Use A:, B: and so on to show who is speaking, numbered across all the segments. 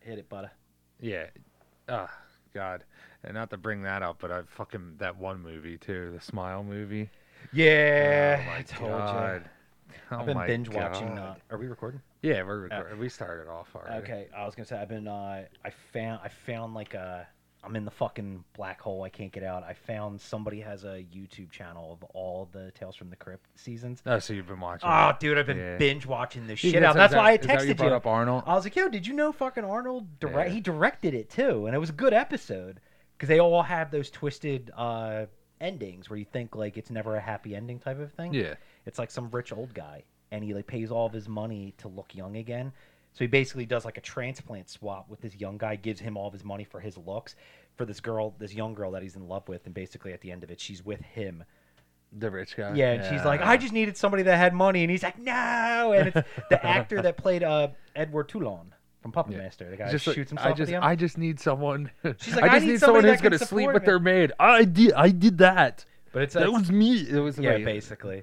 A: Hit it, butter.
B: Yeah. Ah, God. And not to bring that up, but I fucking that one movie too, the Smile movie.
A: Yeah,
B: oh my
A: I told
B: God.
A: you.
B: Oh
A: I've been
B: my
A: binge watching.
B: God.
A: Uh, are we recording?
B: Yeah, we're record- we started off already.
A: Okay, I was gonna say I've been. Uh, I found. I found like a. I'm in the fucking black hole. I can't get out. I found somebody has a YouTube channel of all the Tales from the Crypt seasons.
B: Oh, so you've been watching.
A: Oh, dude, I've been
B: Yeah.
A: binge watching this
B: Yeah,
A: shit out. That's
B: is
A: why I
B: that- is that you
A: texted
B: brought
A: you. Ah.
B: up Arnold.
A: I was like, yo, did you know fucking Arnold direct?
B: Yeah.
A: He directed it too, and it was a good episode because they all have those twisted uh, endings where you think like it's never a happy ending type of thing.
B: Yeah.
A: It's like some rich old guy, and he like pays all of his money to look young again. So he basically does like a transplant swap with this young guy, gives him all of his money for his looks for this girl, this young girl that he's in love with, and basically at the end of it, she's with him.
B: The rich guy.
A: Yeah, and she's like, I just needed somebody that had money, and he's like, no. And it's the actor that played uh, Edward Toulon from Puppet
B: Yeah.
A: Master, the
B: He's
A: guy
B: just
A: who
B: like,
A: shoots himself
B: I
A: at
B: just,
A: the end.
B: I just need someone.
A: She's like,
B: I
A: "I
B: just
A: need
B: need someone
A: somebody
B: who's
A: that can
B: gonna sleep
A: support
B: with
A: me."
B: their maid. I did, I did that.
A: but it's
B: That was me. It was
A: yeah,
B: like,
A: basically.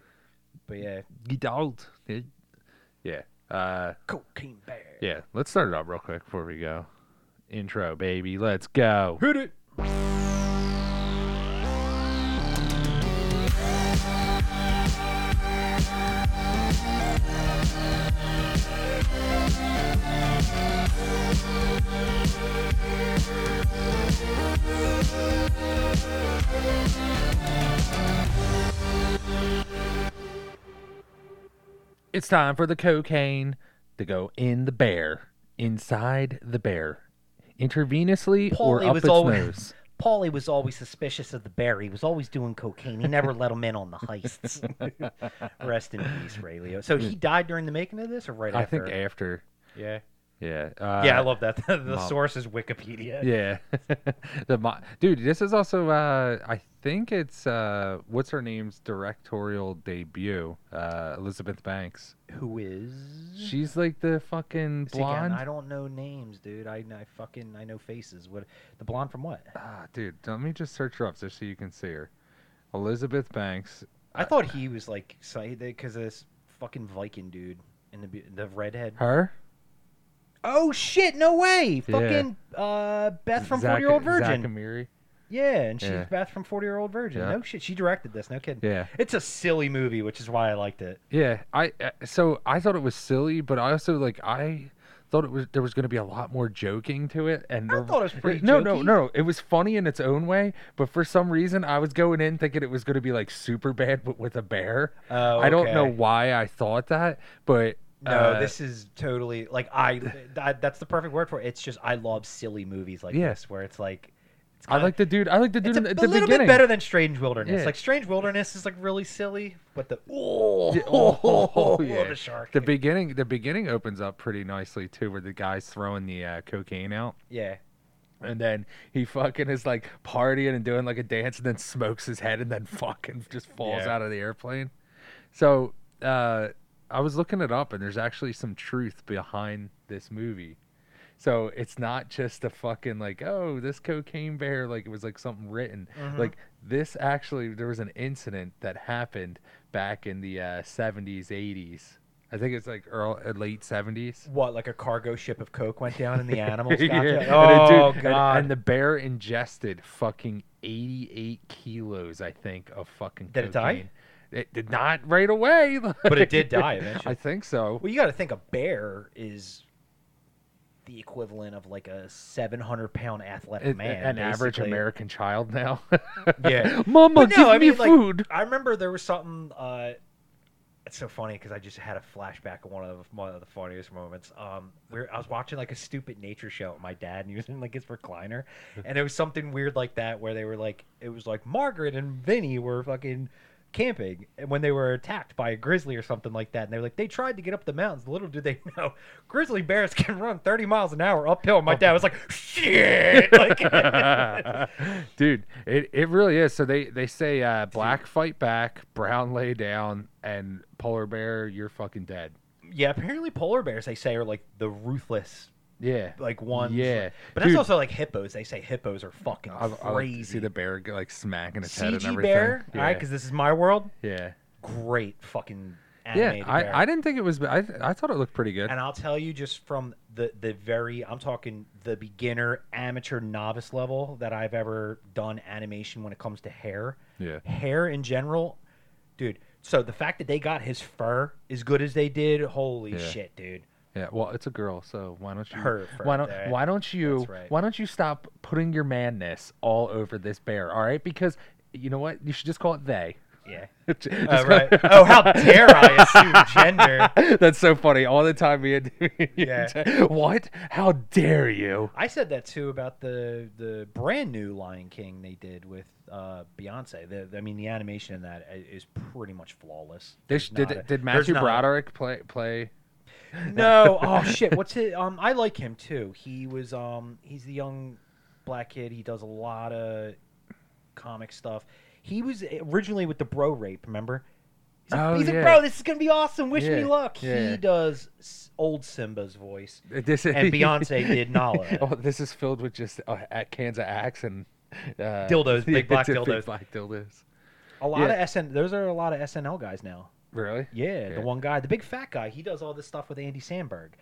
A: But yeah,
B: Get out. Yeah. Uh,
A: cocaine bear.
B: yeah. Let's start it up real quick before we go. Intro, baby. Let's go.
A: Hit it.
B: It's time for the cocaine to go in the bear, inside the bear, intravenously or
A: Paulie
B: up
A: was
B: its
A: always-
B: nose.
A: Paulie was always suspicious of the bear. He was always doing cocaine. He never let him in on the heists. Rest in peace, Ray Leo. So he died during the making of this, or right
B: I
A: after?
B: think after.
A: yeah.
B: Yeah. Uh,
A: yeah, I love that. the
B: Mom.
A: source is Wikipedia.
B: Yeah. the mo- dude, this is also uh I think it's uh what's her name's directorial debut, uh Elizabeth Banks.
A: Who is?
B: She's like the fucking
A: See, again,
B: blonde.
A: I don't know names, dude. I, I fucking I know faces. What the blonde from what?
B: ah, dude, let me just search her up just so you can see her. Elizabeth Banks.
A: I thought he was like because this fucking Viking dude in the be- the redhead.
B: Her?
A: Oh shit! No way! Fucking uh, Beth from
B: Zac-
A: Forty Year Old
B: Zac
A: Virgin.
B: Amiri?
A: yeah, and she's
B: Yeah.
A: Beth from Forty Year Old Virgin.
B: Yeah.
A: No shit, she directed this. No kidding.
B: Yeah.
A: It's a silly movie, which is why I liked it.
B: Yeah, I uh, so I thought it was silly, but I also like I thought it was there was going to be a lot more joking to it, and
A: I
B: there-
A: thought it was pretty
B: No, no,
A: jokey.
B: no, it was funny in its own way, but for some reason I was going in thinking it was going to be like super bad, but with a bear.
A: Oh,
B: I don't know
A: okay.
B: why I thought that, but
A: No,
B: uh,
A: this is totally like I. That, that's the perfect word for it. It's just I love silly movies like
B: Yeah.
A: this, where it's like. It's
B: I
A: kinda-
B: like the dude. I like the dude
A: It's
B: in
A: a,
B: the, at
A: a
B: the
A: little
B: beginning.
A: bit better than Strange Wilderness.
B: Yeah.
A: Like Strange Wilderness is like really silly, but the oh,
B: Yeah, oh, oh, oh, yeah.
A: the shark.
B: The beginning, the beginning opens up pretty nicely too, where the guy's throwing the uh, cocaine out.
A: yeah.
B: And then he fucking is like partying and doing like a dance and then smokes his head and then fucking just falls
A: Yeah.
B: out of the airplane. So uh, I was looking it up and there's actually some truth behind this movie. So it's not just a fucking like, oh, this cocaine bear, like it was like something written. Like this actually, there was an incident that happened back in the uh, 70s, 80s. I think it's like early, late 70s.
A: What like a cargo ship of coke went down and the animals got
B: Yeah,
A: to
B: and
A: it?
B: it-
A: Oh
B: dude, and-
A: god!
B: And, the bear ingested fucking 88 kilos, I think, of fucking.
A: Did it die?
B: cocaine. It did not right away.
A: But it did
B: like-
A: die eventually.
B: I think so.
A: well, you got to think a bear is the equivalent of like a seven hundred pound athletic
B: It-
A: Oh, man,
B: an average
A: basically.
B: American child now.
A: Yeah.
B: Mama,
A: But
B: give
A: no, I
B: me
A: mean, like,
B: food.
A: I remember there was something. Uh, it's so funny because I just had a flashback of one of the, one of the funniest moments. Um, where I was watching like a stupid nature show with my dad, and he was in like his recliner, and it was something weird like that where they were like, it was like Margaret and Vinny were fucking camping and when they were attacked by a grizzly or something like that and they were like they tried to get up the mountains little did they know grizzly bears can run 30 miles an hour uphill and my dad was like shit like
B: Dude, it, it really is. So they, they say uh, black fight back, brown lay down, and polar bear, you're fucking dead.
A: yeah apparently polar bears they say are like the ruthless
B: Yeah.
A: like ones.
B: Yeah.
A: like- but that's
B: Dude.
A: also like hippos. They say hippos are fucking
B: I, I like to see
A: crazy.
B: the bear go, like smacking its head and
A: CG
B: everything.
A: bear, all right,
B: Yeah.
A: because this is my world.
B: Yeah.
A: Great fucking
B: Yeah,
A: animated bear.
B: I, I didn't think it was. I I thought it looked pretty good.
A: and I'll tell you just from the the very I'm talking the beginner amateur novice level that I've ever done animation when it comes to hair.
B: Yeah.
A: Hair in general, dude. So the fact that they got his fur as good as they did, holy
B: Yeah.
A: shit, dude.
B: Yeah, well, it's a girl, so why don't you?
A: Her
B: why
A: fur,
B: don't
A: right.
B: Why don't you?
A: That's right.
B: Why don't you stop putting your madness all over this bear? All right, because you know what? You should just call it they.
A: Yeah.
B: Just
A: Oh,
B: call-
A: right. oh, how dare I assume gender?
B: That's so funny. All the time we had.
A: Yeah.
B: What? How dare you?
A: I said that too about the the brand new Lion King they did with uh, Beyonce. The, I mean, the animation in that i- is pretty much flawless.
B: They
A: There's
B: sh- did,
A: not a-
B: did
A: there's
B: Matthew
A: not a-
B: Broderick play play?
A: No. Oh shit. What's it? Um, I like him too. He was um, he's the young black kid. He does a lot of comic stuff. He was originally with the Bro Rape. Remember? He's like,
B: Oh,
A: he's like,
B: yeah.
A: bro, this is gonna be awesome. Wish
B: Yeah,
A: me luck.
B: yeah.
A: He does s- old Simba's voice.
B: This is,
A: And Beyonce did Nala.
B: Oh, this is filled with just uh, at Kansas axe and uh,
A: Dildos, big black dildos.
B: black dildos.
A: A lot
B: Yeah.
A: of SN. Those are a lot of SNL guys now.
B: Really?
A: Yeah,
B: Yeah.
A: the one guy, the big fat guy, he does all this stuff with Andy Sandberg.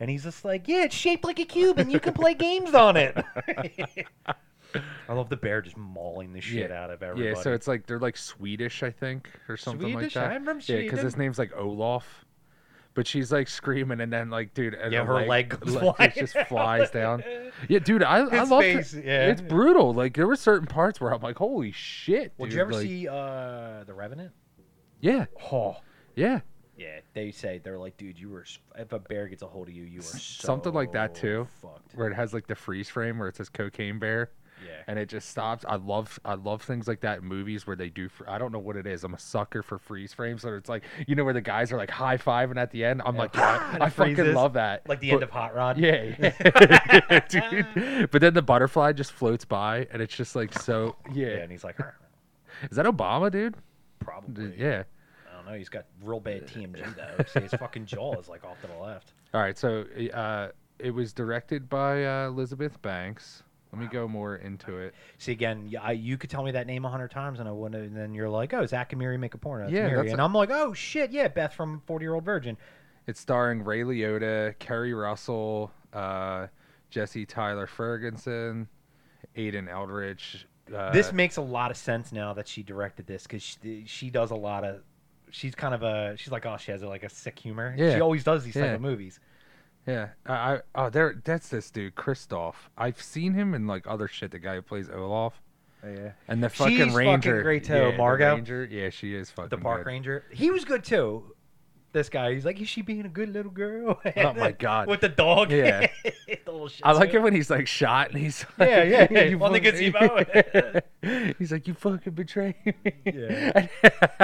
A: And he's just like, yeah, it's shaped like a cube and you can play games on it. I love the bear just mauling the shit out of everybody.
B: Yeah, so it's like they're like Swedish, I think, or something like
A: Swedish?
B: that.
A: I remember
B: yeah, because his
A: Sweden.
B: name's like Olaf, but she's like screaming, and then like, dude, and
A: Yeah, her leg goes flying
B: it just flies
A: out.
B: down. Yeah, dude, I I
A: His
B: love
A: face, yeah.
B: It's brutal. Like there were certain parts where I'm like, holy shit.
A: well, did
B: dude,
A: you ever
B: like-
A: see uh, The Revenant?
B: Yeah,
A: Oh.
B: yeah,
A: Yeah, they say, they're like, dude, you were, s- if a bear gets a hold of you, you are so
B: Something like that, too.
A: Fucked.
B: where it has like the freeze frame where it says cocaine bear.
A: Yeah.
B: and it just stops. I love I love things like that in movies where they do. fr- I don't know what it is. I'm a sucker for freeze frames. So it's like you know where the guys are like high five and at the end. I'm like, yeah,
A: and it
B: I fucking
A: freezes,
B: love that.
A: Like the
B: But-
A: end of Hot Rod?
B: Yeah, yeah, dude. But then the butterfly just floats by, and it's just like so.
A: Yeah,
B: Yeah,
A: and he's like,
B: is that Obama, dude?
A: probably.
B: D- Yeah.
A: I don't know. He's got real
B: Uh,
A: bad TMJ though. See, his fucking jaw is like off to the left.
B: All right. So uh, it was directed by uh, Elizabeth Banks. Let me go more into it.
A: See again, y- I, you could tell me that name a hundred times, and I wouldn't. And then you're like, "Oh, Zach and Miri make a porno." It's
B: Yeah,
A: Miri.
B: that's
A: and
B: a-
A: i I'm like, "Oh shit, yeah, Beth from Forty Year Old Virgin."
B: It's starring Ray Liotta, Kerry Russell, uh, Jesse Tyler Ferguson, Aiden Eldridge. Uh,
A: this makes a lot of sense now that she directed this because she, she does a lot of. She's kind of a. She's like, oh, she has like a sick humor.
B: Yeah.
A: She always does these
B: Yeah.
A: type of movies.
B: yeah. I, I oh there that's this dude Kristoff. I've seen him in like other shit. The guy who plays Olaf
A: yeah.
B: and the
A: She's
B: fucking
A: fucking
B: ranger.
A: great, too,
B: Yeah, the
A: Margot.
B: Ranger. Yeah, she is fucking.
A: The park
B: good.
A: ranger. He was good too. This guy, he's like, is she being a good little girl?
B: Oh, my God.
A: With the dog.
B: Yeah.
A: The little
B: I
A: shih
B: like
A: tzu.
B: it when he's like shot and he's like,
A: Yeah, yeah, yeah,
B: "You
A: on the
B: fucking-" he's like, you fucking betrayed me.
A: Yeah.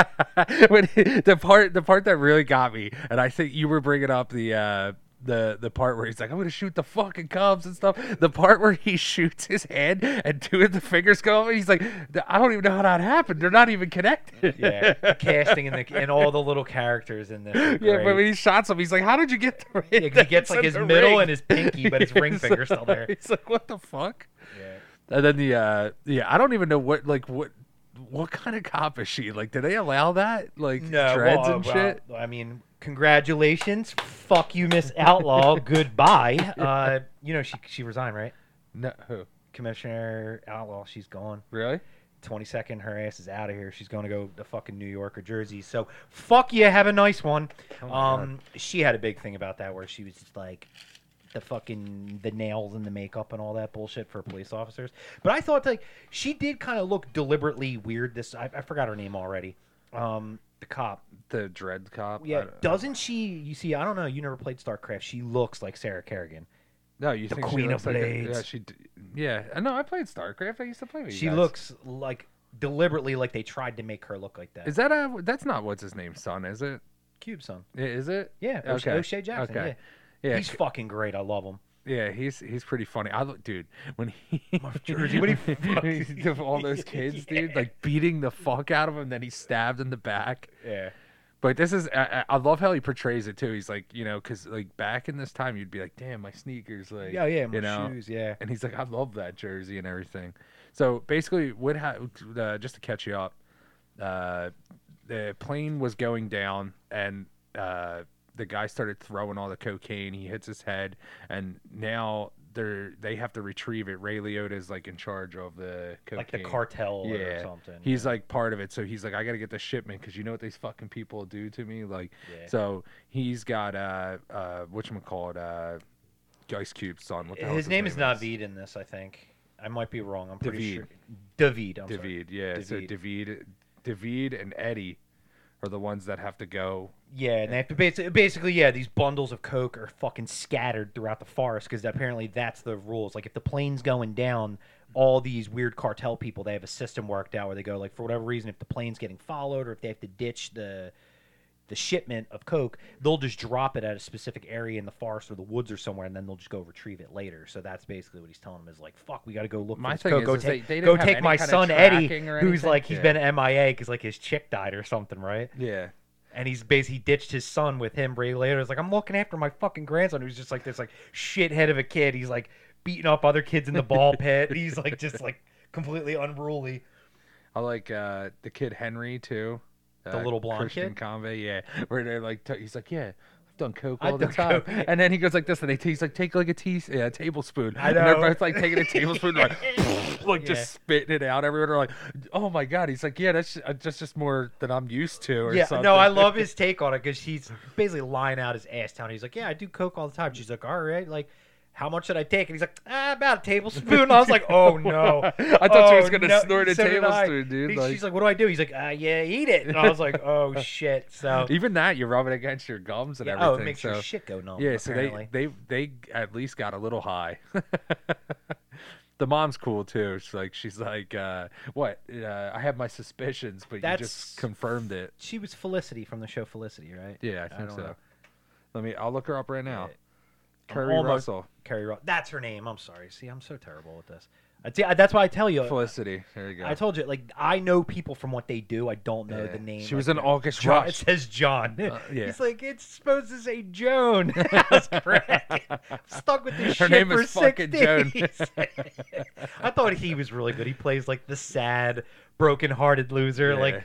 B: when he- the part, the part that really got me, and I think you were bringing up the. uh the, the part where he's like, I'm gonna shoot the fucking Cubs and stuff. The part where he shoots his hand and two of the fingers go up, and he's like, I don't even know how that happened. They're not even connected.
A: yeah, the casting and the and all the little characters in this. are
B: Yeah, but
A: great.
B: when he shots him, he's like, "How did you get the ring?"
A: Yeah, 'cause he
B: that's
A: gets, like,
B: in
A: his
B: the
A: middle
B: ring?"
A: and his pinky, but his ring
B: He's
A: finger's still
B: like-
A: there.
B: He's like, "What the fuck?"
A: yeah.
B: And then the uh yeah, I don't even know what like what what kind of cop is she? Like, do they allow that? Like
A: no,
B: dreads
A: well,
B: and
A: well,
B: shit.
A: I mean, congratulations, fuck you, Miss Outlaw. Goodbye. Uh, you know she she resigned, right?
B: No, who?
A: Commissioner Outlaw, she's gone.
B: really?
A: Twenty second, her ass is out of here. She's going to go to fucking New York or Jersey. So fuck you. Have a nice one.
B: Oh my
A: um, she had a big thing about that where she was just like the fucking the nails and the makeup and all that bullshit for police officers. But I thought like she did kind of look deliberately weird. This I, I forgot her name already. Um, the cop.
B: The dread cop. I
A: Yeah,
B: don't-
A: doesn't she? You see, I don't know. You never played StarCraft. She looks like Sarah Kerrigan.
B: No, you
A: the
B: think she
A: Queen of
B: looks like a- yeah,
A: Blades.
B: she. d- Yeah, I know. I played StarCraft. I used to play with you
A: She
B: guys.
A: looks like deliberately like they tried to make her look like that.
B: Is that a? That's not what's his name's son, is it?
A: Cube Song.
B: I- Is it?
A: Yeah, O'Sh-
B: Okay.
A: O'Shea Jackson.
B: Okay.
A: Yeah.
B: Yeah,
A: he's fucking great. I love him.
B: Yeah, he's he's pretty funny. I look, dude, when he
A: Jersey, when he
B: of all those kids, dude, like beating the fuck out of him, then he's stabbed in the back.
A: Yeah.
B: But this is, I, I I love how he portrays it too. He's like, you know, because like back in this time, you'd be like, damn, my sneakers, like,
A: Yeah, yeah, my
B: you know,
A: shoes, yeah.
B: and he's like, I love that jersey and everything. So basically, what ha- uh, just to catch you up, uh, the plane was going down, and uh, the guy started throwing all the cocaine. He hits his head, and now they're they have to retrieve it. Ray Liotta's like in charge of the cocaine.
A: like the cartel or
B: Yeah.
A: something.
B: He's uh, like part of it, so he's like, I gotta get the shipment because you know what these fucking people do to me. Like,
A: Yeah.
B: so he's got uh uh whatchamacallit, uh Ice Cube's son. What the hell
A: his name is
B: Navid.
A: Navid in this, I think. I might be wrong. I'm pretty
B: David.
A: sure. David. I'm sorry.
B: David, yeah. So David, David and Eddie are the ones that have to go.
A: Yeah, and they have to basically, basically, yeah, these bundles of coke are fucking scattered throughout the forest because apparently that's the rules. Like, if the plane's going down, all these weird cartel people, they have a system worked out where they go, like, for whatever reason, if the plane's getting followed or if they have to ditch the the shipment of coke, they'll just drop it at a specific area in the forest or the woods or somewhere, and then they'll just go retrieve it later. So that's basically what he's telling them is like, fuck, we got to go look
B: My
A: for this
B: thing
A: coke.
B: is-
A: go
B: is
A: take,
B: they- they
A: go
B: didn't have
A: take
B: any
A: my
B: kinda
A: son
B: tracking
A: Eddie,
B: or
A: who's
B: anything?
A: like he's
B: Yeah.
A: been MIA because like his chick died or something, right?
B: Yeah.
A: and he's basically ditched his son with him. Ray later is like, I'm looking after my fucking grandson, who's just like this like shithead of a kid. He's like beating up other kids in the ball pit. He's like just like completely unruly.
B: I like uh, the kid Henry too.
A: The
B: uh,
A: little blonde
B: Christian
A: kid?
B: Convey, yeah. Where they're like, t- he's like, yeah, I've done coke
A: I've
B: all the
A: done
B: time.
A: coke.
B: And then he goes like this, and they he's like, take like a tea, yeah, a tablespoon.
A: I
B: And they're
A: know.
B: both like taking a tablespoon, like, like
A: Yeah.
B: just spitting it out. Everyone are like, oh my god. He's like, yeah, that's ju- uh, just just more than I'm used to. Or
A: yeah,
B: something.
A: no, I love his take on it because he's basically lying out his ass town. He's like, yeah, I do coke all the time. She's like, all right, like. How much did I take? And he's like, ah, about a tablespoon. I was like, oh no.
B: I thought she
A: Oh,
B: was gonna
A: no.
B: snort a
A: So did I.
B: tablespoon, dude.
A: He-
B: like-
A: she's like, what do I do? He's like, uh, yeah, eat it. And I was like, oh shit. So,
B: Even that, you rub it against your gums and
A: Yeah,
B: everything.
A: oh, it makes
B: so.
A: your shit go numb.
B: Yeah,
A: Oh, apparently.
B: so they they they at least got a little high. the mom's cool too. She's like she's like, uh, what? Uh, I have my suspicions, but you
A: That's-
B: just confirmed it.
A: She was Felicity from the show Felicity, right?
B: Yeah, I think
A: don't
B: so.
A: know.
B: Let me. I'll look her up right now.
A: Yeah. I'm
B: Curry
A: almost-
B: Russell,
A: Carrie Ross. That's her name. I'm sorry. See, I'm so terrible with this. I see, I- that's why I tell you.
B: Felicity. There you go.
A: I told you, like I know people from what they do. I don't know
B: Yeah.
A: the name.
B: She was
A: like,
B: in August
A: John, It
B: Rush.
A: says John.
B: Uh, yeah.
A: He's like, it's supposed to say Joan. I was cracking- Stuck with this
B: Her
A: shit
B: name
A: for
B: is fucking
A: six
B: Joan.
A: days. I thought he was really good. He plays like the sad, broken-hearted loser.
B: Yeah.
A: Like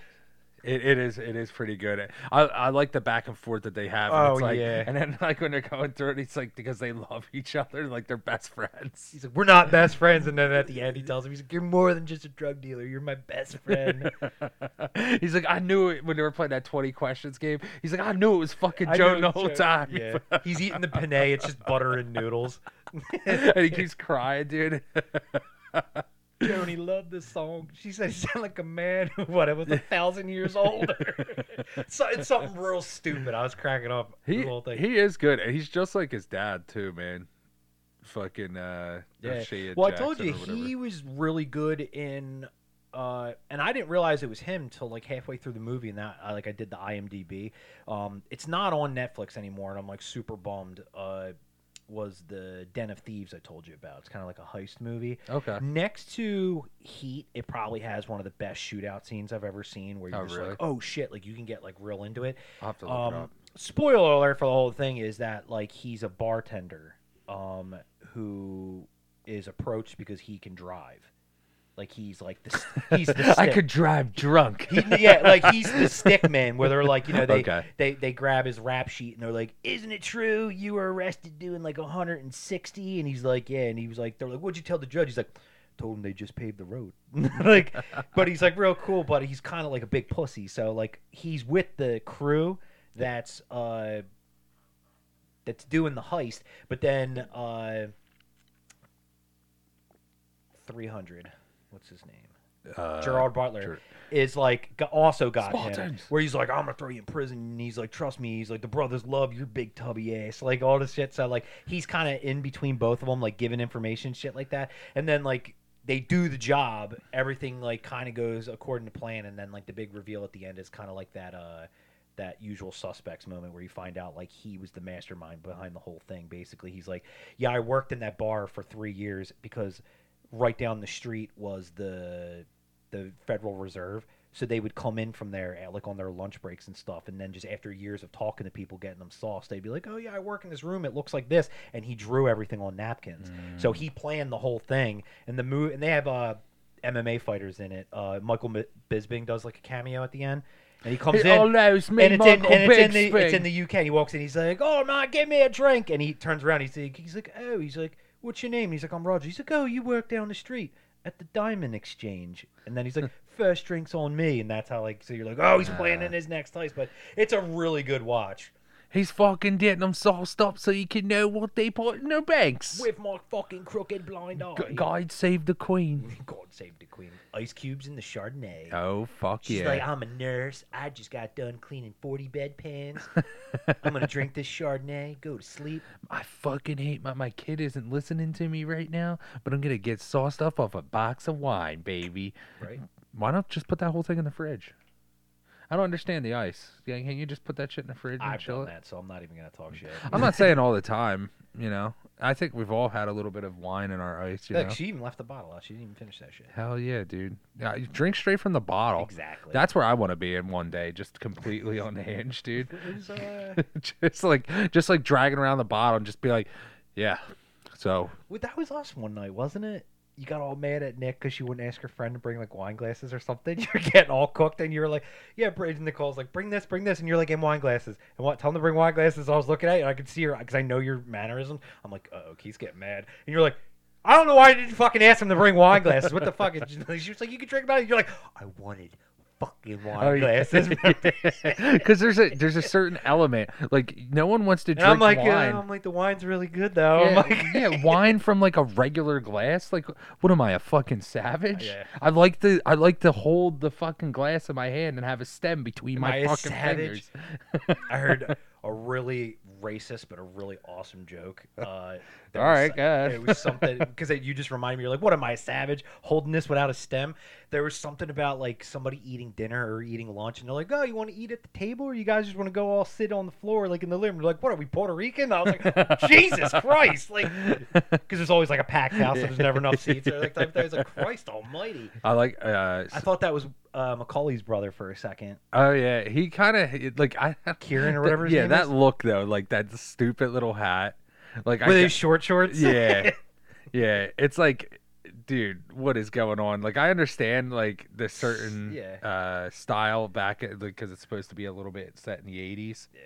B: It, it is it is pretty good. I, I like the back and forth that they have. and
A: Oh,
B: it's like,
A: yeah.
B: And then like when they're going through it, it's like because they love each other, like they're best friends.
A: He's like, we're not best friends. And then at the end, he tells him, he's like, you're more than just a drug dealer. You're my best friend.
B: he's like, I knew it when they were playing that 20 questions game. He's like, I knew it was fucking
A: I
B: Joan
A: know
B: the whole
A: Joan.
B: time.
A: Yeah. He's eating the penne. It's just butter and noodles.
B: and he keeps crying, dude.
A: Joni loved this song. She said he sounded like a man who, what, was a thousand years older. so, it's something real stupid. I was cracking up. the
B: he,
A: whole thing.
B: he is good. And he's just like his dad, too, man. Fucking, uh,
A: Yeah.
B: Shea
A: Well, I
B: Jackson
A: told you
B: or whatever.
A: he was really good in, uh, and I didn't realize it was him till like halfway through the movie, and that I, like I did the IMDb. Um, it's not on Netflix anymore, and I'm like super bummed. Uh, was the Den of Thieves I told you about? It's kind of like a heist movie.
B: Okay.
A: Next to Heat, it probably has one of the best shootout scenes I've ever seen. Where you're
B: Oh,
A: just
B: really?
A: like, oh shit, like you can get like real into it.
B: I'll have to look it
A: Um,
B: up.
A: spoiler alert for the whole thing is that like he's a bartender um, who is approached because he can drive. Like he's like the s- he's the stick.
B: I could drive drunk.
A: He, yeah, like he's the stick man where they're like, you know, they,
B: Okay.
A: they they grab his rap sheet and they're like, "Isn't it true you were arrested doing like 160?" And he's like, "Yeah." And he was like, "They're like, what'd you tell the judge?" He's like, "Told him they just paved the road." like, but he's like real cool, but he's kind of like a big pussy. So like, he's with the crew that's uh that's doing the heist, but then uh 300, what's his name?
B: Uh,
A: Gerard Butler
B: Ger-
A: is like g- also got him,
B: Spartans.
A: where he's like, I'm gonna throw you in prison, and he's like, trust me, he's like, the brothers love your big tubby ass, like all this shit. So like, he's kind of in between both of them, like giving information, shit like that, and then like they do the job, everything like kind of goes according to plan, and then like the big reveal at the end is kind of like that, uh, that usual suspects moment where you find out like he was the mastermind behind the whole thing. Basically, he's like, yeah, I worked in that bar for three years because right down the street was the the Federal Reserve. So they would come in from there, at, like on their lunch breaks and stuff, and then just after years of talking to people, getting them sauce, they'd be like, "Oh yeah, I work in this room. It looks like this," and he drew everything on napkins.
B: Mm.
A: So he planned the whole thing, and the move, and they have uh, MMA fighters in it. Uh, Michael M- Bisping does like a cameo at the end, And he comes
B: It
A: in,
B: allows me,
A: and it's in,
B: Michael
A: and it's in the it's
B: Bixby.
A: in the UK. He walks in, he's like, "Oh man, give me a drink!" And he turns around, he's like, he's like, "Oh," he's like, "What's your name?" And he's like, "I'm Roger." He's like, "Oh, you work down the street at the Diamond Exchange," and then he's like. First drinks on me, and that's how like so you're like, oh, he's playing in his next place, but it's a really good watch
B: He's fucking getting them sauced up so you can know what they put in their banks.
A: with my fucking crooked blind eye.
B: G- God save the queen.
A: God save the queen. Ice cubes in the Chardonnay.
B: Oh fuck
A: Mm. She's
B: yeah!
A: like, I'm a nurse. I just got done cleaning 40 bedpans. I'm going to drink this Chardonnay, go to sleep.
B: I fucking hate my my kid isn't listening to me right now, but I'm gonna get sauced up off a box of wine, baby.
A: Right.
B: Why not just put that whole thing in the fridge? I don't understand the ice. Yeah, can you just put that shit in the fridge and
A: I've
B: chill
A: done
B: it?
A: that, so I'm not even going to talk shit.
B: I'm not saying all the time, you know. I think we've all had a little bit of wine in our ice, you
A: Look,
B: know.
A: she even left the bottle out. She didn't even finish that shit.
B: Hell yeah, dude. Yeah, you drink straight from the bottle.
A: Exactly.
B: That's where I want to be in one day, just completely unhinged, dude.
A: It was, uh,
B: just like just like dragging around the bottle and just be like, yeah. So
A: well, that was us one night, wasn't it? You got all mad at Nick because she wouldn't ask her friend to bring like wine glasses or something. You're getting all cooked, and you're like, "Yeah, Bridge and Nicole's like, bring this, bring this," and you're like, "In wine glasses." And what? Tell them to bring wine glasses. I was looking at you, and I could see her because I know your mannerism. I'm like, "Oh, Keith's getting mad," and you're like. I don't know why I didn't fucking ask him to bring wine glasses. What the fuck? And She was like, "You can drink about it." You're like, "I wanted fucking wine glasses."
B: Because Oh, there's a there's a certain element like no one wants to
A: And
B: drink
A: I'm like, oh
B: wine.
A: "Uh, I'm like, the wine's really good though. I'm
B: yeah,
A: like,
B: yeah, wine from like a regular glass. Like, what am I, a fucking savage?
A: Yeah.
B: I like to I like to hold the fucking glass in my hand and have a stem between
A: Am I
B: my
A: a
B: fucking
A: savage?
B: fingers.
A: I heard a really racist but a really awesome joke. Uh, that
B: All
A: was-
B: right, go ahead.
A: It was something because you just reminded me. You're like, what am I, a savage, holding this without a stem? There was something about like somebody eating dinner or eating lunch, and they're like, oh, you want to eat at the table, or you guys just want to go all sit on the floor, like in the living room? You're like, what are we, Puerto Rican? I was like, Jesus Christ, like, because there's always like a packed house, so there's never enough seats. Or like, type of thing. I was like, Christ Almighty.
B: I like. Uh,
A: I
B: s-
A: thought that was uh, Macaulay's brother for a second.
B: oh yeah, he kind of like I
A: Kieran or
B: that-
A: whatever his
B: yeah,
A: name
B: that
A: is?
B: look though, like that stupid little hat. Like I
A: With
B: got-
A: his short shorts.
B: yeah yeah it's like dude what is going on like i understand like the certain
A: yeah.
B: uh style back at because it's supposed to be a little bit set in the 80s
A: Yeah.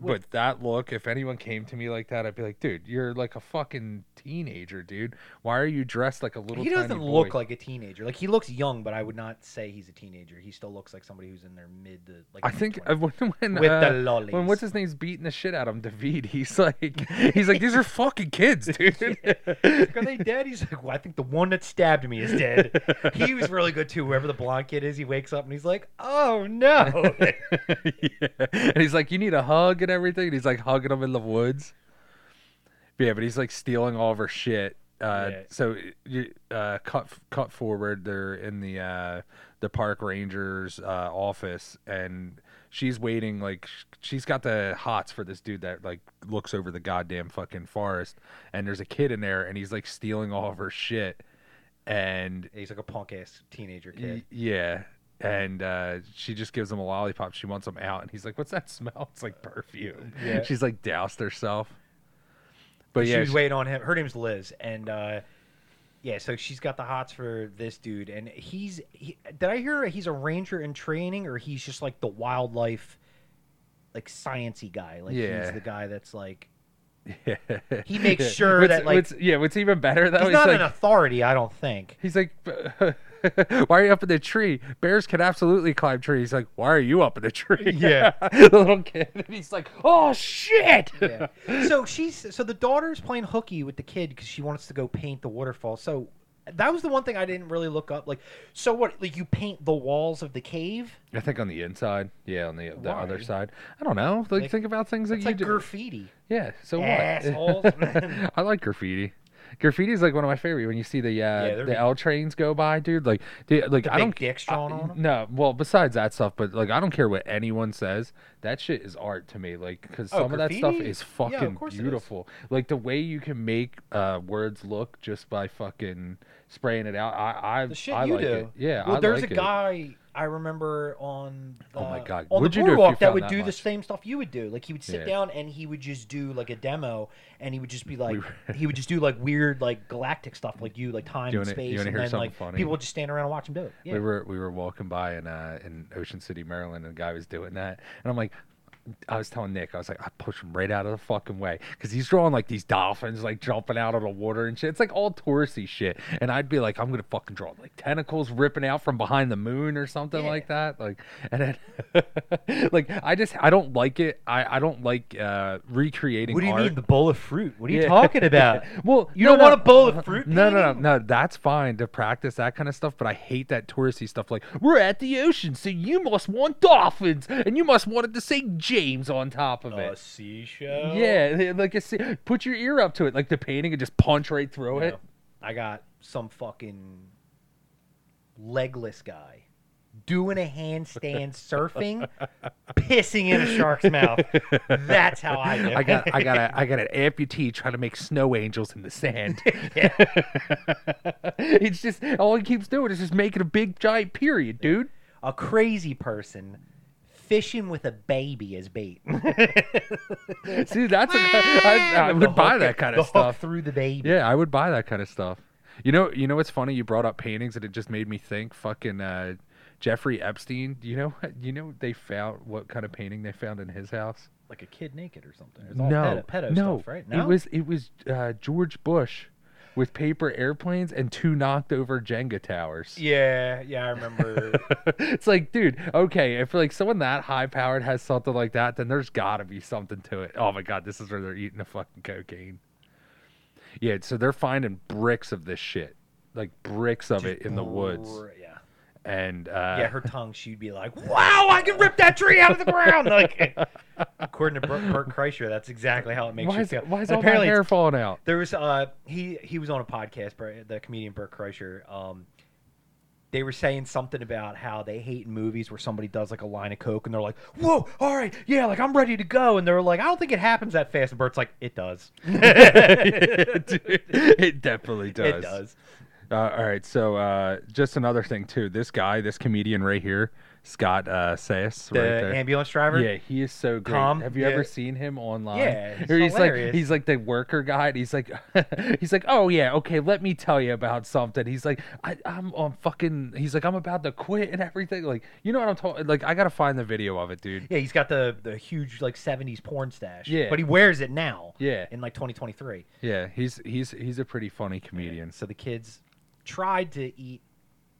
A: Well-
B: but that look if anyone came to me like that i'd be like dude you're like a fucking teenager dude why are you dressed like a little
A: he doesn't
B: tiny boy?
A: look like a teenager. Like he looks young, but I would not say he's a teenager. He still looks like somebody who's in their mid to like.
B: i think uh,
A: mid-twenties.
B: when when,
A: with
B: uh,
A: the lollies.
B: when what's his name's beating the shit out of him david he's like he's like these are fucking kids dude
A: Like, are they dead? He's like, well, I think the one that stabbed me is dead. he was really good too. Whoever the blonde kid is, he wakes up and he's like, oh no.
B: yeah. And he's like, you need a hug and everything. And he's like hugging him in the woods. But yeah, but he's like stealing all of her shit. Uh,
A: Yeah.
B: So you uh, cut cut forward. They're in the uh, the park ranger's uh, office, and she's waiting. Like sh- she's got the hots for this dude that like looks over the goddamn fucking forest. And there's a kid in there, and he's like stealing all of her shit. And
A: he's like a punk ass teenager
B: Y-
A: kid.
B: Yeah. And uh, she just gives him a lollipop. She wants him out. And he's like, What's that smell? It's like perfume.
A: yeah.
B: She's like doused herself. But
A: she
B: Oh, yeah.
A: was
B: she-
A: waiting on him. Her name's Liz, and uh, yeah, so she's got the hots for this dude, and he's. He, did I hear he's a ranger in training, or he's just like the wildlife, like sciency guy? Like
B: Yeah.
A: he's the guy that's like
B: yeah.
A: he makes sure
B: What's-
A: that, like-
B: what's- yeah, what's even better though
A: he's
B: is
A: not
B: Oh, like,
A: an authority, I don't think.
B: he's like, Why are you up in the tree? Bears can absolutely climb trees. He's like, Why are you up in the tree?
A: Yeah.
B: the little kid. And he's like, Oh, shit.
A: Yeah. so she's so the daughter's playing hooky with the kid because she wants to go paint the waterfall. So that was the one thing I didn't really look up. Like, so what? Like you paint the walls of the cave?
B: I think on the inside. Yeah, on the, the other
A: Why?
B: side. I don't know. Like,
A: Like,
B: think about things that
A: It's
B: you
A: like
B: do.
A: graffiti.
B: Yeah. So
A: Assholes.
B: what? I like graffiti. Graffiti is like one of my favorite. When you see the uh,
A: they're
B: the
A: big.
B: L trains go by, dude, like, dude, like
A: The
B: I
A: big
B: don't
A: dicks
B: I-
A: drawn on 'em?
B: No, well, besides that stuff, but like I don't care what anyone says. that shit is art to me. Like, because
A: Oh,
B: some of that stuff
A: graffiti?
B: is
A: Yeah, of
B: fucking
A: course it is.
B: beautiful. Like the way you can make uh, words look just by fucking spraying it out. I I,
A: The shit
B: I
A: you
B: like
A: do.
B: it. Yeah,
A: Well,
B: I
A: there's
B: like
A: a
B: it.
A: guy I remember on. The,
B: Oh my God.
A: On
B: What'd
A: the
B: you do if you
A: boardwalk that
B: found
A: would
B: that
A: do the
B: much?
A: same stuff you would do. Like he would sit
B: Yeah.
A: down and he would just do like a demo, and he would just be like,
B: were-
A: he would just do like weird like galactic stuff, like you like time
B: You
A: and
B: wanna- you
A: space, and
B: wanna hear
A: then
B: something
A: like
B: funny?
A: people would just stand around and watch him do it. Yeah.
B: We were we were walking by in uh, in Ocean City, Maryland, and the guy was doing that, and I'm like, I was telling Nick, I was like, I pushed him right out of the fucking way because he's drawing like these dolphins like jumping out of the water and shit. It's like all touristy shit, and I'd be like, I'm gonna fucking draw like tentacles ripping out from behind the moon or something
A: Yeah.
B: like that, like, and then like I just I don't like it. I I don't like uh, recreating.
A: what do you
B: art.
A: mean the bowl of fruit? What are you
B: Yeah.
A: talking about?
B: Well,
A: You
B: no,
A: don't
B: no.
A: want a bowl of fruit
B: No, no,
A: painting?
B: no, no. That's fine to practice that kind of stuff, but I hate that touristy stuff. Like we're at the ocean, so you must want dolphins, and you must want it to say James on top of
A: A
B: it.
A: seashell.
B: Yeah, they- like it's, put your ear up to it, like the painting, and just punch right through
A: No.
B: it.
A: I got some fucking legless guy doing a handstand surfing, pissing in a shark's mouth. That's how I do.
B: I got,
A: it.
B: I got, a, I got an amputee trying to make snow angels in the sand. it's just all he keeps doing is just making a big giant period, dude.
A: a crazy person fishing with a baby as bait.
B: See, that's a, I, I
A: With the
B: would buy
A: hook-
B: that kind
A: the
B: of
A: hook
B: stuff.
A: through the baby.
B: Yeah, I would buy that kind of stuff. You know, you know what's funny? You brought up paintings, and it just made me think. Fucking uh, Jeffrey Epstein. You know, what- you know they found what kind of painting they found in his house?
A: Like a kid naked or something. It's all
B: no,
A: pedo, pedo
B: no,
A: stuff, right? No,
B: it was it was uh, George Bush with paper airplanes and two knocked over Jenga towers.
A: Yeah, yeah, I remember.
B: it's like, dude, okay, if like someone that high powered has something like that, then there's got to be something to it. Oh my god, this is where they're eating the fucking cocaine. Yeah, so they're finding bricks of this shit, like bricks of it in the woods,
A: Br- Yeah.
B: and uh,
A: yeah, her tongue, she'd be like, "Wow, I can rip that tree out of the ground!" Like, according to Bert, Bert Kreischer, that's exactly how it makes
B: why
A: you
B: is
A: feel.
B: why is
A: And
B: all my
A: apparently
B: hair
A: it's-
B: falling out?
A: There was uh, he he was on a podcast, Bert- the comedian Bert Kreischer. Um, they were saying something about how they hate movies where somebody does like a line of coke and they're like, "Whoa, all right, yeah, like I'm ready to go," and they're like, "I don't think it happens that fast." And Bert's like, "It does."
B: Dude, it definitely does.
A: It does.
B: Uh, all right, so uh, just another thing too. This guy, this comedian right here, Scott uh, Sayas,
A: The
B: right there.
A: ambulance driver.
B: Yeah, he is so great.
A: Calm,
B: Have you
A: yeah.
B: ever seen him online?
A: Yeah, he's
B: Or he's like
A: hilarious.
B: he's like the worker guy. And he's like he's like, oh yeah, okay, let me tell you about something. He's like, I, I'm on fucking. He's like, I'm about to quit and everything. Like, you know what I'm talking? Like, I gotta find the video of it, dude.
A: Yeah, he's got the the huge like '70s porn stash.
B: Yeah.
A: but he wears it now.
B: Yeah.
A: in like 2023.
B: Yeah, he's he's he's a pretty funny comedian.
A: So the kids tried to eat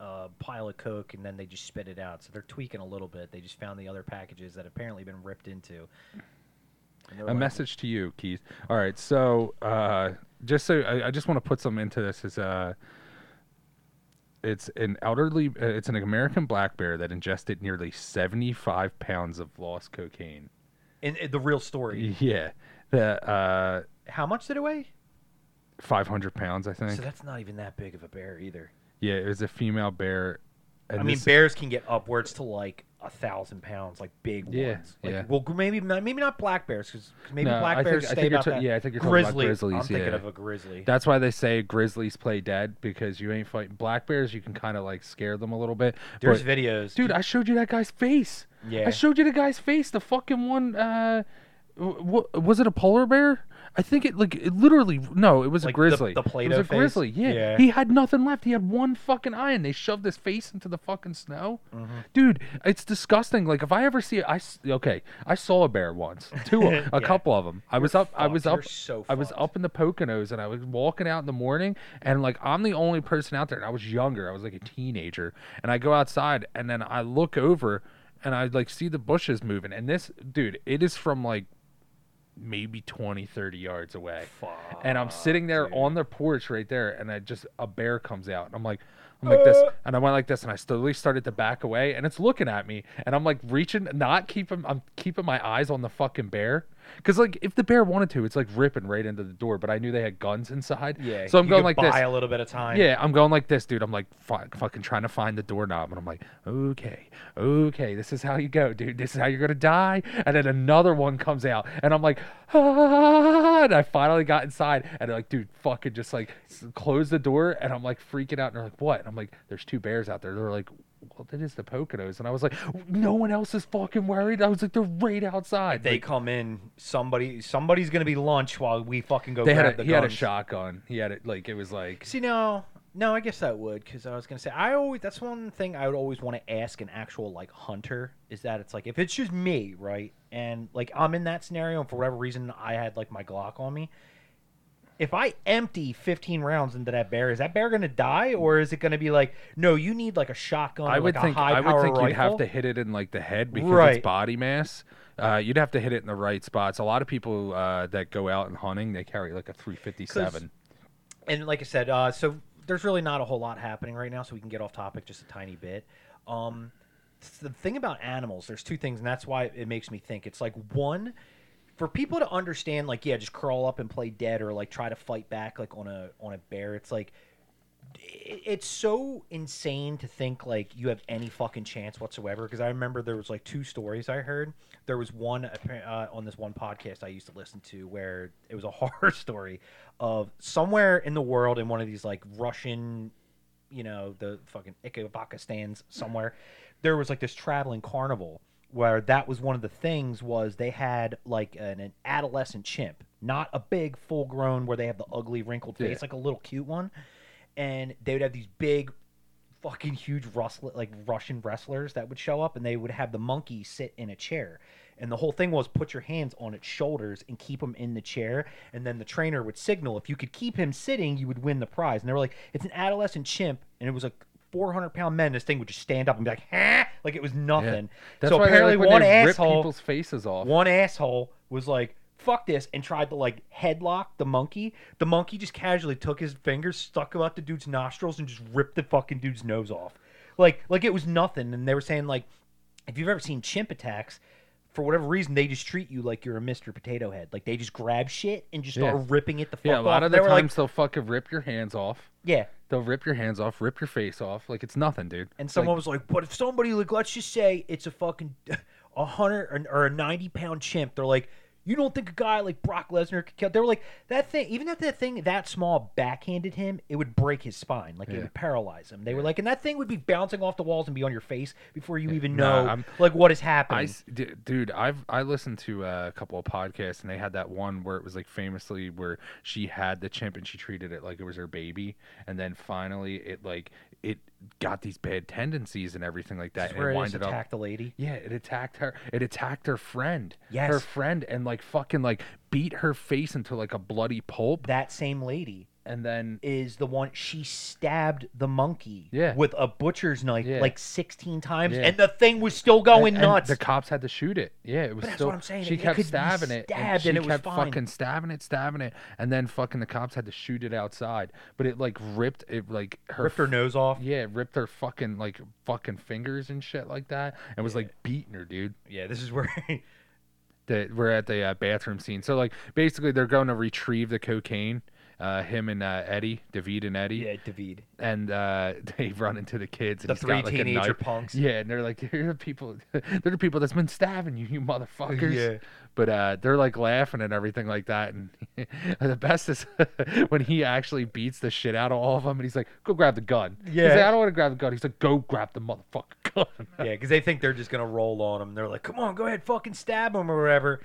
A: a pile of coke and then they just spit it out. So they're tweaking a little bit. They just found the other packages that apparently been ripped into. And they're
B: a
A: like,
B: message to you, Keith. All right, so uh, just so I, I just want to put some into this is uh, it's an elderly, uh, it's an American black bear that ingested nearly seventy-five pounds of lost cocaine.
A: In, in the real story,
B: Yeah, the uh,
A: how much did it weigh?
B: five hundred pounds, I think.
A: So that's not even that big of a bear either.
B: yeah, it was a female bear. And
A: I mean,
B: this-
A: bears can get upwards to like a thousand pounds, like big
B: Yeah,
A: ones. Like,
B: yeah.
A: Well, gr- maybe not- maybe not black bears because maybe
B: No, I
A: black
B: think-
A: bears
B: I
A: stay
B: think you're
A: about
B: ta-
A: that.
B: yeah, I think you're talking about
A: grizzly. I'm
B: grizzlies,
A: thinking
B: yeah.
A: of a grizzly.
B: That's why they say grizzlies play dead because you ain't fighting black bears. You can kind of like scare them a little bit.
A: There's
B: but-
A: videos,
B: Dude, I showed you that guy's face.
A: Yeah.
B: I showed you the guy's face. The fucking one. Uh, w- was it a polar bear? I think it like it literally no, it was
A: Like
B: a
A: the-
B: grizzly.
A: the
B: It
A: Play-Doh
B: was a
A: face?
B: grizzly. Yeah.
A: Yeah.
B: He had nothing left. He had one fucking eye, and they shoved his face into the fucking snow.
A: Mm-hmm.
B: Dude, it's disgusting. Like if I ever see, I s- okay, I saw a bear once, two, a
A: Yeah.
B: couple of them. I was up. I
A: fucked.
B: was
A: You're
B: up.
A: so
B: I was
A: fucked.
B: up up in the Poconos and I was walking out in the morning and like I'm the only person out there and I was younger. I was like a teenager and I go outside and then I look over and I like see the bushes moving and this dude, it is from like maybe 20 30 yards away. and I'm sitting there on the porch right there and I just a bear comes out and I'm like I'm like this
A: Uh.
B: and I went like this and I slowly started to back away and it's looking at me and I'm like reaching not keeping I'm keeping my eyes on the fucking bear Because like if the bear wanted to, it's like ripping right into the door. But I knew they had guns inside.
A: Yeah.
B: So I'm
A: you
B: going
A: could
B: like
A: buy
B: this.
A: a little bit of time.
B: Yeah, I'm going like this, dude. I'm like fi- fucking trying to find the doorknob, and I'm like, okay, okay, this is how you go, dude. This is how you're gonna die. And then another one comes out, and I'm like, ah, and I finally got inside, and they're like, dude, fucking just like s- close the door, and I'm like freaking out, and they're like, what? And I'm like, there's two bears out there. They're like. Well, that is the Poconos, and I was like, no one else is fucking worried. I was like, they're right outside.
A: They
B: Like,
A: come in. Somebody, somebody's gonna be lunch while we fucking go
B: they
A: grab
B: had a,
A: the
B: he had a
A: guns.
B: shotgun. He had it like it was like
A: See, no, no, I guess that would because I was gonna say I always that's one thing I would always want to ask an actual like hunter is that it's like if it's just me, right, and like I'm in that scenario and for whatever reason I had like my Glock on me. If I empty 15 rounds into that bear, is that bear gonna die or is it gonna be like no, you need like a shotgun?
B: I
A: or,
B: would
A: like,
B: think
A: a high
B: I would
A: power
B: think you'd have
A: rifle?
B: to hit it in like the head because
A: Right.
B: it's body mass. Uh, you'd have to hit it in the right spots. A lot of people uh, that go out and hunting, they carry like a 357.
A: and like I said, uh, so there's really not a whole lot happening right now, so we can get off topic just a tiny bit. Um, s- the thing about animals, there's two things, and that's why it makes me think. It's like one, for people to understand, like yeah, just crawl up and play dead, or like try to fight back, like on a on a bear. It's like it- it's so insane to think like you have any fucking chance whatsoever because i remember there was like two stories i heard there was one appa- uh, on this one podcast i used to listen to where it was a horror story of somewhere in the world in one of these like russian you know the fucking ikebaka stands somewhere there was like this traveling carnival where that was one of the things was they had like an, an adolescent chimp not a big full grown where they have the ugly wrinkled face
B: Yeah.
A: like a little cute one and they would have these big fucking huge rustler, like russian wrestlers that would show up and they would have the monkey sit in a chair and the whole thing was put your hands on its shoulders and keep him in the chair and then the trainer would signal if you could keep him sitting you would win the prize and they were like it's an adolescent chimp and it was like 400 pound men this thing would just stand up and be like "Huh?" like it was nothing
B: That's
A: so
B: why they,
A: apparently
B: like, when
A: one
B: they rip
A: asshole
B: people's faces off.
A: one asshole was like, fuck this, and tried to like headlock the monkey. The monkey just casually took his fingers, stuck him out the dude's nostrils, and just ripped the fucking dude's nose off. Like, like it was nothing. And they were saying, like, if you've ever seen chimp attacks, for whatever reason, they just treat you like you're a Mr. Potato Head. Like they just grab shit and just start
B: Yeah.
A: ripping it the fuck
B: yeah, a
A: off.
B: lot of
A: they
B: the
A: were
B: times
A: like,
B: they'll fucking rip your hands off.
A: yeah,
B: They'll rip your hands off, rip your face off. Like it's nothing, dude.
A: And
B: Like,
A: someone was like, "But if somebody like, let's just say it's a fucking a hundred or, or a ninety pound chimp," they're like, "You don't think a guy like Brock Lesnar could kill?" They were like, "That thing, even if that thing that small backhanded him, it would break his spine, like it
B: Yeah.
A: would paralyze him." They were like, "And that thing would be bouncing off the walls and be on your face before you even
B: nah,
A: know
B: I'm-
A: like what is
B: I
A: happening."
B: s- d- dude, I've I listened to uh, a couple of podcasts and they had that one where it was like famously where she had the chimp and she treated it like it was her baby, and then finally it like it got these bad tendencies and everything like that.
A: That's
B: and
A: where
B: it
A: it is
B: winded up
A: attacked the lady.
B: Yeah, it attacked her. It attacked her friend. Her
A: Yes.
B: friend and like fucking like beat her face into like a bloody pulp
A: That same lady
B: and then
A: is the one she stabbed the monkey
B: Yeah.
A: with a butcher's knife
B: Yeah.
A: like 16 times
B: Yeah.
A: and the thing was still going
B: and- and
A: nuts.
B: the cops had to shoot it. Yeah, it was
A: that's
B: still
A: what I'm saying,
B: she
A: it
B: kept
A: could be
B: stabbing it
A: stabbed
B: she
A: and it was
B: kept
A: fine.
B: fucking stabbing it, stabbing it and then fucking the cops had to shoot it outside. But it like ripped it like her
A: ripped her
B: f-
A: nose off.
B: Yeah, it ripped her fucking like fucking fingers and shit like that and was
A: Yeah.
B: like beating her, dude.
A: Yeah, this is where
B: that we're at the uh, bathroom scene. So like basically they're going to retrieve the cocaine. Uh, him and uh, Eddie, David and Eddie,
A: David,
B: and uh, they run into the kids. And
A: the
B: he's
A: three
B: got, like, a
A: teenager
B: knife.
A: punks.
B: Yeah, and they're like, they're the people, they're the people that's been stabbing you, you motherfuckers.
A: Yeah.
B: But uh, they're like laughing and everything like that. And the best is when he actually beats the shit out of all of them, and he's like, "Go grab the gun." He's like,
A: Yeah.
B: I don't want to grab the gun. He's like, "Go grab the motherfucking gun."
A: Yeah, because they think they're just gonna roll on them. They're like, "Come on, go ahead, fucking stab him or whatever."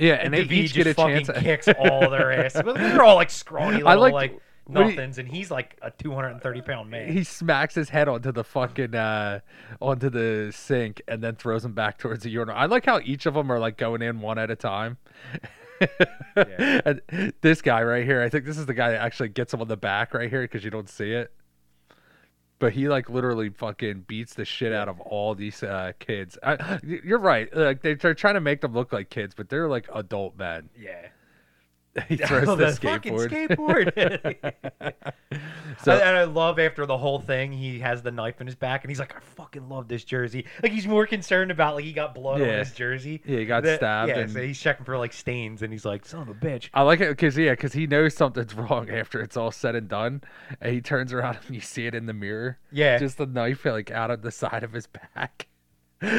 B: yeah, and, they
A: David just
B: each get a
A: fucking
B: chance.
A: kicks all their asses. But they're all like scrawny
B: I
A: little
B: liked-
A: like
B: what do you-
A: nothings, and he's like a 230 pound man.
B: he smacks his head onto the fucking uh onto the sink and then throws him back towards the urinal. I like how each of them are like going in one at a time.
A: Yeah.
B: and this guy right here, I think this is the guy that actually gets him on the back right here because you don't see it. But he like literally fucking beats the shit out of all these uh, kids. I, y- you're right. Like they- they're trying to make them look like kids, but they're like adult men.
A: yeah,
B: he throws
A: Oh,
B: the
A: fucking
B: skateboard.
A: skateboard.
B: So-
A: and I love after the whole thing, he has the knife in his back, and he's like, "I fucking love this jersey." Like he's more concerned about like he got blood on
B: Yeah.
A: his jersey.
B: Yeah, he got
A: That-
B: stabbed.
A: Yeah,
B: and
A: so he's checking for like stains, and he's like, "Son of a bitch."
B: I like it because yeah, because he knows something's wrong after it's all said and done, and he turns around and you see it in the mirror,
A: Yeah,
B: just the knife like out of the side of his back,
A: Yeah,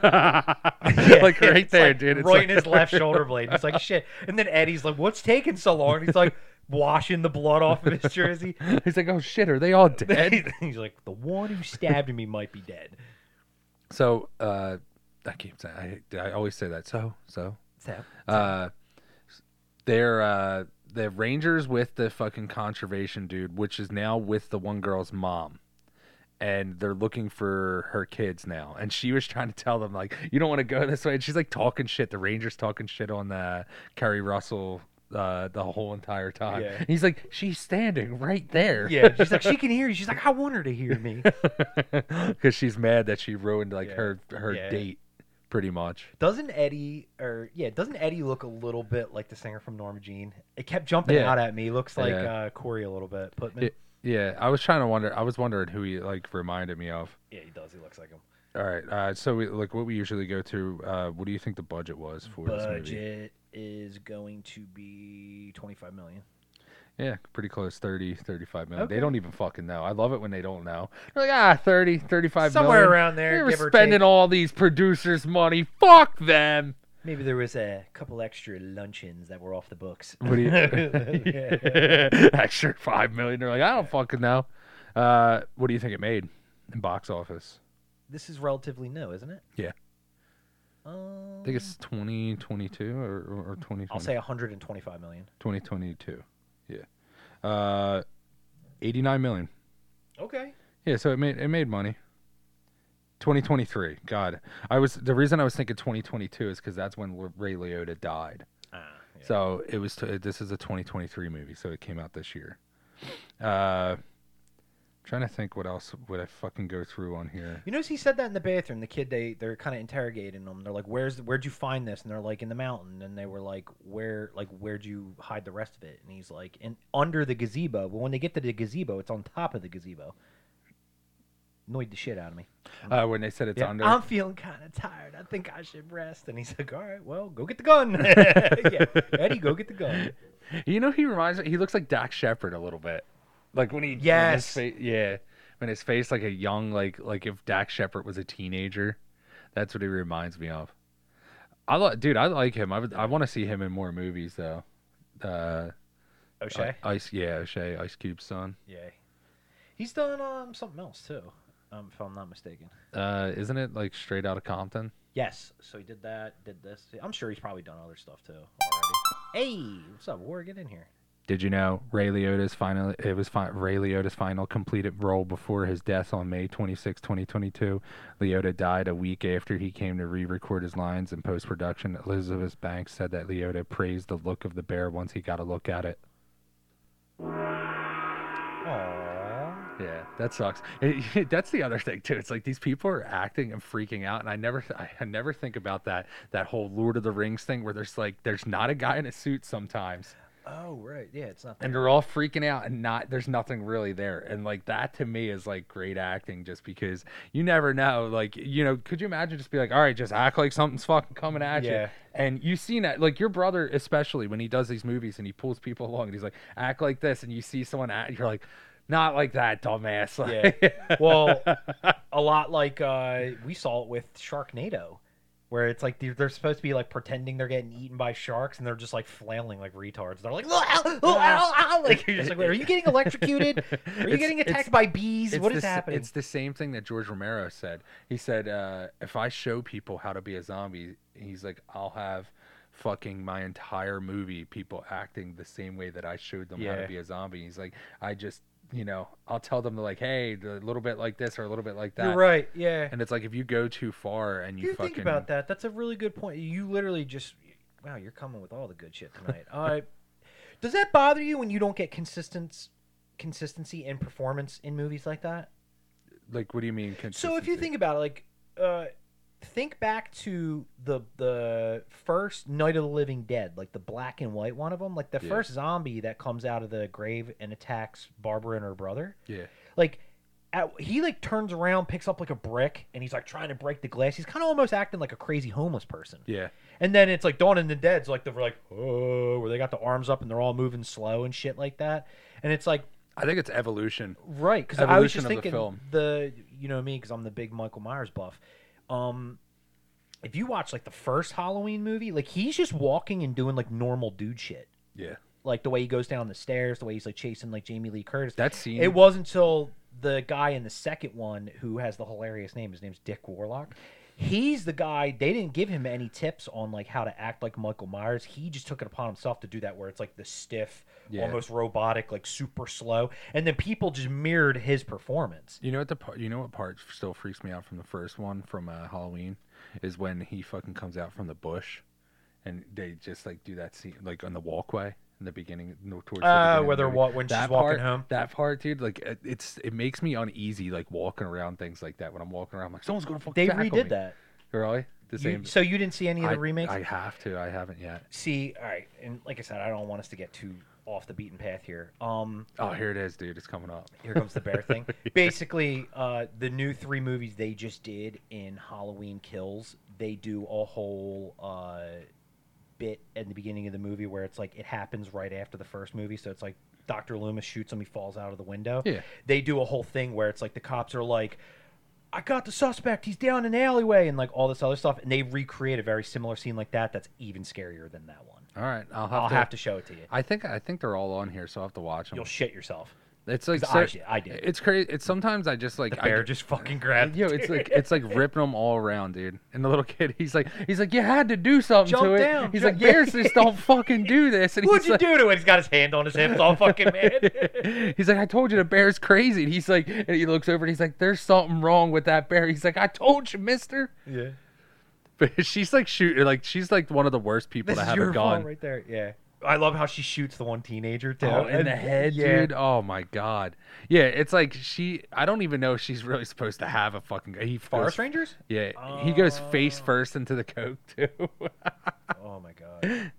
B: like right
A: it's
B: there,
A: like
B: dude. It's
A: right
B: like-
A: in his left shoulder blade. It's like shit. And then Eddie's like, "What's taking so long?" And he's like, washing the blood off of his jersey.
B: He's like, oh shit, are they all dead?
A: he's like, "The one who stabbed me might be dead."
B: so, uh, I keep saying, I, I always say that. So, so,
A: So
B: uh, they're uh, the Rangers with the fucking conservation dude, which is now with the one girl's mom, and they're looking for her kids now. And she was trying to tell them like, you don't want to go this way. And she's like talking shit. The Rangers talking shit on uh, Carrie Russell. Uh, the whole entire time,
A: Yeah.
B: And he's like, "She's standing right there."
A: yeah, she's like, "She can hear you." She's like, "I want her to hear me."
B: because she's mad that she ruined like
A: Yeah.
B: her her
A: Yeah.
B: date, pretty much.
A: Doesn't Eddie or yeah, doesn't Eddie look a little bit like the singer from Norma Jean? It kept jumping
B: Yeah.
A: out at me. Looks like
B: Yeah.
A: uh, Corey a little bit. Putman.
B: Yeah. Yeah, I was trying to wonder. I was wondering who he like reminded me of.
A: yeah, he does. He looks like him.
B: All right. Uh, so we look what we usually go to. Uh, what do you think the budget was for this movie?
A: Budget is going to be twenty five million.
B: Yeah, pretty close 30, 35 million. They
A: Okay.
B: don't even fucking know. I love it when they don't know. They're like, ah, 30, 35
A: Somewhere
B: million.
A: around there,
B: They were
A: give or
B: spending
A: take.
B: all these producers' money. Fuck them.
A: Maybe there was a couple extra luncheons that were off the books.
B: What do you?
A: Yeah.
B: Extra five million. They're like, I don't fucking know. Uh, what do you think it made in box office?
A: This is relatively new, isn't it?
B: Yeah.
A: Um,
B: I think it's twenty twenty two or or- or twenty.
A: I'll say 125 million.
B: 2022. Yeah. Uh, 89 million.
A: Okay.
B: Yeah, so it made it made money. 2023. God. I was the reason I was thinking 2022 is cuz that's when L- Ray Liotta died.
A: Ah, yeah.
B: So it was t- this is a 2023 movie, so it came out this year. Uh trying to think what else would I fucking go through on here.
A: You notice he said that in the bathroom. The kid they they're kind of interrogating him. They're like, "Where's where'd you find this?" And they're like, "In the mountain." And they were like, "Where like where'd you hide the rest of it?" And he's like, "In under the gazebo." But when they get to the gazebo, it's on top of the gazebo. Annoyed the shit out of me.
B: Uh when they said it's
A: Yeah,
B: under
A: I'm feeling kind of tired. I think I should rest. And he's like, "All right, well, go get the gun." yeah, Eddie, go get the gun.
B: You know, he reminds me. He looks like Dak Shepard a little bit, like when he when his
A: Yes.
B: fa- yeah, when his face like a young like like if Dak Shepard was a teenager, that's what he reminds me of. I like, dude, I like him. I would, I want to see him in more movies though. Uh,
A: O'Shea.
B: I- Ice, yeah, O'Shea, Ice Cube's son.
A: Yeah, he's done um something else too, um, if I'm not mistaken.
B: Uh, isn't it like straight out of Compton?
A: Yes. So he did that, did this. I'm sure he's probably done other stuff too already. Hey, what's up, War? Get in here.
B: Did you know Ray Liotta's final? It was fi- Ray Liotta's final completed role before his death on May 26, 2022. Liotta died a week after he came to re-record his lines in post-production. Elizabeth Banks said that Liotta praised the look of the bear once he got a look at it.
A: Aww.
B: Yeah, that sucks. that's the other thing too. It's like these people are acting and freaking out, and I never, I, I never think about that that whole Lord of the Rings thing where there's like there's not a guy in a suit sometimes.
A: Oh right, yeah, it's not.
B: and
A: there.
B: they're all freaking out and not there's nothing really there and like that to me is like great acting just because you never know like you know could you imagine just be like all right just act like something's fucking coming at you
A: Yeah.
B: and you've seen that like your brother especially when he does these movies and he pulls people along and he's like act like this and you see someone act you're like not like that dumbass like,
A: Yeah. well, a lot like uh, we saw it with Sharknado, where it's like they're, they're supposed to be like pretending they're getting eaten by sharks, and they're just like flailing like retards. They're like, "Ow, ow, ow, ow," like you're just like, "Are you getting electrocuted? Are you
B: It's-
A: getting
B: it's-
A: attacked by bees?
B: It's
A: What
B: the
A: is
B: s-
A: happening?"
B: It's the same thing that George Romero said. He said, uh, "If I show people how to be a zombie, he's like, I'll have fucking my entire movie people acting the same way that I showed them how to
A: Yeah.
B: be a zombie." He's like, I just, you know, I'll tell them to like, hey, a little bit like this or a little bit like that.
A: You're right. Yeah.
B: And it's like if you go too far and you,
A: you
B: fucking
A: think about that. That's a really good point. You literally just wow, you're coming with all the good shit tonight. Uh, does that bother you when you don't get consistent consistency in performance in movies like that?
B: like, what do you mean?
A: So if you
B: consistency?
A: think about it, like uh, think back to the the first Night of the Living Dead, like the black and white one of them, like the
B: Yeah.
A: first zombie that comes out of the grave and attacks Barbara and her brother.
B: Yeah.
A: Like at, he like turns around, picks up like a brick, and he's like trying to break the glass. He's kind of almost acting like a crazy homeless person.
B: Yeah.
A: And then it's like Dawn and the Dead's like they're like oh, where they got the arms up and they're all moving slow and shit like that. And it's like
B: I think it's evolution.
A: Right, because I was
B: Evolution
A: just
B: of the
A: thinking the,
B: film.
A: you know me because I'm the big Michael Myers buff. Um, if you watch like the first Halloween movie, like he's just walking and doing like normal dude shit,
B: Yeah.
A: like the way he goes down the stairs, the way he's like chasing like Jamie Lee Curtis.
B: That scene.
A: it was until the guy in the second one who has the hilarious name. His name's Dick Warlock. He's the guy. They didn't give him any tips on like how to act like Michael Myers. He just took it upon himself to do that, where it's like the stiff,
B: Yeah.
A: almost robotic, like super slow, and then people just mirrored his performance.
B: You know what the part, you know what part still freaks me out from the first one from uh, Halloween is when he fucking comes out from the bush, and they just like do that scene like on the walkway in the beginning no, towards the
A: Uh,
B: beginning of the
A: whether
B: movie.
A: what when she's
B: that
A: walking
B: part,
A: home.
B: that part, dude, like it, it's it makes me uneasy like walking around things like that when I'm walking around I'm like someone's gonna fucking
A: They
B: tackle
A: redid
B: me.
A: that.
B: really the
A: You-
B: same.
A: so you didn't see any of
B: I,
A: the remakes?
B: I have to. I haven't yet.
A: See, all right, and like I said, I don't want us to get too off the beaten path here. Um,
B: Oh, here it is, dude. It's coming up.
A: Here comes the bear thing. Basically, uh, the new three movies they just did in Halloween Kills, they do a whole uh, bit at the beginning of the movie where it's like it happens right after the first movie. So it's like Dr. Loomis shoots him, he falls out of the window.
B: Yeah.
A: They do a whole thing where it's like the cops are like, I got the suspect. He's down an alleyway and like all this other stuff. And they recreate a very similar scene like that that's even scarier than that one.
B: All right, I'll have
A: I'll
B: to.
A: have to show it to you.
B: I think I think they're all on here, so I'll have to watch them.
A: You'll shit yourself.
B: It's like
A: 'Cause
B: so-
A: I shit- I did.
B: It's crazy. It's sometimes I just like
A: The
B: I
A: bear
B: get-
A: just fucking grabbed.
B: Yo, it's like it's like ripping them all around, dude. And the little kid, he's like, he's like, you had to do something to
A: Jump
B: it.
A: down,
B: he's
A: jump-
B: like, bears just don't fucking do this. And
A: What'd
B: he's
A: you
B: like,
A: do to it? He's got his hand on his hips, all fucking mad.
B: He's like, I told you the bear's crazy. And he's like, and he looks over and he's like, there's something wrong with that bear. He's like, I told you, Mister.
A: yeah,
B: But she's like shooting, like she's like one of the worst people
A: this
B: to
A: is
B: have
A: your
B: a gun.
A: fault right there. Yeah, I love how she shoots the one teenager too
B: Oh, in
A: And-
B: the head,
A: yeah.
B: dude. Oh my god. Yeah, it's like she. I don't even know if she's really supposed to have a fucking. He
A: Forest
B: goes-
A: Rangers?
B: Yeah, he goes face first into the coke too.
A: Oh my god!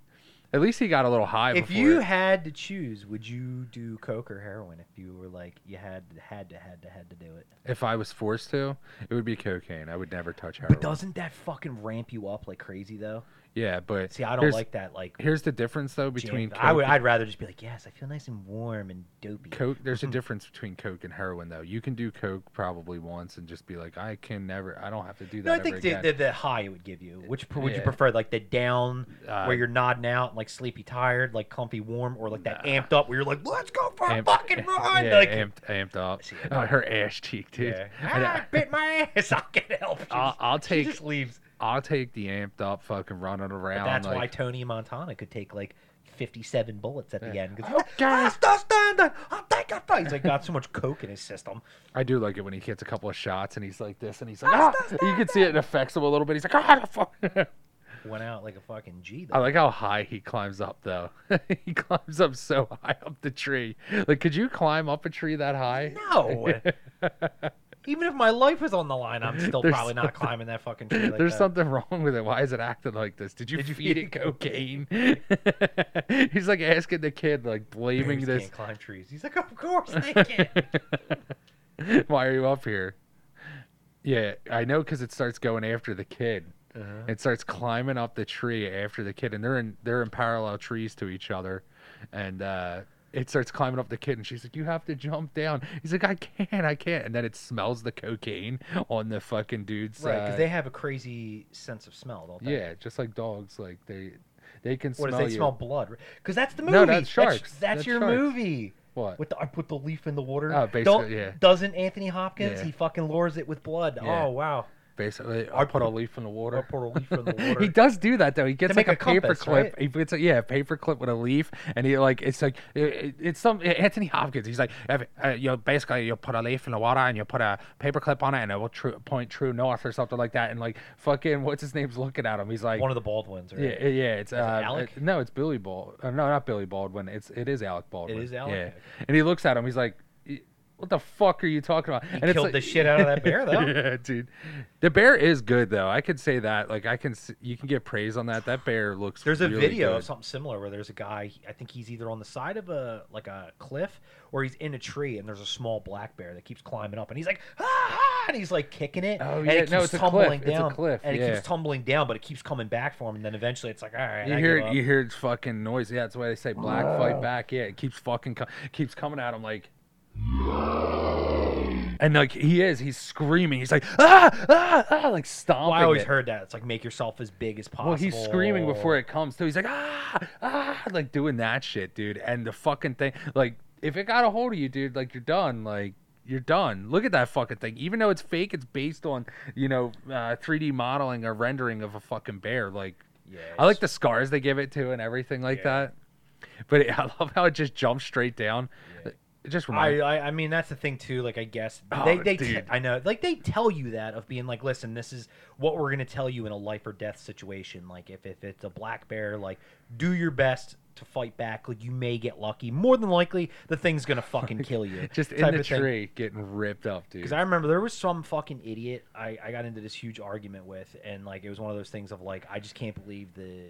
B: At least he got a little high.
A: if
B: before
A: you
B: it.
A: had to choose, would you do coke or heroin? If you were like you had had to had to had to do it,
B: if I was forced to, it would be cocaine. I would never touch heroin.
A: but doesn't that fucking ramp you up like crazy though?
B: yeah, but
A: See, I don't
B: here's,
A: like that. Like
B: Here's the difference though
A: jam-
B: between
A: I would.
B: coke-
A: I'd rather just be like, yes, I feel nice and warm and dopey.
B: coke. There's
A: Mm-hmm.
B: a difference between coke and heroin though. You can do coke probably once and just be like, I can never. I don't have to do that.
A: No, I
B: ever
A: think the,
B: again.
A: the, the high it would give you. Which pr- would
B: Yeah.
A: you prefer, like the down
B: Uh,
A: where you're nodding out, like sleepy, tired, like comfy, warm, or like that
B: nah.
A: amped up where you're like, let's go for
B: Amped-
A: a fucking run?
B: Yeah,
A: like,
B: amped, amped up.
A: See,
B: Oh, her ass cheek, dude.
A: yeah.
B: I-
A: ah, I bit my ass. I can help. She
B: I'll-
A: just-
B: I'll
A: she
B: take-
A: just leaves.
B: I'll take the amped up fucking running
A: But
B: around.
A: that's why
B: like,
A: Tony Montana could take like. 57 bullets at the
B: Yeah.
A: end. 'cause
B: Oh,
A: he's like,
B: guys.
A: "Ah, stop standing, I'll take a fight." He's like, got so much coke in his system.
B: I do like it when he gets a couple of shots and he's like this and he's like, ah! you can see it affects him a little bit. He's like, ah, the fuck.
A: Went out like a fucking G, though.
B: I like how high he climbs up though. he climbs up so high up the tree. Like, could you climb up a tree that high?
A: No. Even if my life was on the line, I'm still
B: There's
A: probably not climbing that fucking tree. Like
B: There's
A: that.
B: something wrong with it. Why is it acting like this? Did you
A: Did you
B: feed it
A: feed it
B: cocaine? he's like asking the kid, like blaming
A: Bears
B: this.
A: can't climb trees. He's like, of course they can.
B: Why are you up here? Yeah, I know because it starts going after the kid. Mm-hmm. It starts climbing up the tree after the kid, and they're in they're in parallel trees to each other, and uh, it starts climbing up the kid, and she's like, "You have to jump down." He's like, "I can't, I can't," and then it smells the cocaine on the fucking dude's.
A: right, because
B: uh,
A: they have a crazy sense of smell, don't they?
B: yeah, just like dogs, like they they can
A: What
B: smell
A: is they
B: you.
A: smell blood? Because that's the movie.
B: No, that's sharks.
A: That's,
B: That's
A: your
B: sharks.
A: movie.
B: What?
A: With the, I put the leaf in the water.
B: Oh, basically,
A: Don't-
B: yeah.
A: Doesn't Anthony Hopkins?
B: Yeah.
A: He fucking lures it with blood.
B: Yeah.
A: Oh wow.
B: Basically, I put a leaf in the
A: Or
B: water.
A: put a leaf in the water.
B: He does do that though. He gets
A: To make
B: like a,
A: a compass,
B: paper clip.
A: right?
B: He puts a, yeah, a paper clip with a leaf, and he like it's like it, it- it's some Anthony Hopkins. He's like, "If- uh, you know, basically you put a leaf in the water and you put a paper clip on it, and it will tru- point true north or something like that. And like fucking what's his name's looking at him. He's like,
A: One of the bald ones, right?
B: yeah, yeah, yeah, it's uh,
A: Alec?
B: it- no, it's Billy Bald. Uh, no, not Billy Baldwin. It's it is Alec Baldwin.
A: is Alec?
B: Yeah,
A: Okay.
B: and he looks at him. He's like, "Y- What the fuck are you talking about?
A: He killed the shit out of that bear, though.
B: yeah, dude. The bear is good though. I could say that. Like I can, s- you can get praise on that. That bear looks.
A: There's a
B: really
A: video
B: good.
A: of something similar where there's a guy. I think he's either on the side of a like a cliff or he's in a tree, and there's a small black bear that keeps climbing up, and he's like ah, ah," and he's like kicking it.
B: Oh,
A: and
B: yeah,
A: it
B: no,
A: keeps
B: it's a cliff,
A: tumbling
B: it's a
A: down,
B: cliff,
A: and it
B: yeah.
A: keeps tumbling down, but it keeps coming back for him, and then eventually it's like all right,
B: You
A: I
B: hear
A: give up.
B: you hear its fucking noise. Yeah, that's why they say black fight back. Yeah, it keeps fucking co- keeps coming at him like. And like he is, he's screaming. He's like ah ah ah, like stomping.
A: Well, I always
B: it.
A: heard that it's like make yourself as big as possible.
B: Well, he's screaming before it comes too. He's like ah ah, like doing that shit, dude. And the fucking thing, like if it got a hold of you, dude, like you're done. Like you're done. Look at that fucking thing. Even though it's fake, it's based on you know uh, 3D modeling or rendering of a fucking bear. Like
A: Yeah,
B: I like
A: it's-
B: the scars they give it to and everything like
A: Yeah.
B: that. But it, I love how it just jumps straight down.
A: Yeah.
B: It just
A: I, uh,
B: reminds.
A: I I mean that's the thing too. Like I guess
B: Oh,
A: they they te-
B: dude.
A: I know like they tell you that of being like listen this is what we're gonna tell you in a life or death situation. Like if if it's a black bear like do your best to fight back. Like you may get lucky. More than likely the thing's gonna fucking kill you.
B: just in
A: type
B: the
A: of thing.
B: tree, getting ripped up, dude.
A: Because I remember there was some fucking idiot I, I got into this huge argument with, and like it was one of those things of like I just can't believe the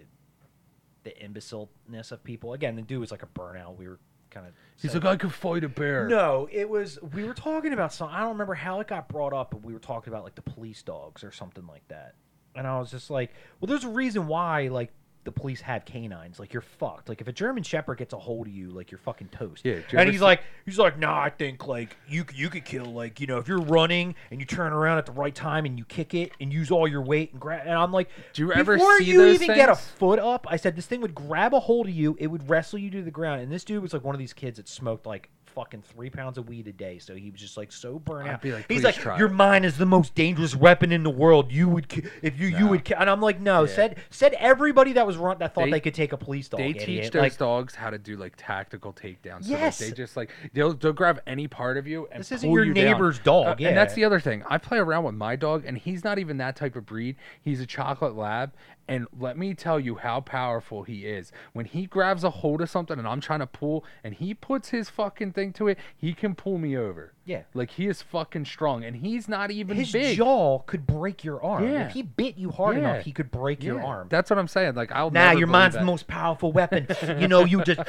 A: the imbecileness of people. Again, the dude was like a burnout. We were kind of
B: He's like, I could fight a bear.
A: no, it was we were talking about some. I don't remember how it got brought up, but we were talking about like the police dogs or something like that. And I was just like, well, there's a reason why like the police have canines. Like you're fucked. Like if a German Shepherd gets a hold of you, like you're fucking toast.
B: Yeah, did you
A: And
B: ever
A: he's
B: see-
A: like, he's like, nah, I think like you c- you could kill like you know if you're running and you turn around at the right time and you kick it and use all your weight and grab. And I'm like,
B: Do you ever
A: before
B: see
A: you
B: those
A: even get a
B: things?
A: foot up, I said this thing would grab a hold of you, it would wrestle you to the ground. And this dude was like one of these kids that smoked like fucking three pounds of weed a day, so he was just like so burnt
B: I'd
A: out.
B: be like,
A: He's
B: "Please
A: like,
B: try
A: your
B: it."
A: mind is the most dangerous weapon in the world. You would ki- if you you
B: No.
A: would, ki-. and I'm like, no,
B: Yeah.
A: said said everybody that was run that thought they,
B: They-
A: could take a police dog.
B: They
A: idiot.
B: teach those
A: like,
B: dogs how to do like tactical takedowns. So yes.
A: Yes.
B: They just like they'll they'll grab any part of you and
A: This isn't
B: pull
A: your
B: you down.
A: neighbor's dog,
B: Uh, And that's
A: yeah.
B: the other thing. I play around with my dog, and he's not even that type of breed. He's a chocolate lab, and let me tell you how powerful he is. When he grabs a hold of something, and I'm trying to pull, and he puts his fucking thing to it, he can pull me over.
A: Yeah.
B: Like he is fucking strong, and he's not even
A: his
B: big.
A: jaw could break your arm.
B: Yeah.
A: If he bit you hard
B: Yeah.
A: enough, he could break your
B: Yeah,
A: arm.
B: That's what I'm saying. Like I'll
A: Nah,
B: never
A: your
B: believe
A: mind's
B: that.
A: the most powerful weapon. you know, you just,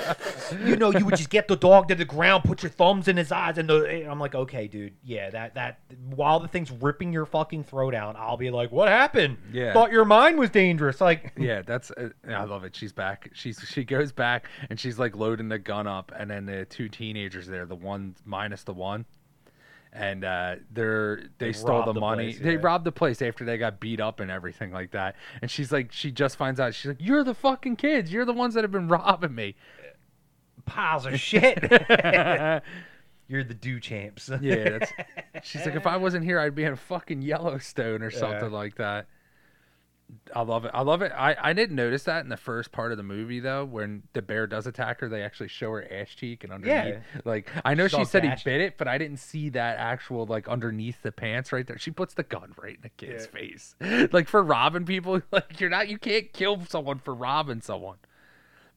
A: you know, you would just get the dog to the ground, put your thumbs in his eyes, and the, and I'm like, okay, dude, yeah, that that while the thing's ripping your fucking throat out, I'll be like, what happened?
B: Yeah.
A: thought your mind was dangerous. Like,
B: yeah, that's uh, I love it. She's back. She's she goes back and she's like loading the gun up, and then the two teenagers there, the one minus the one, and uh, they're they,
A: They
B: stole
A: robbed
B: the
A: the
B: money.
A: place,
B: They
A: yeah.
B: robbed the place after they got beat up and everything like that. And she's like, she just finds out. She's like, you're the fucking kids. You're the ones that have been robbing me.
A: piles of shit.
B: yeah,
A: You're the do champs.
B: that's, she's like, if I wasn't here, I'd be in fucking Yellowstone or something like that. I love it. I love it. I, I didn't notice that in the first part of the movie though, when the bear does attack her, they actually show her ass cheek and underneath. Like I know
A: She's
B: she
A: all
B: said
A: gashed.
B: he bit it, but I didn't see that actual like underneath the pants right there. She puts the gun right in the kid's
A: Yeah.
B: face. Like for robbing people, like you're not you can't kill someone for robbing someone.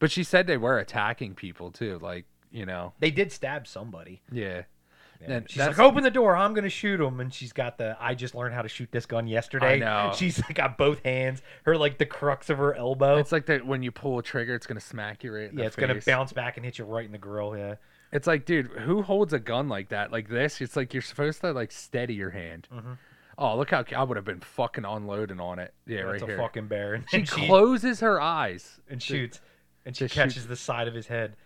B: But she said they were attacking people too, like, you know.
A: They did stab somebody.
B: Yeah.
A: Yeah.
B: And
A: she's
B: that's-
A: like, open the door. I'm gonna shoot him. And she's got the. I just learned how to shoot this gun yesterday.
B: know.
A: She's got both hands. Her like the crux of her elbow.
B: It's like that when you pull a trigger, it's gonna smack you right in
A: yeah,
B: the
A: it's gonna
B: face.
A: bounce back and hit you right in the grill. Yeah.
B: It's like, dude, who holds a gun like that? Like this? It's like you're supposed to like steady your hand.
A: Mm-hmm.
B: Oh, look how I would have been fucking unloading on it. Yeah,
A: That's
B: right
A: a
B: here.
A: fucking bear. And
B: she closes her eyes
A: and shoots, and she
B: to shoot.
A: catches the side of his head.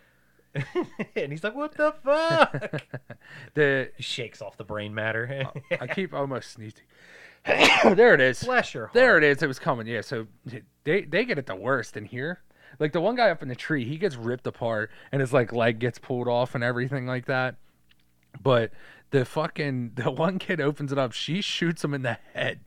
A: and he's like, "What the fuck?"
B: The
A: he shakes off the brain matter.
B: I keep almost sneezing. there it is.
A: Bless your heart.
B: There it is. It was coming. Yeah. So they they get it the worst in here. Like the one guy up in the tree, he gets ripped apart and his like leg gets pulled off and everything like that. But the fucking the one kid opens it up. She shoots him in the head.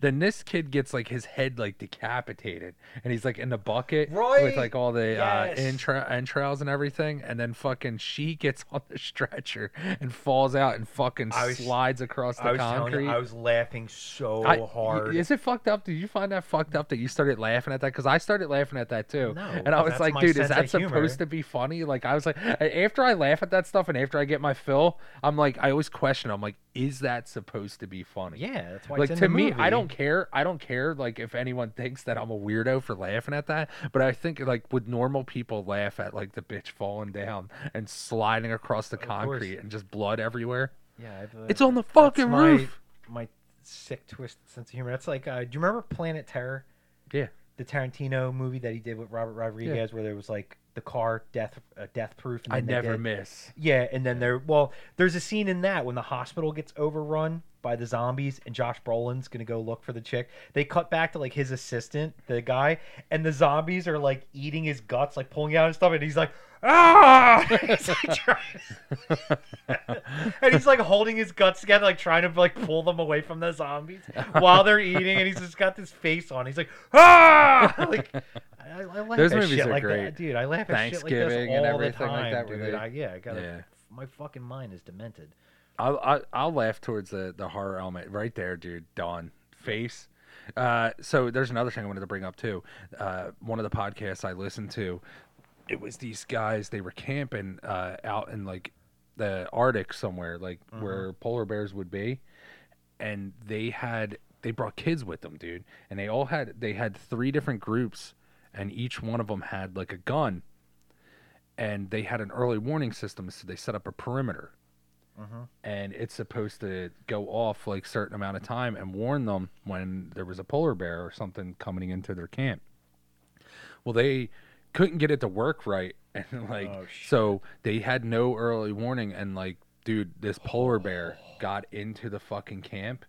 B: Then this kid gets like his head like decapitated, and he's like in the bucket
A: Right.
B: with like all the
A: Yes.
B: uh, entra- entrails and everything. And then fucking she gets on the stretcher and falls out and fucking
A: I was-
B: slides across the
A: I was telling
B: concrete.
A: you, I was laughing so
B: I-
A: hard.
B: Is it fucked up? Did you find that fucked up that you started laughing at that? Because I started laughing at that too.
A: No,
B: and I was
A: that's
B: like,
A: my
B: dude,
A: sense
B: is that
A: of humor."
B: supposed to be funny? Like, I was like, after I laugh at that stuff and after I get my fill, I'm like, I always question. I'm like, is that supposed to be funny?
A: yeah, that's why. it's
B: Like
A: in
B: to
A: the
B: me,
A: movie.
B: I don't care. I don't care. Like if anyone thinks that I'm a weirdo for laughing at that, but I think like would normal people laugh at like the bitch falling down and sliding across the
A: course.
B: concrete and just blood everywhere?
A: Yeah, I've, uh,
B: It's on the
A: that's
B: fucking
A: my-
B: roof.
A: My sick twisted sense of humor. That's like, uh, do you remember Planet Terror?
B: Yeah.
A: the Tarantino movie that he did with Robert Rodriguez, where there was like the car death uh, death proof. And
B: I
A: then they
B: never
A: did-
B: miss.
A: Yeah, and then there. Well, there's a scene in that when the hospital gets overrun by the zombies, and Josh Brolin's gonna go look for the chick. They cut back to like his assistant, the guy, and the zombies are like eating his guts, like pulling out his stuff, and he's like. Ah! he's like trying- and he's like holding his guts together, like trying to like pull them away from the zombies while they're eating, and he's just got this face on. He's like, ah! Like, I, I laugh
B: Those
A: at
B: movies
A: shit
B: are
A: like
B: great.
A: that, dude. I laugh at shit like this
B: Thanksgiving and
A: all
B: everything
A: the
B: like
A: time,
B: that where
A: dude.
B: they-
A: I, yeah, I gotta.
B: Yeah.
A: My fucking mind is demented.
B: I'll, I'll, I'll laugh towards the, the horror element right there, dude. Dawn face. Uh, so there's another thing I wanted to bring up too. Uh, one of the podcasts I listened to, it was these guys. They were camping uh, out in like the Arctic somewhere, like where polar bears would be, and they had they brought kids with them, dude. And they all had they had three different groups, and each one of them had like a gun, and they had an early warning system, so they set up a perimeter and it's supposed to go off like certain amount of time and warn them when there was a polar bear or something coming into their camp. Well, they couldn't get it to work right, and like
A: Oh, shit.
B: so they had no early warning, and like dude, this polar bear got into the fucking camp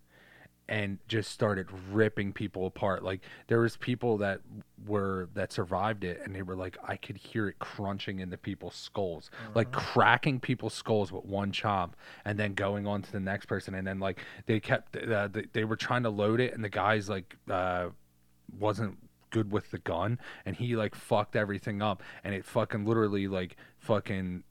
B: and just started ripping people apart like there was people that were that survived it and they were like i could hear it crunching into people's skulls like cracking people's skulls with one chomp and then going on to the next person and then like they kept uh, they, they were trying to load it and the guys like uh wasn't good with the gun and he like fucked everything up and it fucking literally like fucking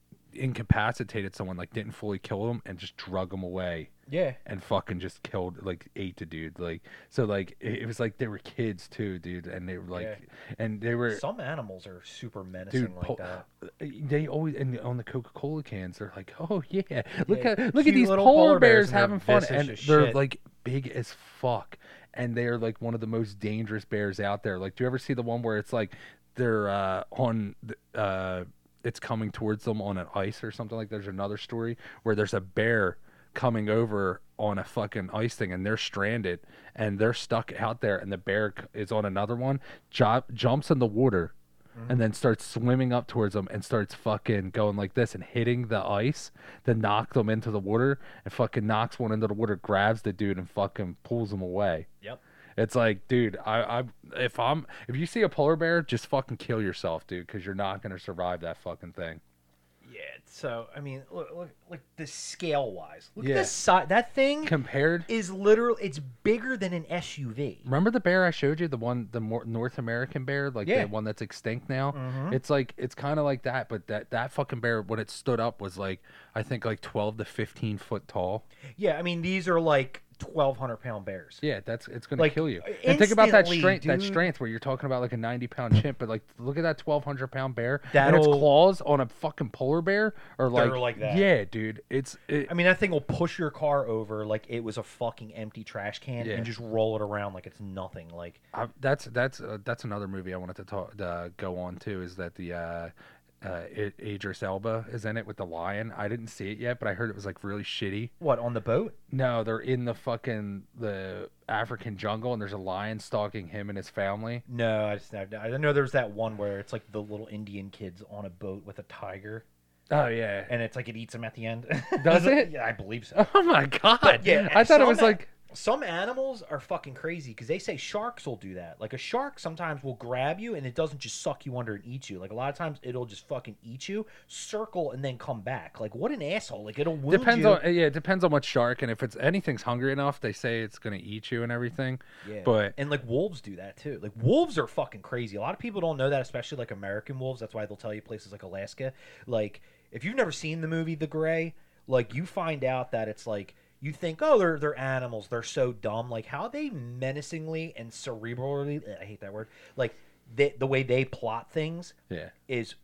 B: incapacitated someone like didn't fully kill them and just drug them away
A: Yeah.
B: and fucking just killed like ate the dude like so like it, it was like they were kids too dude and they were like and they were
A: Some animals are super menacing
B: dude
A: like
B: po-
A: that.
B: they always and on the coca-cola cans they're like oh yeah look
A: Yeah,
B: at look at
A: cute
B: these polar,
A: little polar
B: bears
A: bears, and they're
B: having fun
A: vicious
B: and
A: as
B: they're
A: shit.
B: like big as fuck and they're like one of the most dangerous bears out there like do you ever see the one where it's like they're uh on th- uh it's coming towards them on an ice or something like there's another story where there's a bear coming over on a fucking ice thing and they're stranded and they're stuck out there and the bear c- is on another one jo- jumps in the water and then starts swimming up towards them and starts fucking going like this and hitting the ice to knock them into the water and fucking knocks one into the water grabs the dude and fucking pulls him away
A: Yep.
B: it's like dude i i if i'm if you see a polar bear just fucking kill yourself dude because you're not gonna survive that fucking thing
A: Yeah. So I mean, look, look, like the scale wise, look
B: Yeah.
A: at the size. That thing
B: compared
A: is literally it's bigger than an SUV.
B: Remember the bear I showed you, the one, the more North American bear, like
A: Yeah.
B: the one that's extinct now.
A: Mhm.
B: It's like it's kind of like that, but that that fucking bear when it stood up was like I think like twelve to fifteen foot tall.
A: Yeah. I mean, these are like 1,200 pound bears.
B: Yeah, that's it's gonna
A: Like,
B: kill you. And think about that
A: instantly,
B: strength, that
A: dude.
B: strength where you're talking about like a ninety pound chimp, but like look at that twelve hundred pound bear and its
A: That'll-
B: claws on a fucking polar bear
A: They're
B: are like,
A: like that.
B: yeah, dude. It's it,
A: I mean, that thing will push your car over like it was a fucking empty trash can
B: Yeah.
A: and just roll it around like it's nothing. Like
B: I, that's that's uh, that's another movie I wanted to talk uh, go on to is that the uh, uh, I- Idris Elba is in it with the lion. I didn't see it yet, but I heard it was like really shitty.
A: what on the boat?
B: No, they're in the fucking the African jungle, and there's a lion stalking him and his family.
A: No, I just I know there's that one where it's like the little Indian kids on a boat with a tiger,
B: Oh yeah,
A: and it's like it eats them at the end.
B: Does it?
A: Yeah, I believe so.
B: oh my god,
A: yeah,
B: I
A: I
B: thought it
A: saw
B: was
A: that.
B: like
A: some animals are fucking crazy because they say sharks will do that. Like a shark sometimes will grab you and it doesn't just suck you under and eat you. Like a lot of times it'll just fucking eat you, circle and then come back. Like what an asshole! Like it'll wound
B: depends
A: you.
B: on eh, yeah, it depends on what shark and if it's anything's hungry enough, they say it's gonna eat you and everything.
A: Yeah.
B: But
A: and like wolves do that too. Like wolves are fucking crazy. A lot of people don't know that, especially like American wolves. That's why they'll tell you places like Alaska. Like if you've never seen the movie The Gray, like you find out that it's like you think, oh, they're they're animals. They're so dumb. Like how they menacingly and cerebrally. I hate that word. Like they, the way they plot things
B: yeah,
A: is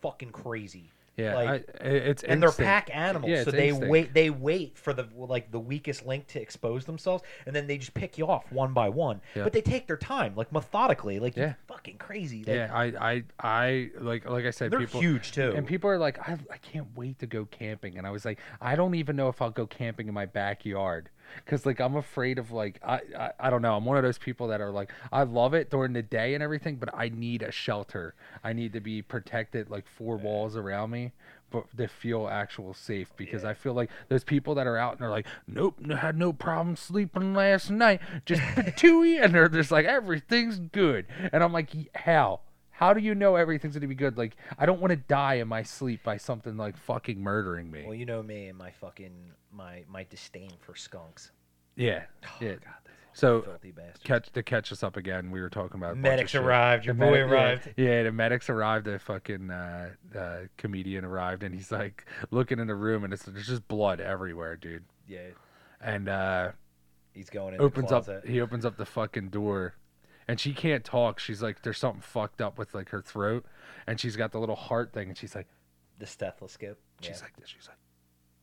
A: fucking crazy.
B: yeah,
A: Like,
B: I, it- it's
A: and they're
B: instinct.
A: pack animals,
B: Yeah, it's
A: so they
B: instinct.
A: wait. They wait for the like the weakest link to expose themselves, and then they just pick you off one by one.
B: Yeah.
A: But they take their time, like methodically, like
B: Yeah.
A: you fucking crazy. Like,
B: Yeah, I, I, I like, like I said,
A: they're
B: people,
A: huge too.
B: and people are like, I, I can't wait to go camping, and I was like, I don't even know if I'll go camping in my backyard, cause like I'm afraid of like, I, I, I don't know, I'm one of those people that are like, I love it during the day and everything, but I need a shelter, I need to be protected, like four walls around me. But to feel actual safe because I feel like those people that are out and are like, nope, n- had no problem sleeping last night, just patooey, and they're just like everything's good, and I'm like, "Y- how? How do you know everything's gonna be good? Like, I don't want to die in my sleep by something like fucking murdering me.
A: well, you know me and my fucking my my disdain for skunks. Oh,
B: yeah, yeah.
A: God, that's
B: So
A: filthy bastards.
B: catch to catch us up again. We were talking about a bunch of
A: Medics
B: shit.
A: arrived. Your
B: The
A: boy
B: medic- yeah,
A: arrived.
B: Yeah, the medics arrived. The fucking uh, uh, comedian arrived, and he's like looking in the room, and it's there's just blood everywhere, dude.
A: Yeah,
B: And uh,
A: he's going in.
B: opens
A: the
B: up.
A: closet.
B: He opens up the fucking door, and she can't talk. She's like, there's something fucked up with like her throat, and she's got the little heart thing, and she's like,
A: the stethoscope. Yeah.
B: she's like this. She's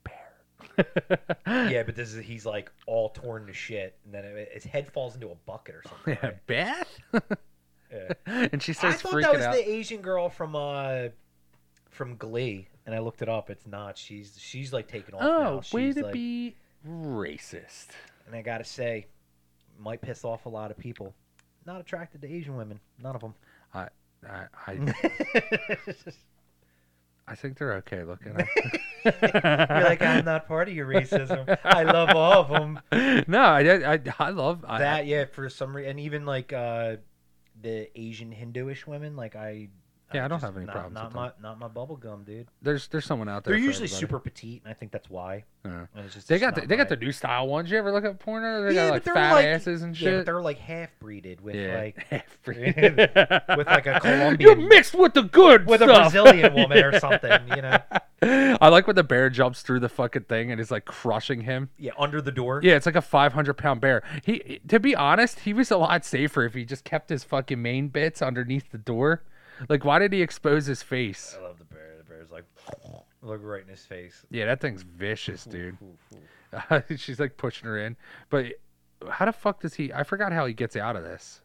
B: like, bear.
A: yeah, but this is he's like all torn to shit, and then it, his head falls into a bucket or something.
B: yeah,
A: right?
B: Beth.
A: Yeah.
B: and she
A: I
B: starts
A: thought
B: freaking
A: that was
B: out.
A: the Asian girl from uh from Glee, and I looked it up. It's not. She's she's like taken off. now.
B: oh, way
A: she's,
B: to
A: like,
B: be racist.
A: And I gotta say, might piss off a lot of people. Not attracted to Asian women. None of them.
B: I,
A: Mm.
B: I, I think they're okay looking. I-
A: You're like, um, I'm not part of your racism. I love all of them.
B: no, I, I, I love I-
A: That yeah, for some reason, and even like uh the Asian Hinduish women, like I.
B: Yeah, I don't
A: just-
B: have any
A: not,
B: problems
A: Not
B: with
A: my not my bubble gum, dude.
B: There's, there's someone out there.
A: They're
B: for
A: usually
B: everybody.
A: super petite, and I think that's why.
B: Yeah.
A: And it's just-
B: They
A: it's
B: got, the,
A: not
B: they
A: my-
B: got the new style ones. You ever look at porno? They
A: Yeah,
B: got
A: but
B: like
A: they're
B: fat
A: like-
B: asses and
A: Yeah, but
B: shit.
A: they're like half breeded with
B: Yeah.
A: like
B: Every-
A: with, like, a
B: You're
A: Colombian-
B: mixed with the good
A: with a
B: stuff.
A: Brazilian woman or something, you know?
B: I like when the bear jumps through the fucking thing and is like crushing him.
A: Yeah, under the door.
B: Yeah, it's like a 500 pound bear. He, to be honest, he was a lot safer if he just kept his fucking main bits underneath the door. Like, why did he expose his face?
A: I love the bear. The bear's like look right in his face.
B: Yeah, that thing's vicious, dude.
A: Ooh, ooh.
B: She's like pushing her in, but how the fuck does he? I forgot how he gets out of this.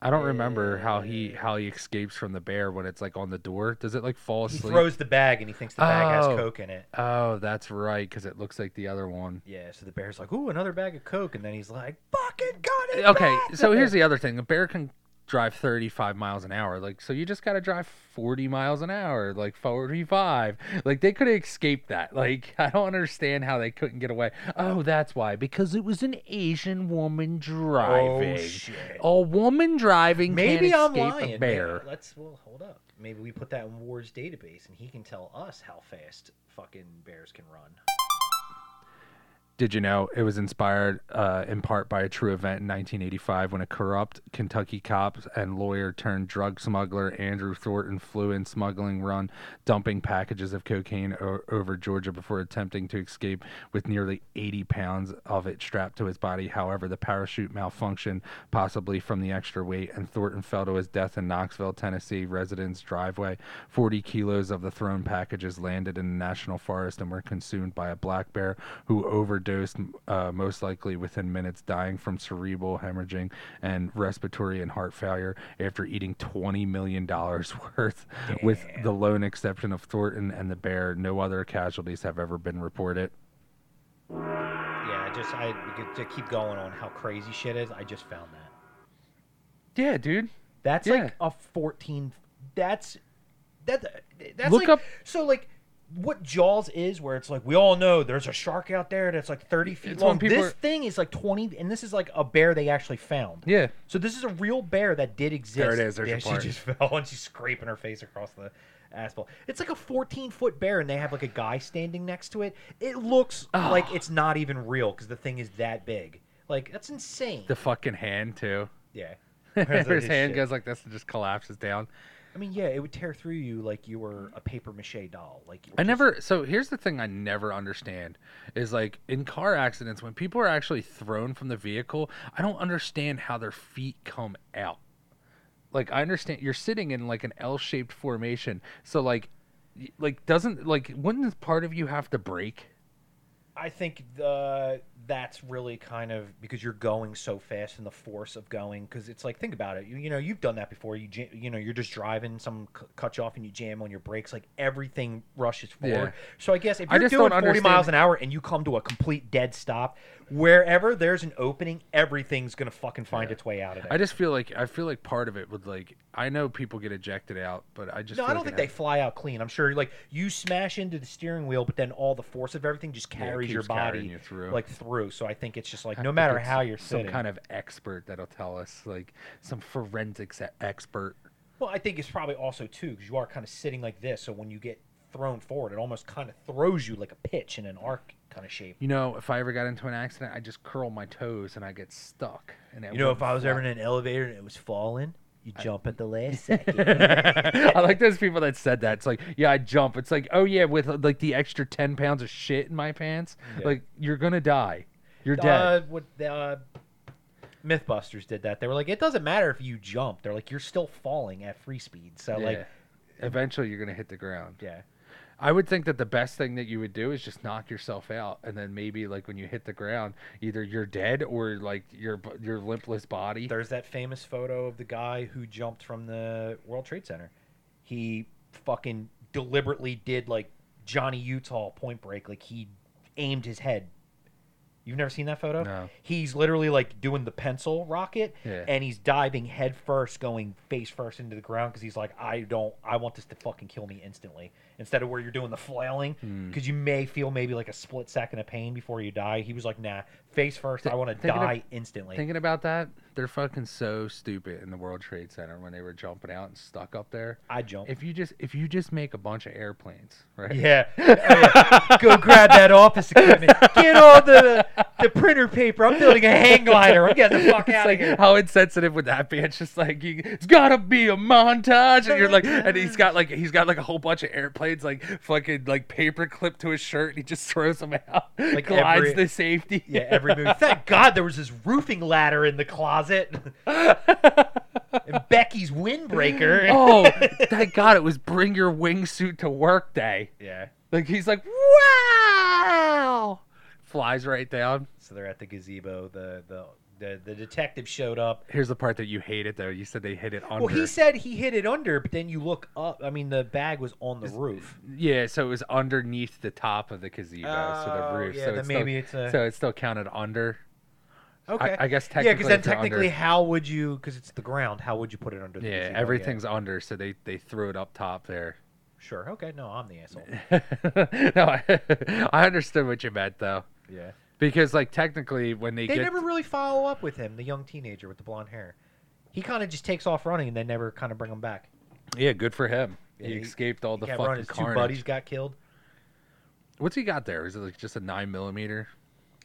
B: I don't remember how he how he escapes from the bear when it's like on the door. Does it like fall
A: He
B: asleep?
A: throws the bag and he thinks the bag
B: Oh.
A: has coke in it.
B: oh, that's right, because it looks like the other one.
A: Yeah, so the bear's like, "Ooh, another bag of coke," and then he's like, "Fucking got it."
B: okay
A: back!"
B: so here's the other thing a bear can drive 35 miles an hour like so you just got to drive 40 miles an hour like 45 like they could have escaped that like i don't understand how they couldn't get away oh that's why because it was an asian woman driving
A: Oh shit.
B: a woman driving
A: Maybe I'm
B: can't escape
A: lying. Maybe-
B: a bear
A: Let's well hold up. Maybe we put that in Ward's database and he can tell us how fast fucking bears can run.
B: Did you know it was inspired uh, in part by a true event in 1985 when a corrupt Kentucky cop and lawyer turned drug smuggler Andrew Thornton flew in smuggling run, dumping packages of cocaine o- over Georgia before attempting to escape with nearly 80 pounds of it strapped to his body. However, the parachute malfunctioned, possibly from the extra weight, and Thornton fell to his death in Knoxville, Tennessee residents' driveway. 40 kilos of the thrown packages landed in the national forest and were consumed by a black bear who overdosed, uh, most likely within minutes, dying from cerebral hemorrhaging and respiratory and heart failure after eating $20 million worth, with the lone exception of Thornton and the bear. No other casualties have ever been reported.
A: Yeah, I just I we could to keep going on how crazy shit is. I just found that.
B: Yeah, dude.
A: That's
B: Yeah.
A: like a 14 that's that's that's
B: Look
A: like,
B: up-
A: so like what Jaws is, where it's like we all know there's a shark out there that's like 30 feet
B: It's when
A: long.
B: people
A: This
B: are-
A: thing is like 20, and this is like a bear they actually found.
B: Yeah.
A: So this is a real bear that did exist.
B: is, there's
A: yeah,
B: your
A: she
B: part.
A: just fell and she's scraping her face across the asphalt. It's like a 14 foot bear, and they have like a guy standing next to it. It looks
B: Ah.
A: like it's not even real because the thing is that big. Like that's insane.
B: The fucking hand too.
A: yeah. Whereas, like,
B: His
A: this
B: hand
A: shit-
B: goes like this and just collapses down.
A: I mean, yeah, it would tear through you like you were a paper mache doll. Like you
B: I
A: were just-
B: never. So here's the thing I never understand is like in car accidents when people are actually thrown from the vehicle, I don't understand how their feet come out. Like I understand you're sitting in like an L-shaped formation, so like, y- like doesn't like wouldn't part of you have to break?
A: I think the that's really kind of because you're going so fast and the force of going because it's like think about it you, you know you've done that before you ja- you know you're just driving someone c- cuts you off and you jam on your brakes like everything rushes forward so I guess if
B: I
A: you're
B: just
A: doing 40
B: don't
A: miles an hour and you come to a complete dead stop wherever there's an opening everything's gonna fucking find its way out of there
B: I just feel like I feel like part of it would like I know people get ejected out, but I just
A: no
B: feel
A: I don't
B: like
A: think
B: it
A: they fly out clean I'm sure like you smash into the steering wheel but then all the force of everything just
B: it
A: carries your
B: keeps carrying
A: body
B: you through.
A: like through so I think it's just like
B: I
A: no
B: think
A: matter
B: it's
A: how you're
B: some
A: sitting
B: kind of expert that'll tell us like some forensics e- expert.
A: Well, I think it's probably also too because you are kind of sitting like this, so when you get thrown forward, it almost kind of throws you like a pitch in an arc kind of shape.
B: You know, if I ever got into an accident, I just curl my toes and I get stuck. And it
A: You know, if
B: wouldn't
A: I was ever in
B: fly.
A: an elevator and it was falling, you jump at the last second.
B: I like those people that said that. It's like, yeah, I jump. It's like, oh yeah, with uh, like the extra ten pounds of shit in my pants,
A: Yeah.
B: like you're gonna die. You're
A: Uh,
B: dead.
A: what the, uh, MythBusters did that. They were like, it doesn't matter if you jump. They're like, you're still falling at free speed. So
B: Yeah.
A: like,
B: eventually you're gonna hit the ground.
A: yeah.
B: I would think that the best thing that you would do is just knock yourself out, and then maybe like when you hit the ground, either you're dead or like your your limpless body.
A: There's that famous photo of the guy who jumped from the World Trade Center. He fucking deliberately did like Johnny Utah point break. Like he aimed his head. You've never seen that photo?
B: No.
A: He's literally like doing the pencil rocket
B: Yeah.
A: and he's diving head first, going face first into the ground because he's like, I don't, I want this to fucking kill me instantly. Instead of where you're doing the flailing
B: Hmm.
A: because you may feel maybe like a split second of pain before you die. He was like, nah, face first. I want to
B: thinking of-
A: die instantly.
B: Thinking about that, they're fucking so stupid in the World Trade Center when they were jumping out and stuck up there.
A: I jump.
B: If you just if you just make a bunch of airplanes, right?
A: Yeah. Hey, Go grab that office equipment. Get all the the printer paper. I'm building a hang glider. I'm getting the fuck
B: It's
A: out
B: like,
A: of here.
B: how insensitive would that be? It's just like you, it's gotta be a montage, and you're like, and he's got like he's got like a whole bunch of airplanes, like fucking like paper clipped to his shirt, and he just throws them out, like glides
A: every-
B: to safety.
A: Yeah, every movie. Thank God there was this roofing ladder in the closet. and Becky's windbreaker.
B: oh, thank God it was bring your wingsuit to work day.
A: Yeah.
B: Like he's like, wow, flies right down.
A: So they're at the gazebo. The the the, the detective showed up.
B: Here's the part that you hated though. You said they hit it under.
A: Well, he said he hid it under, but then you look up. I mean, the bag was on the roof.
B: yeah, so it was underneath the top of the gazebo, so
A: Oh,
B: the roof.
A: yeah,
B: so
A: then
B: it's still-
A: maybe it's a-
B: so it's still counted under.
A: Okay.
B: I guess
A: Yeah, because
B: technically
A: then
B: if you're under-
A: technically, how would you? Because it's the ground. How would you put it under? the
B: Yeah,
A: gazebo?
B: everything's under, so they they threw it up top there.
A: Sure. Okay. No, I'm the asshole.
B: no, I, I understood what you meant though,
A: Yeah.
B: because like technically when they,
A: They
B: get
A: never really follow up with him, the young teenager with the blonde hair. He kind of just takes off running, and they never kind of bring him back.
B: yeah, good for him.
A: Yeah,
B: he,
A: he-
B: escaped all
A: He
B: the
A: kept
B: fucking
A: running. His two
B: carnage.
A: buddies got killed.
B: What's he got there? Is it like just a nine millimeter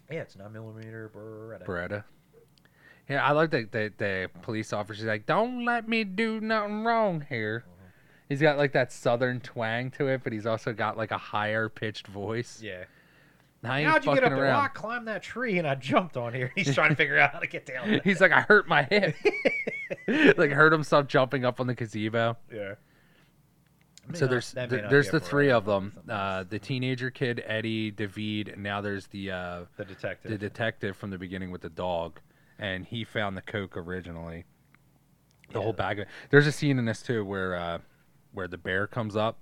A: Yeah, it's nine millimeter Beretta.
B: Beretta? Yeah, I like that the, the police officer. She's like, "Don't let me do nothing wrong here."
A: Uh-huh.
B: He's got like that southern twang to it, but he's also got like a higher pitched voice.
A: Yeah.
B: I ain't
A: How'd you get
B: fucking
A: up there? Well, I
B: around.
A: climbed that tree and I jumped on here. He's trying to figure out how to get down.
B: He's like, I hurt my hip. like hurt himself jumping up on the gazebo.
A: yeah. May
B: so
A: not-
B: there's
A: that
B: th-
A: may not
B: there's
A: be a
B: the three
A: Beretta,
B: of them.
A: something
B: Uh,
A: else.
B: the teenager kid, Eddie, David, and now there's the uh,
A: the detective.
B: the detective from the beginning with the dog, and he found the coke originally. The
A: Yeah.
B: whole bag. Of, there's a scene in this too where uh, where the bear comes up,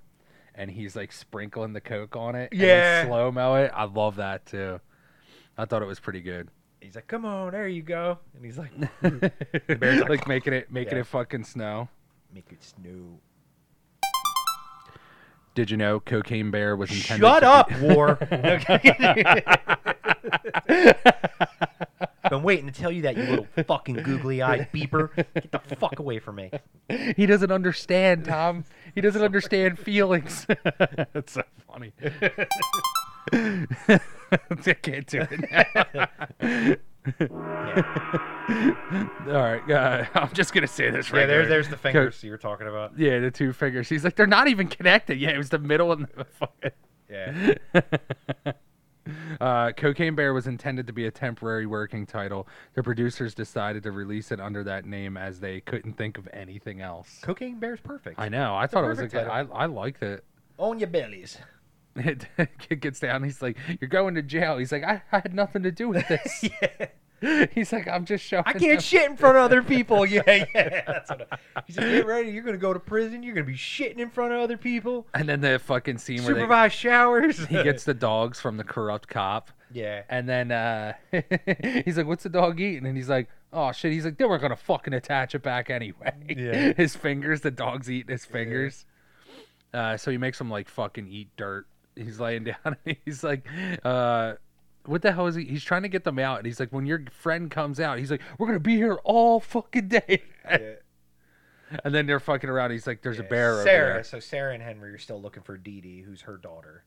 B: and he's like sprinkling the coke on it.
A: Yeah.
B: slow mo it. I love that too. I thought it was pretty good.
A: he's like, "Come on, there you go," and he's like, bear's
B: like,
A: like-
B: making it making
A: Yeah.
B: it fucking snow.
A: "Make it snow."
B: Did you know Cocaine Bear was intended
A: Shut
B: to
A: up,
B: Be-
A: War. No, Been waiting to tell you that, you little fucking googly eyed beeper. Get the fuck away from me.
B: he doesn't understand, Tom. He doesn't understand feelings. That's so funny. I can't do it
A: Yeah,
B: now. All right, uh, I'm just gonna say this right
A: yeah there,
B: here.
A: there's the fingers you were talking about.
B: Yeah, the two fingers. He's like, they're not even connected. Yeah, it was the middle and the fucking.
A: Yeah.
B: uh, Cocaine Bear was intended to be a temporary working title. The producers decided to release it under that name as they couldn't think of anything else.
A: Cocaine Bear's perfect.
B: I know. I
A: It's a
B: thought it was a
A: perfect
B: good. I,
A: title.
B: I liked it.
A: On your bellies.
B: It kid gets down. He's like, "You're going to jail." He's like, "I, I had nothing to do with this."
A: Yeah.
B: He's like, "I'm just showing."
A: I
B: them."
A: can't shit in front of other people. Yeah, yeah. That's what I, he's like, get ready. You're going to go to prison. You're going to be shitting in front of other people.
B: And then the fucking scene where they,
A: Supervised showers.
B: he gets the dogs from the corrupt cop.
A: Yeah.
B: And then uh, he's like, "What's the dog eating?" And he's like, "Oh shit!" He's like, "They weren't gonna fucking attach it back anyway."
A: Yeah.
B: his fingers, the dog's eating his fingers. Uh, so he makes him like fucking eat dirt. He's laying down. And he's like, uh, "What the hell is he?" He's trying to get them out, and he's like, "When your friend comes out, he's like, we're gonna be here all fucking day."
A: Yeah.
B: And then they're fucking around. He's like, "There's a
A: Yeah,
B: bear over
A: Sarah.
B: there."
A: So Sarah and Henry are still looking for Dee Dee, who's her daughter.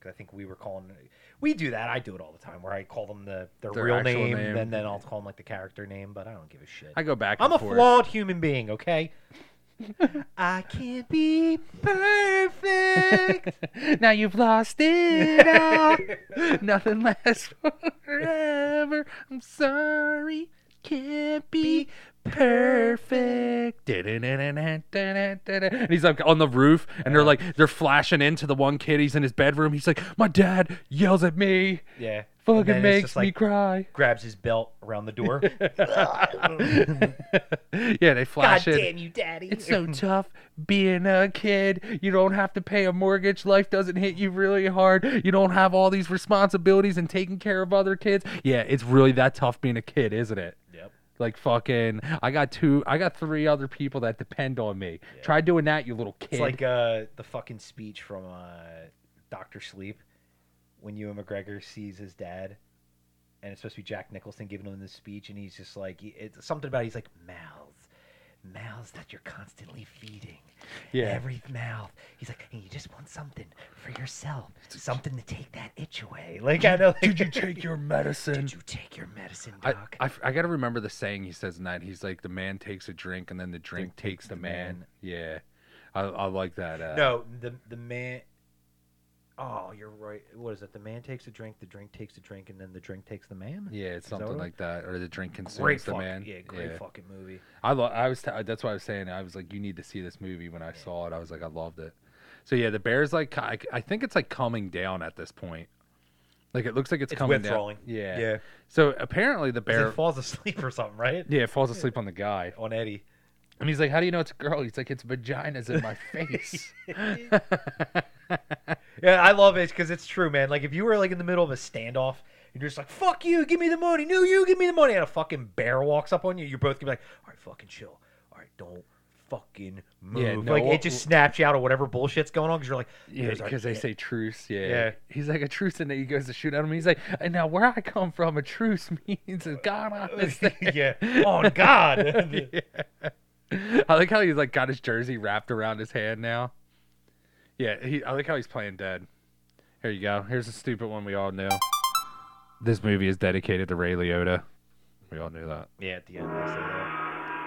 A: 'Cause I think we were calling. We do that. I do it all the time, where I call them the their,
B: Their
A: real
B: actual
A: name,
B: name.
A: and then I'll call them like the character name. But I don't give a shit.
B: I go back.
A: I'm
B: and
A: a
B: forth.
A: flawed human being. Okay. I can't be perfect.
B: now you've lost it all. Nothing lasts forever. I'm sorry. Can't be perfect. And he's like on the roof, and they're like, they're flashing into the one kid. He's in his bedroom. He's like, My dad yells at me.
A: yeah. And then
B: Fucking
A: it's
B: makes
A: just, like,
B: me cry.
A: Grabs his belt around the door.
B: yeah, they
A: God
B: flash it.
A: damn you, daddy.
B: It's so tough being a kid. You don't have to pay a mortgage. Life doesn't hit you really hard. You don't have all these responsibilities and taking care of other kids. Yeah, it's really that tough being a kid, isn't it?
A: Yep.
B: Like fucking, I got two, I got three other people that depend on me. Try doing that, you little kid.
A: It's like uh, the fucking speech from uh, Doctor Sleep when Ewan McGregor sees his dad, and it's supposed to be Jack Nicholson giving him this speech, and he's just like, he- it's something about he's like mouths, mouths that you're constantly feeding.
B: Yeah.
A: Every mouth, he's like, and you just want something for yourself, something to take that itch away. Like I know.
B: did you take your medicine?
A: Did you take your medicine,
B: I,
A: doc?
B: I, got to remember the saying he says in that. He's like, the man takes a drink and then the drink takes the man. Yeah. I, I like that. Uh,
A: No, the the man. Oh, you're right. What is it? The man takes a drink, the drink takes a drink, and then the drink takes the man.
B: Yeah, it's
A: Is that
B: something
A: what it
B: like that, or the drink consumes
A: Great
B: the
A: fuck-
B: man.
A: Yeah, great fucking movie.
B: I lo- I was t- uh, that's why I was saying I was like, you need to see this movie. When I saw it, I was like, I loved it. So yeah, the bear's like, ki- I, I think it's like coming down at this point. Like it looks like it's,
A: It's
B: coming
A: withdrawing.
B: down. Yeah.
A: Yeah.
B: So apparently the
A: 'Cause
B: bear.
A: He falls asleep or something, right?
B: yeah, it falls asleep on the guy,
A: On Eddie.
B: and he's like, "How do you know it's a girl?" He's like, "It's vaginas in my face."
A: Yeah, I love it because it's true, man. Like if you were like in the middle of a standoff. And you're just like, fuck you, give me the money. No, you give me the money. And a fucking bear walks up on you. You're both gonna be like, all right, fucking chill. All right, don't fucking move.
B: Yeah, no,
A: like,
B: we'll-
A: it just snaps you out of whatever bullshit's going on because you're like,
B: Yeah,
A: "Here's our-
B: because they say truce. Yeah.
A: Yeah.
B: He's like a truce, and then he goes to shoot at him. He's like, and now where I come from, a truce means a god honest thing.
A: yeah, on "Oh, God.
B: I like how he's like got his jersey wrapped around his hand now. Yeah, he, I like how he's playing dead. Here you go. Here's a stupid one we all knew. This movie is dedicated to Ray Liotta. We all knew that.
A: yeah, at the end. they say that.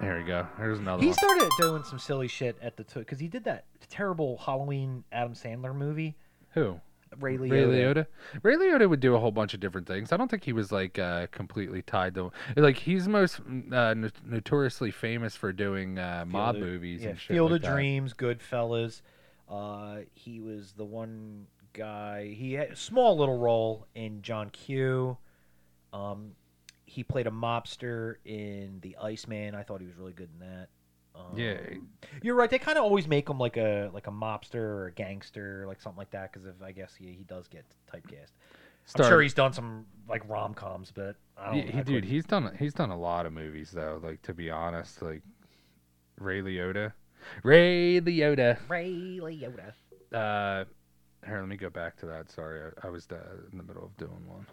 B: Here we go. Here's another
A: He
B: one.
A: started doing some silly shit at the because he did that terrible Halloween Adam Sandler movie.
B: Who?
A: Ray Liotta.
B: Ray Liotta. Ray Liotta would do a whole bunch of different things. I don't think he was like uh, completely tied to. Like he's most uh, no- notoriously famous for doing uh, mob
A: of-
B: movies
A: yeah,
B: and shit.
A: Field
B: like
A: of
B: that.
A: Dreams, Goodfellas. Uh, he was the one guy. He had a small little role in John Q. Um, he played a mobster in The Iceman. I thought he was really good in that. Um,
B: Yeah,
A: You're right. They kind of always make him like a like a mobster or a gangster, like something like that. Because I guess he, he does get typecast. I'm sure
B: Started-
A: he's done some like rom coms, but I
B: He,
A: don't.
B: he,
A: I
B: dude,
A: couldn't-
B: he's done he's done a lot of movies though. Like to be honest, like Ray Liotta. Ray Liotta.
A: Ray Liotta.
B: Uh, here, let me go back to that. Sorry, I, I was uh, in the middle of doing one.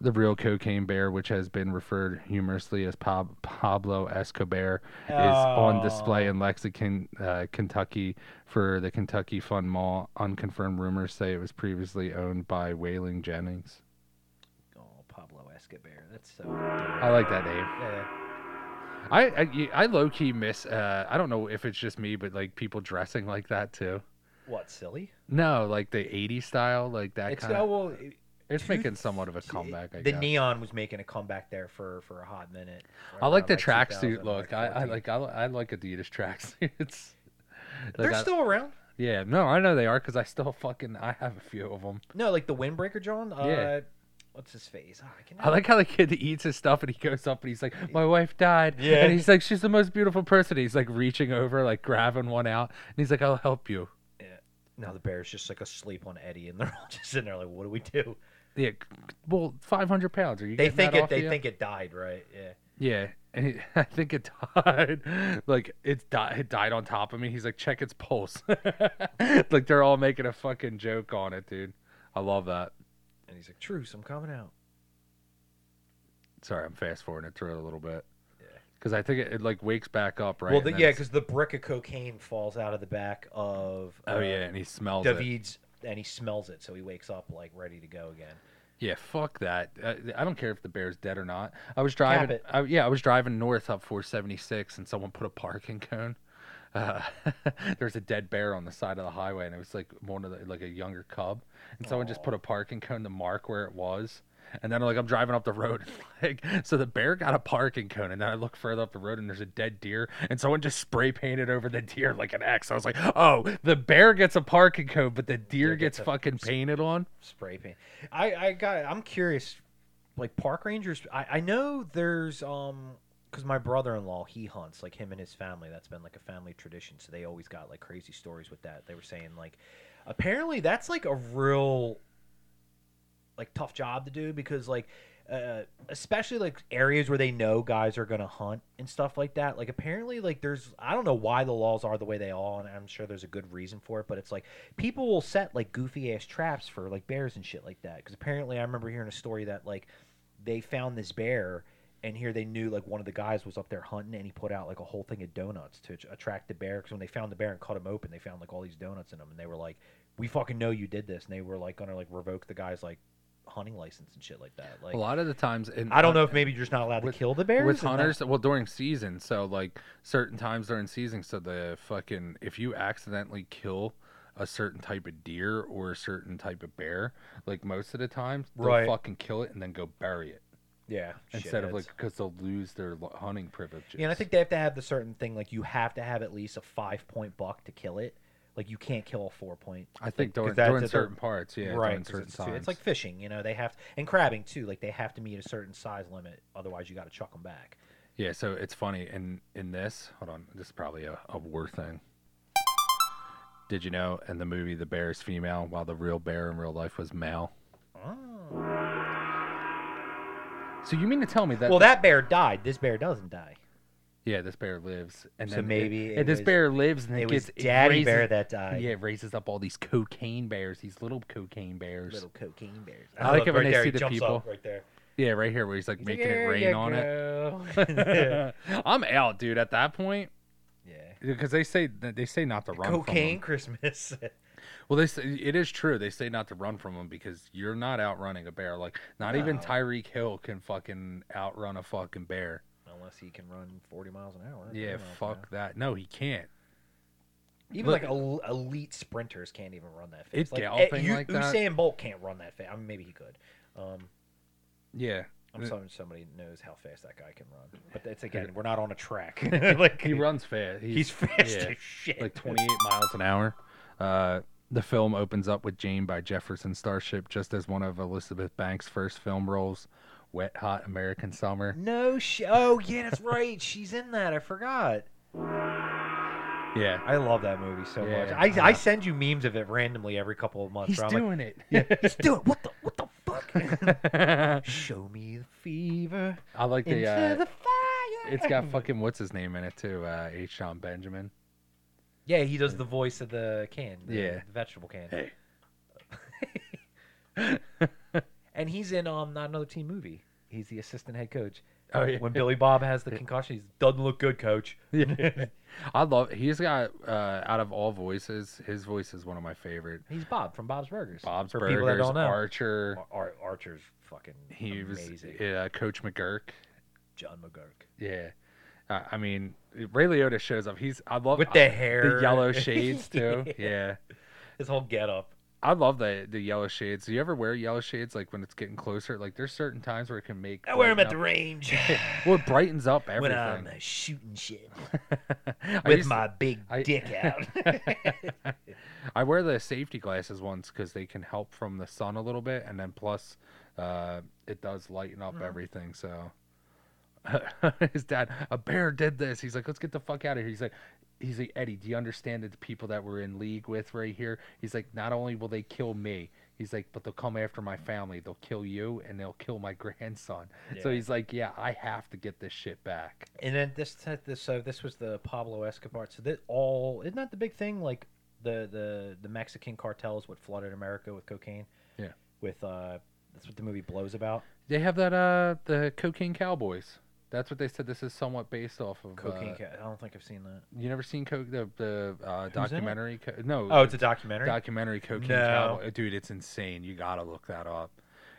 B: The real cocaine bear, which has been referred humorously as Pab- Pablo Escobar, is
A: Oh.
B: on display in Lexington, uh, Kentucky, for the Kentucky Fun Mall. Unconfirmed rumors say it was previously owned by Whaling Jennings.
A: Oh, Pablo Escobar. That's so.
B: I like that name.
A: Yeah.
B: I I, you- I low key miss. Uh, I don't know if it's just me, but like people dressing like that too.
A: What silly?
B: No, like the '80s style, like that
A: It's
B: kind
A: oh
B: of.
A: well. it-
B: It's
A: two-
B: making somewhat of a comeback. I
A: the
B: guess.
A: neon was making a comeback there for for a hot minute.
B: I like
A: around,
B: the tracksuit
A: 2000,
B: look. I, I
A: 14.
B: like I, li- I like Adidas tracksuits. Like,
A: They're
B: I-
A: still around.
B: yeah, no, I know they are because I still fucking I have a few of them.
A: No, like the windbreaker, John. Uh,
B: Yeah.
A: What's his face? Oh, I, can
B: I like how the kid eats his stuff and he goes up and he's like, "My wife died,"
A: Yeah.
B: and he's like, "She's the most beautiful person." He's like reaching over, like grabbing one out, and he's like, "I'll help you."
A: Now the bear's just like asleep on Eddie, and they're all just sitting there like, "What do we do?"
B: Yeah, c- well, five hundred pounds. Are you?
A: They
B: getting
A: think
B: that
A: it.
B: off
A: They
B: you?
A: think it died, right? Yeah.
B: Yeah, and it, I think it died. Like it died. It died on top of me. He's like, check its pulse. like they're all making a fucking joke on it, dude. I love that.
A: And he's like, "Truce, I'm coming out."
B: Sorry, I'm fast forwarding it through it a little bit.
A: Yeah.
B: Because I think it, it like wakes back up, right?
A: Well,
B: and
A: the,
B: then
A: yeah,
B: it's-
A: because the brick of cocaine falls out of the back of.
B: oh
A: uh,
B: yeah, and he smells it.
A: David's, and he smells it, so he wakes up like ready to go again.
B: Yeah, fuck that. I, I don't care if the bear's dead or not. I was driving.
A: it.
B: I, yeah, I was driving north up 476, and someone put a parking cone. Uh, there's a dead bear on the side of the highway, and it was like one of the like a younger cub, and someone just put a parking cone to mark where it was. And then like I'm driving up the road, and, like so the bear got a parking cone, and then I look further up the road, and there's a dead deer, and someone just spray painted over the deer like an X. I was like, oh, the bear gets a parking cone, but the deer,
A: gets
B: gets
A: a-
B: fucking painted on.
A: Spray paint. I, I got. I'm curious. Like park rangers, I, I know there's um because my brother-in-law he hunts like him and his family. That's been like a family tradition, so they always got like crazy stories with that. They were saying like, apparently that's like a real like tough job to do because like uh, especially like areas where they know guys are gonna hunt and stuff like that like apparently like there's i don't know why the laws are the way they are and i'm sure there's a good reason for it but it's like people will set like goofy ass traps for like bears and shit like that because apparently i remember hearing a story that like they found this bear and here they knew like one of the guys was up there hunting and he put out like a whole thing of donuts to att- attract the bear because when they found the bear and cut him open they found like all these donuts in him and they were like we fucking know you did this and they were like gonna like revoke the guy's like hunting license and shit like that like
B: a lot of the times, uh, and
A: I don't know if maybe you're just not allowed
B: with-
A: to kill the bears
B: with
A: and that-
B: hunters well during season so like certain times during season so the fucking if you accidentally kill a certain type of deer or a certain type of bear like most of the times they'll
A: Right.
B: fucking kill it and then go bury it
A: yeah,
B: instead of
A: shitheads.
B: like because they'll lose their lo- hunting privileges
A: Yeah, and I think they have to have the certain thing like you have to have at least a five point buck to kill it. Like you can't kill a four point.
B: i think during,
A: because that's
B: during
A: a-
B: certain parts yeah
A: right,
B: during
A: 'cause
B: certain
A: it's, too-
B: times
A: it's like fishing, you know. They have and crabbing too. Like they have to meet a certain size limit, otherwise you got to chuck them back.
B: Yeah, so it's funny in in this. Hold on, this is probably a, a war thing. Did you know in the movie the bear is female while the real bear in real life was male? Oh. So you mean to tell me that?
A: Well, that bear died. This bear doesn't die.
B: yeah, this bear lives, and
A: So
B: then it-
A: maybe it
B: and this
A: was-
B: bear lives, and it,
A: It was
B: gets it
A: Daddy
B: raises-
A: Bear that died.
B: Yeah, it raises up all these cocaine bears, these little cocaine bears.
A: Little cocaine bears.
B: I like
A: Look,
B: it when
A: right
B: they
A: there,
B: see
A: he
B: the
A: jumps
B: people.
A: up right there.
B: Yeah, right here where he's like making it rain on it.
A: it.
B: I'm out, dude. At that point,
A: yeah.
B: because they say they say not to run. from 'em.
A: Cocaine Christmas.
B: Well, they say, it is true. They say not to run from them because you're not outrunning a bear. Like not even
A: No.
B: Tyreek Hill can fucking outrun a fucking bear.
A: Unless he can run 40 miles an hour. 30
B: Yeah,
A: miles an hour.
B: fuck that. No, he can't.
A: Even
B: Look-
A: like el- elite sprinters can't even run that
B: It's
A: fast. Like,
B: galloping
A: eh, you-
B: like that.
A: Usain Bolt can't run that fast. I mean, maybe he could. Um,
B: Yeah,
A: I'm
B: Uh,
A: sorry, somebody knows how fast that guy can run. But that's again, we're not on a track. like
B: he runs fast.
A: He's fast
B: yeah,
A: as shit.
B: like 28 miles an hour. Uh, the film opens up with Jane by Jefferson Starship, just as one of Elizabeth Banks' first film roles, Wet Hot American Summer.
A: No sh- Oh yeah, that's right. She's in that. I forgot.
B: Yeah,
A: I love that movie so
B: Yeah,
A: much.
B: I
A: I, I
B: know.
A: send you memes of it randomly every couple of months.
B: he's
A: where I'm like,
B: doing it.
A: yeah, he's doing. What the what the fuck?
B: I
A: Show me the fever
B: like the
A: into
B: uh,
A: the fire. yeah.
B: It's got fucking what's his name in it too? Uh, H. John Benjamin.
A: Yeah, he does the voice of the can. the-
B: Yeah.
A: The vegetable can.
B: Hey.
A: and he's in um not another team movie. He's the assistant head coach.
B: Oh, yeah.
A: When Billy Bob has the concussion, he's doesn't look good, coach.
B: Yeah. I love. He's got uh, out of all voices, his voice is one of my favorite.
A: He's Bob from Bob's Burgers.
B: Bob's
A: For people that
B: Burgers,
A: don't know,
B: Archer.
A: Ar- Ar- Archer's fucking
B: He was
A: amazing.
B: uh, Coach McGurk.
A: John McGurk
B: Yeah, uh, I mean Ray Liotta shows up. He's I love
A: with
B: I-
A: the hair,
B: the yellow shades too. yeah.
A: His whole getup.
B: I love the the yellow shades. Do you ever wear yellow shades like when it's getting closer? Like there's certain times where it can make.
A: I wear him at the
B: brighten
A: range
B: up- Well, it brightens up
A: when
B: everything.
A: I'm uh, shooting shit
B: I
A: with
B: used-
A: my big
B: I-
A: dick out.
B: I wear the safety glasses ones because they can help from the sun a little bit, and then plus, uh, it does lighten up everything. So, his dad, a bear did this. He's like, let's get the fuck out of here. He's like, he's like, Eddie, do you understand that the people that we're in league with right here? He's like, not only will they kill me, he's like, but they'll come after my family. They'll kill you, and they'll kill my grandson. So
A: Yeah.
B: he's like, yeah, I have to get this shit back.
A: And then this, t- this so this was the Pablo Escobar. So that all isn't that the big thing? Like the the the Mexican cartels what flooded America with cocaine.
B: Yeah.
A: With uh, that's what the movie blows about.
B: They have that uh, the cocaine cowboys. That's what they said. This is somewhat based off of
A: Cocaine.
B: uh,
A: ca- I don't think I've seen that.
B: You never seen Coke the the uh,
A: in it?
B: documentary? Co- no.
A: Oh, it's a documentary.
B: documentary Cocaine
A: No.
B: Cowboy. Dude, it's insane. You gotta look that up.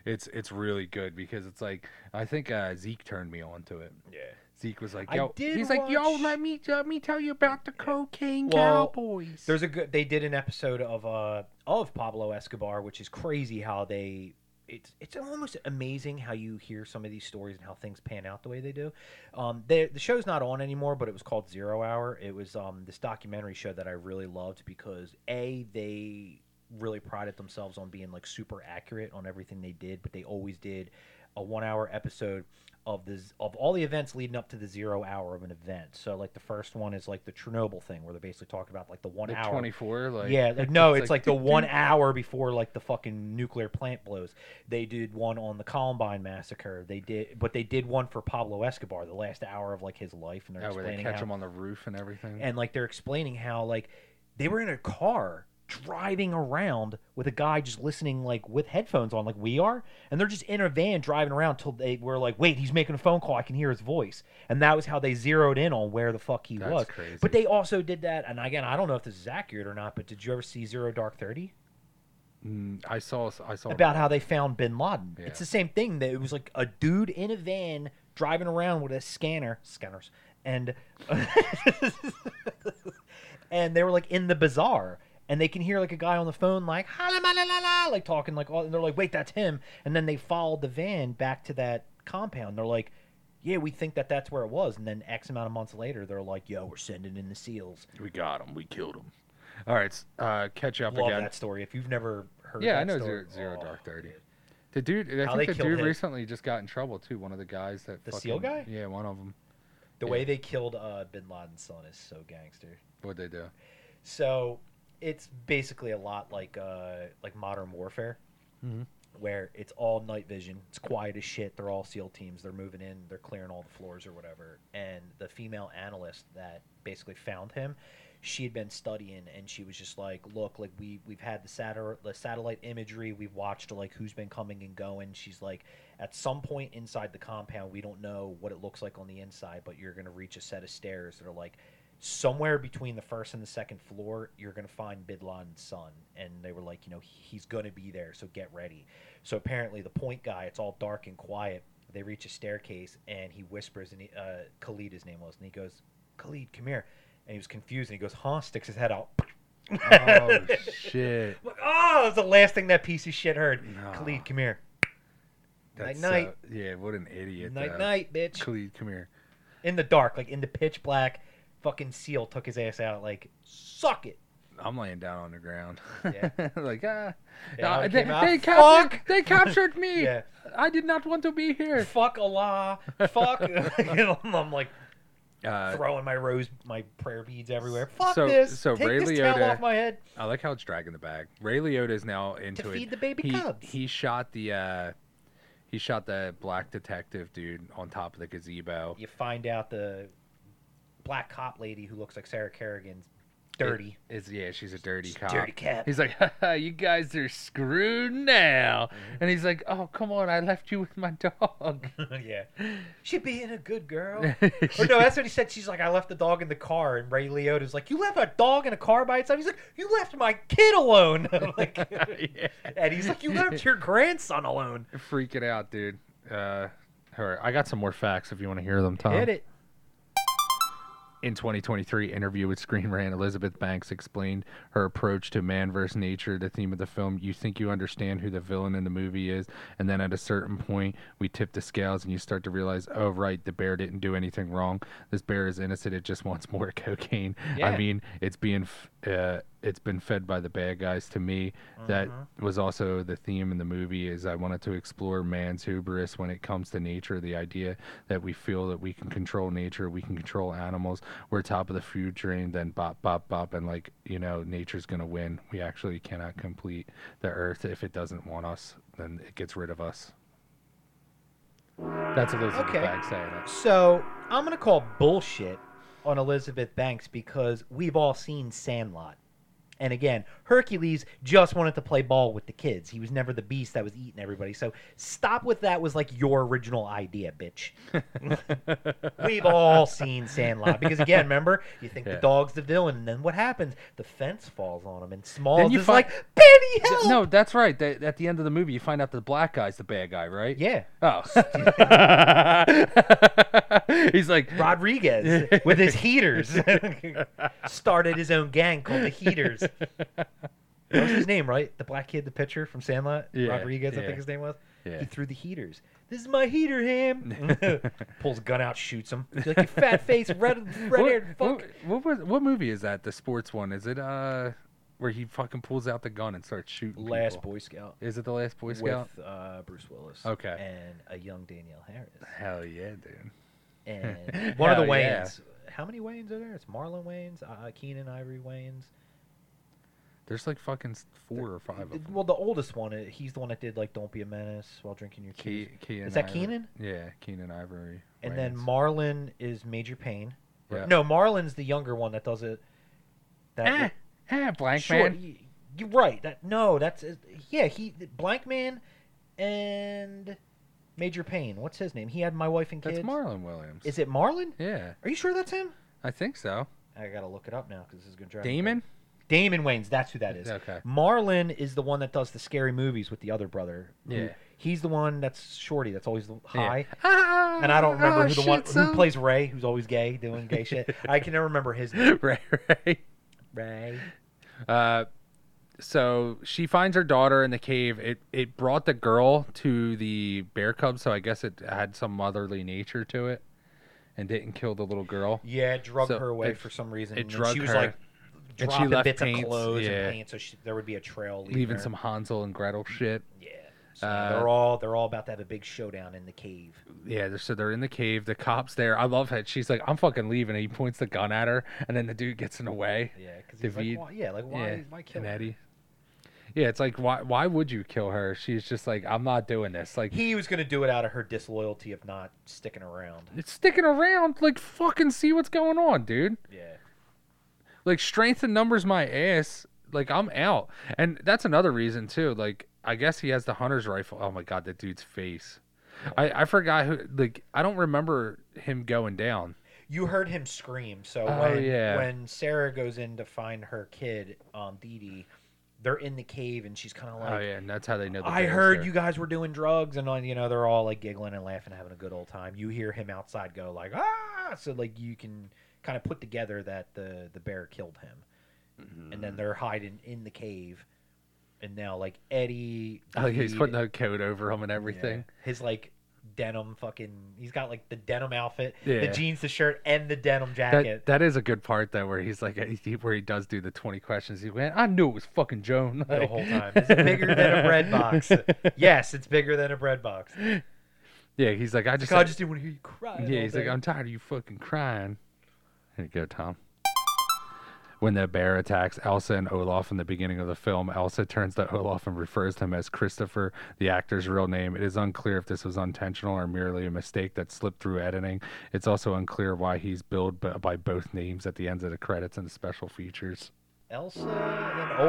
B: It's it's really good because it's like I think uh, Zeke turned me on to it.
A: yeah.
B: Zeke was like,
A: I
B: "Yo,"
A: did
B: he's like, "Yo,
A: watch-
B: let me let me tell you about the Cocaine
A: Well,
B: Cowboys."
A: There's a good. They did an episode of uh of Pablo Escobar, which is crazy how they. It's it's almost amazing how you hear some of these stories and how things pan out the way they do. Um, they, the show's not on anymore, but it was called Zero Hour. It was um this documentary show that I really loved because a they really prided themselves on being like super accurate on everything they did, but they always did a one hour episode of the z- of all the events leading up to the zero hour of an event. So like the first one is like the Chernobyl thing where they're basically talking about like the one
B: the
A: hour
B: 24 like
A: yeah, like, no, it's, like, the
B: dude,
A: one
B: dude.
A: hour before like the fucking nuclear plant blows. They did one on the Columbine massacre. They did, but they did one for Pablo Escobar, the last hour of like his life, and they're
B: Yeah, Oh, where they
A: explaining
B: catch
A: how,
B: him on the roof and everything.
A: and like they're explaining how like they were in a car driving around with a guy just listening like with headphones on like we are and they're just in a van driving around till they were like wait he's making a phone call i can hear his voice and that was how they zeroed in on where the fuck he
B: That's
A: was
B: crazy.
A: but they also did that and again i don't know if this is accurate or not but did you ever see zero dark 30
B: Mm, I saw I saw
A: about how they found bin Laden.
B: Yeah.
A: It's the same thing that it was like a dude in a van driving around with a scanner, scanners, and and they were like in the bazaar. And they can hear like a guy on the phone, like "Hala ma la la la," like talking, like all. And they're like, "Wait, that's him." And then they followed the van back to that compound. They're like, "Yeah, we think that that's where it was." And then X amount of months later, they're like, "Yo, we're sending in the seals."
B: we got him. We killed him. All right, s- uh, catch up
A: Love
B: again.
A: that story. If you've never heard,
B: Yeah,
A: that
B: I know
A: story,
B: Zero, Zero
A: oh,
B: Dark Thirty.
A: dude.
B: The dude, I
A: How
B: think
A: they
B: the
A: killed
B: dude
A: him.
B: recently just got in trouble too. One of the guys that
A: The SEAL
B: fucking-
A: guy?
B: Yeah, one of them.
A: The
B: Yeah.
A: way they killed uh, Bin Laden's son is so gangster.
B: What'd they do?
A: So it's basically a lot like uh, like modern warfare,
B: Mhm.
A: where it's all night vision. It's quiet as shit. They're all SEAL teams. They're moving in. They're clearing all the floors or whatever. And the female analyst that basically found him, she had been studying, and she was just like, "Look, like we we've had the satter the satellite imagery. We've watched like who's been coming and going." She's like, "At some point inside the compound, we don't know what it looks like on the inside, but you're gonna reach a set of stairs that are like." somewhere between the first and the second floor, you're going to find Bin Laden's son. And they were like, you know, he's going to be there, so get ready. So apparently, the point guy, it's all dark and quiet. They reach a staircase, and he whispers, and he, uh, Khalid, his name was, and he goes, Khalid, come here. And he was confused, and he goes, huh? Sticks his head out.
B: Oh shit!
A: Like, oh, it's the last thing that piece of shit heard.
B: Nah.
A: Khalid, come here.
B: That's
A: Night-night.
B: so- yeah, what an idiot.
A: night,
B: though.
A: night, bitch.
B: Khalid, come here.
A: In the dark, like in the pitch black, fucking seal took his ass out, like, suck it.
B: I'm laying down on the ground.
A: Yeah.
B: like ah,
A: Yeah,
B: ah,
A: I
B: they,
A: came out,
B: they captured,
A: "Fuck!"
B: they captured me.
A: Yeah.
B: I did not want to be here.
A: fuck Allah, fuck. And I'm like
B: Uh,
A: throwing my rose, my prayer beads everywhere. Fuck
B: so-
A: this.
B: so
A: Take
B: Ray
A: this towel
B: Liotta-
A: off my head.
B: I like how it's dragging the bag. Ray Liotta is now into it.
A: feed the baby
B: he,
A: cubs.
B: He shot the. uh He shot that black detective dude on top of the gazebo.
A: You find out the black cop lady who looks like Sarah Kerrigan's dirty.
B: Is yeah, she's a dirty
A: She's a
B: cop.
A: dirty cat.
B: He's like, "Haha, you guys are screwed now.
A: Mm-hmm.
B: And he's like, oh come on, I left you with my dog.
A: yeah. She being a good girl. Or Oh, no, that's what he said. She's like, I left the dog in the car, and Ray Liotta's like, you left a dog in a car by itself. He's like, you left my kid alone. I'm like,
B: Yeah.
A: and he's like, you left your grandson alone.
B: Freaking out, dude. Uh, all right, I got some more facts if you want to hear them, Tom.
A: Hit it.
B: In 2023 interview with Screen Rant, Elizabeth Banks explained her approach to man versus nature, the theme of the film. You think you understand who the villain in the movie is, and then at a certain point, we tip the scales and you start to realize, oh, right, the bear didn't do anything wrong. This bear is innocent. It just wants more cocaine.
A: Yeah.
B: I mean, it's being. F- uh, it's been fed by the bad guys to me. That was also the theme in the movie. Is I wanted to explore man's hubris when it comes to nature. The idea that we feel that we can control nature, we can control animals. We're top of the food chain. Then bop bop bop, and like you know, nature's gonna win. We actually cannot complete the earth if it doesn't want us. Then it gets rid of us. That's Elizabeth
A: Okay.
B: Banks saying it.
A: So I'm gonna call bullshit on Elizabeth Banks because we've all seen Sandlot. And again, Hercules just wanted to play ball with the kids. He was never the beast that was eating everybody. So stop with that was like your original idea, bitch. We've all seen Sandlot because again, remember, you think
B: Yeah.
A: the dog's the villain, and then what happens? The fence falls on him, and Smalls
B: you
A: is
B: find-
A: like, "Betty, help!"
B: No, that's right. They, at the end of the movie, you find out the black guy's the bad guy, right?
A: Yeah,
B: Oh. He's like,
A: Rodriguez with his heaters started his own gang called the Heaters. That was his name, right? The black kid, the pitcher from Sandlot,
B: Yeah,
A: Rodriguez, I
B: yeah.
A: think his name was.
B: Yeah.
A: He threw the heaters. This is my heater, him. Pulls a gun out, shoots him. He's like, you fat face, red, red
B: what,
A: haired fuck.
B: what, what, was, what movie is that? The sports one? Is it uh, where he fucking pulls out the gun and starts shooting?
A: Last
B: people?
A: Boy Scout
B: Is it the last Boy Scout?
A: with uh, Bruce Willis.
B: Okay.
A: And a young Danielle Harris.
B: Hell yeah, dude.
A: and one of the
B: Hell yeah.
A: Wayans. How many Wayans are there? It's Marlon Wayans, uh, Keenan Ivory Wayans.
B: There's like fucking s- four or five of
A: Th-
B: them.
A: Well, the oldest one, uh, he's the one that did like "Don't Be a Menace" while drinking your keys.
B: Ke- Keenan
A: that
B: Ivory-
A: Keenan?
B: Yeah, Keenan Ivory.
A: and then
B: Wayans.
A: Marlon is Major Payne. Or-
B: Yeah.
A: No, Marlon's the younger one that does it. That
B: Ah, ah,
A: look-
B: Blank
A: sure,
B: Man.
A: y- you're right. That no, that's uh, yeah. He Blank Man and Major Payne. What's his name? He had my wife and kids.
B: That's Marlon Williams.
A: Is it Marlon?
B: yeah,
A: Are you sure that's him?
B: I think so.
A: I gotta look it up now because this is gonna drive me crazy.
B: Damon?
A: Damon Wayans, that's who that is.
B: Okay.
A: Marlon is the one that does the scary movies with the other brother. who-
B: Yeah.
A: He's the one that's shorty, that's always the
B: Yeah.
A: high.
B: Ah,
A: And I don't remember
B: ah,
A: who the one
B: shit,
A: who
B: son.
A: plays Ray, who's always gay, doing gay shit. I can never remember his name.
B: right, right.
A: Ray.
B: Uh, so she finds her daughter in the cave. It it brought the girl to the bear cub, so I guess it had some motherly nature to it, and didn't kill the little girl.
A: Yeah, it drug
B: So
A: her away
B: it-
A: for some reason.
B: it
A: and
B: drug
A: she was
B: her.
A: like
B: she
A: dropping
B: left
A: bits
B: paints,
A: of clothes
B: yeah.
A: and paint, so she, there would be a trail leaving,
B: Leaving
A: her.
B: some Hansel and Gretel shit.
A: Yeah. So
B: Uh,
A: they're all they're all about to have a big showdown in the cave.
B: Yeah, they're, so they're in the cave. The cops there. I love it. She's like, "I'm fucking leaving." And he points the gun at her, and then the dude gets in the way.
A: Yeah, because he's
B: David-
A: like, why, yeah, like why,
B: yeah,
A: why kill
B: and
A: her?
B: Eddie. Yeah, it's like why why would you kill her? She's just like, "I'm not doing this." Like
A: He was gonna do it out of her disloyalty of not sticking around.
B: it's sticking around. Like fucking see what's going on, dude.
A: Yeah.
B: like strength in numbers my ass like i'm out and that's another reason too like i guess he has the hunter's rifle oh my god that dude's face i i forgot who like i don't remember him going down
A: You heard him scream. So
B: Oh,
A: when
B: yeah.
A: when Sarah goes in to find her kid, um, Dee Dee, they're in the cave and she's kind of
B: oh
A: like,
B: yeah and that's how they know the
A: "I
B: bear's
A: heard
B: there.
A: you guys were doing drugs," and uh, you know they're all like giggling and laughing, having a good old time. You hear him outside go like, "Ah!" So like you can kind of put together that the the bear killed him, and then they're hiding in the cave, and now like Eddie,
B: oh, yeah, he's
A: David-
B: putting a coat over him and everything
A: yeah. His like denim fucking he's got like the denim outfit, the
B: Yeah.
A: jeans, the shirt, and the denim
B: That,
A: jacket.
B: that is a good part though, where he's like, uh, he- where he does do the twenty questions. He went, I knew it was fucking Joan
A: the whole time. Is it bigger than a bread box? Yes, it's bigger than a bread box.
B: Yeah, he's like, I just,
A: Like, I just didn't want to hear you cry.
B: Yeah,
A: all
B: he's
A: day."
B: like, I'm tired of you fucking crying. Here you go, Tom. when the bear attacks Elsa and Olaf in the beginning of the film, Elsa turns to Olaf and refers to him as Christopher, the actor's real name. It is unclear if this was intentional or merely a mistake that slipped through editing. It's also unclear why he's billed b- by both names at the ends of the credits and the special features.
A: Elsa and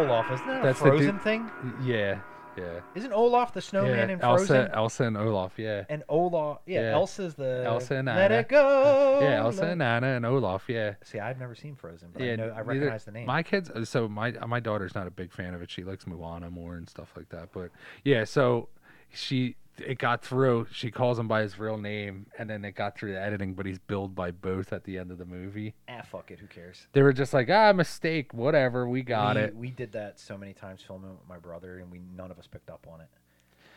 A: then Olaf. Isn't that
B: That's
A: a
B: the dude-
A: Frozen thing?
B: Yeah, yeah.
A: Isn't Olaf the snowman
B: yeah.
A: in
B: Elsa,
A: Frozen?
B: Elsa and Olaf, yeah.
A: and Olaf, yeah,
B: Yeah.
A: Elsa's the
B: Elsa and
A: Let
B: Anna.
A: it go.
B: Yeah, Elsa
A: let-
B: and Anna and Olaf, yeah.
A: See, I've never seen Frozen, but
B: yeah,
A: I know I
B: neither-
A: recognize the name.
B: My kids, uh, so my my daughter's not a big fan of it. She likes Moana more and stuff like that. But yeah, so she it got through. She calls him by his real name, and then it got through the editing. But he's billed by both at the end of the movie.
A: ah, fuck it, who cares?
B: They were just like, ah, mistake, whatever. We got
A: we,
B: it.
A: We did that so many times filming with my brother, and we none of us picked up on it.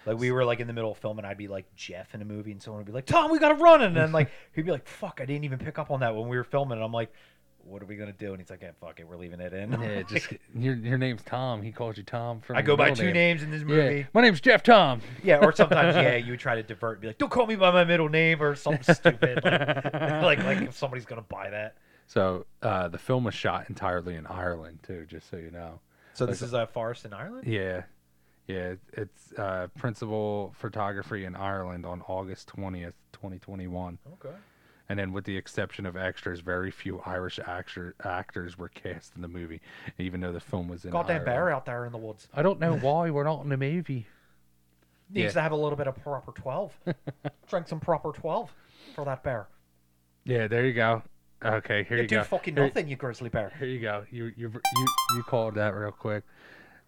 A: Like we were like in the middle of filming, I'd be like Jeff in a movie, and someone would be like, "Tom, we gotta run!" And then like he'd be like, "Fuck, I didn't even pick up on that when we were filming." And I'm like, "What are we gonna do?" And he's like, "Yeah, fuck it, we're leaving it in."
B: Yeah, just your your name's Tom. He calls you Tom from.
A: I
B: your
A: go by
B: middle
A: two
B: name.
A: names in this
B: Yeah,
A: movie.
B: my name's Jeff Tom.
A: Yeah, or sometimes yeah, you would try to divert, and be like, "Don't call me by my middle name" or something stupid, like like, like if somebody's gonna buy that.
B: So uh, the film was shot entirely in Ireland too, just so you know.
A: So this is a forest in Ireland.
B: Yeah. Yeah, it's uh, principal photography in Ireland on August 20th, 2021.
A: Okay.
B: And then, with the exception of extras, very few Irish actor, actors were cast in the movie, even though the film was in
A: Goddamn
B: Ireland.
A: bear out there in the woods
B: I don't know why we're not in the movie.
A: needs
B: Yeah.
A: to have a little bit of proper twelve. Drink some proper twelve for that bear.
B: Yeah, there you go. Okay, here
A: You
B: you
A: do
B: go.
A: fucking
B: Here-
A: nothing, you grizzly bear.
B: Here you go. You you you you called that real quick.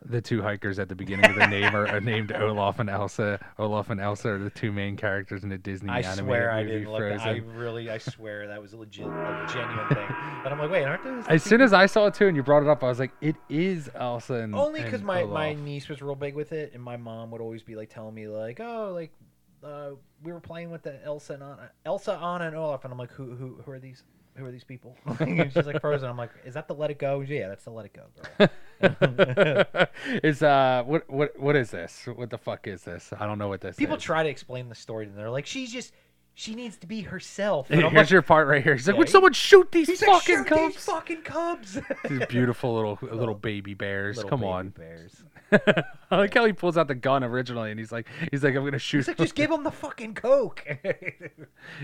B: The two hikers at the beginning of the name are, are named Olaf and Elsa. Olaf and Elsa are the two main characters in the Disney
A: I
B: animated
A: swear I
B: movie
A: didn't look.
B: Frozen.
A: I really, I swear that was a legit, a genuine thing. And I'm like, wait, aren't those? the
B: As
A: two
B: soon as I saw it too, and you brought it up, I was like, "It is Elsa." And,
A: only because
B: and
A: my, my
B: Olaf.
A: niece was real big with it and my mom would always be like telling me like oh like uh, we were playing with the elsa and anna, elsa anna and olaf and i'm like who who, who are these who are these people and she's like frozen i'm like is that the let it go yeah that's the let it go girl.
B: is uh, what what what is this? What the fuck is this? I don't know what this.
A: people
B: is.
A: try to explain the story and they're like she's just she needs to be herself and
B: Here's
A: i'm like
B: your part right here. He's like,
A: Yeah,
B: "Would
A: he-
B: someone shoot these
A: he's like,
B: fucking
A: "Shoot
B: cubs?"
A: these fucking cubs
B: These beautiful little little baby bears.
A: Little
B: Come
A: baby
B: on.
A: bears
B: I like how he pulls out the gun originally, and he's like, he's like, I'm gonna shoot.
A: it's like
B: them."
A: just give them the fucking coke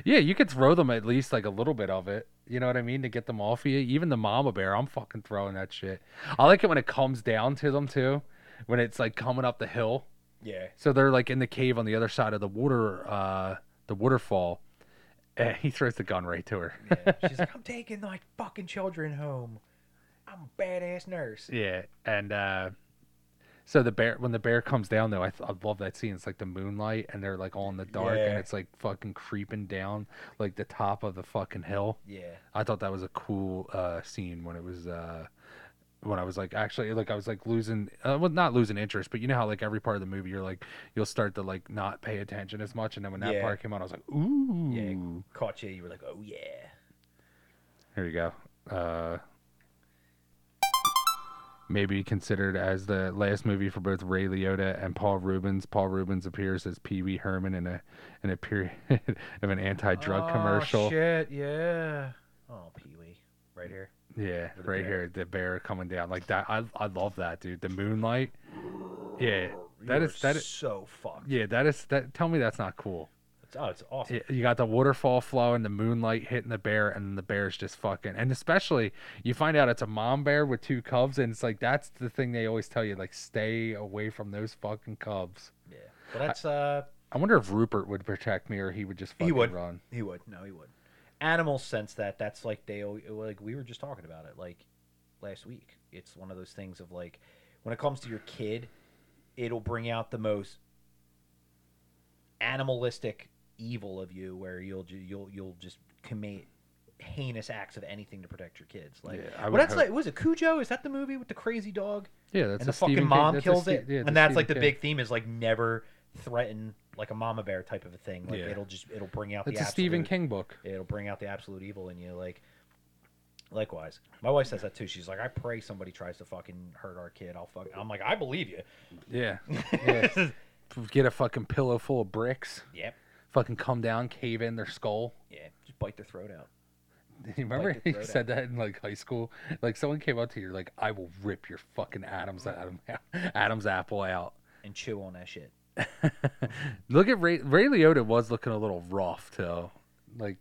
B: yeah, you could throw them at least like a little bit of it. You know what I mean to get them off of you. Even the mama bear, I'm fucking throwing that shit. I like it when it comes down to them too, when it's like coming up the hill.
A: yeah
B: So they're like in the cave on the other side of the water, uh, the waterfall. And he throws the gun right to her.
A: Yeah. She's like, I'm taking my fucking children home. I'm a badass nurse.
B: Yeah, and uh, so the bear when the bear comes down though, I, th- I love that scene. It's like the moonlight, and they're like all in the dark,
A: Yeah.
B: and it's like fucking creeping down like the top of the fucking hill.
A: Yeah.
B: I thought that was a cool uh, scene when it was uh, when I was like actually like I was like losing uh, well not losing interest, but you know how like every part of the movie you're like you'll start to like not pay attention as much, and then when that
A: Yeah.
B: part came on, I was like ooh.
A: Yeah. Caught you, you were like, oh yeah.
B: Here you go. Uh, maybe considered as the last movie for both Ray Liotta and Paul Rubens. Paul Rubens appears as Pee Wee Herman in a in a period of an anti-drug
A: Oh,
B: commercial.
A: Shit, yeah. Oh, Pee Wee. Right here.
B: Yeah,
A: With the
B: right
A: bear.
B: here, the bear coming down like that. I I love that, dude. The moonlight. Yeah, that
A: You
B: is
A: are
B: that is.
A: so fucked.
B: Yeah, that is that. Tell me that's not cool.
A: It's, oh, it's awesome.
B: Yeah, You got the waterfall flowing, the moonlight hitting the bear, and the bear's just fucking. And especially, you find out it's a mom bear with two cubs, and it's like that's the thing they always tell you: like, stay away from those fucking cubs.
A: Yeah. But that's uh
B: I wonder if Rupert would protect me, or he would just fucking
A: he would
B: run.
A: He would. No, he would. Animals sense that. That's like they al- like we were just talking about it like last week. It's one of those things of like when it comes to your kid, it'll bring out the most animalistic evil of you, where you'll ju- you'll you'll just commit heinous acts of anything to protect your kids. Like,
B: Yeah, I
A: well,
B: would
A: that's
B: hope-
A: like was it Cujo? Is that the movie with the crazy dog?
B: Yeah, that's
A: and
B: a
A: the fucking
B: Stephen King-
A: mom
B: that's a
A: kills
B: Ste-
A: it.
B: yeah, it's a
A: and that's
B: Stephen
A: like the
B: King.
A: big theme is like never threaten like a mama bear type of a thing. Like
B: Yeah.
A: it'll just it'll bring out
B: It's
A: the
B: a Stephen
A: absolute-
B: King book.
A: It'll bring out the absolute evil in you. Like likewise. My wife says that too. She's like, I pray somebody tries to fucking hurt our kid. I'll fuck I'm like, I believe you.
B: Yeah, yeah. get a fucking pillow full of bricks.
A: Yep.
B: Fucking come down, cave in their skull.
A: Yeah. Just bite their throat out.
B: You remember
A: Like the
B: you
A: throwdown.
B: said that in like high school? Like someone came up to you, like, I will rip your fucking Adam's Adam Adam's apple out.
A: and chew on that shit.
B: Look at Ray Ray Liotta was looking a little rough too. Like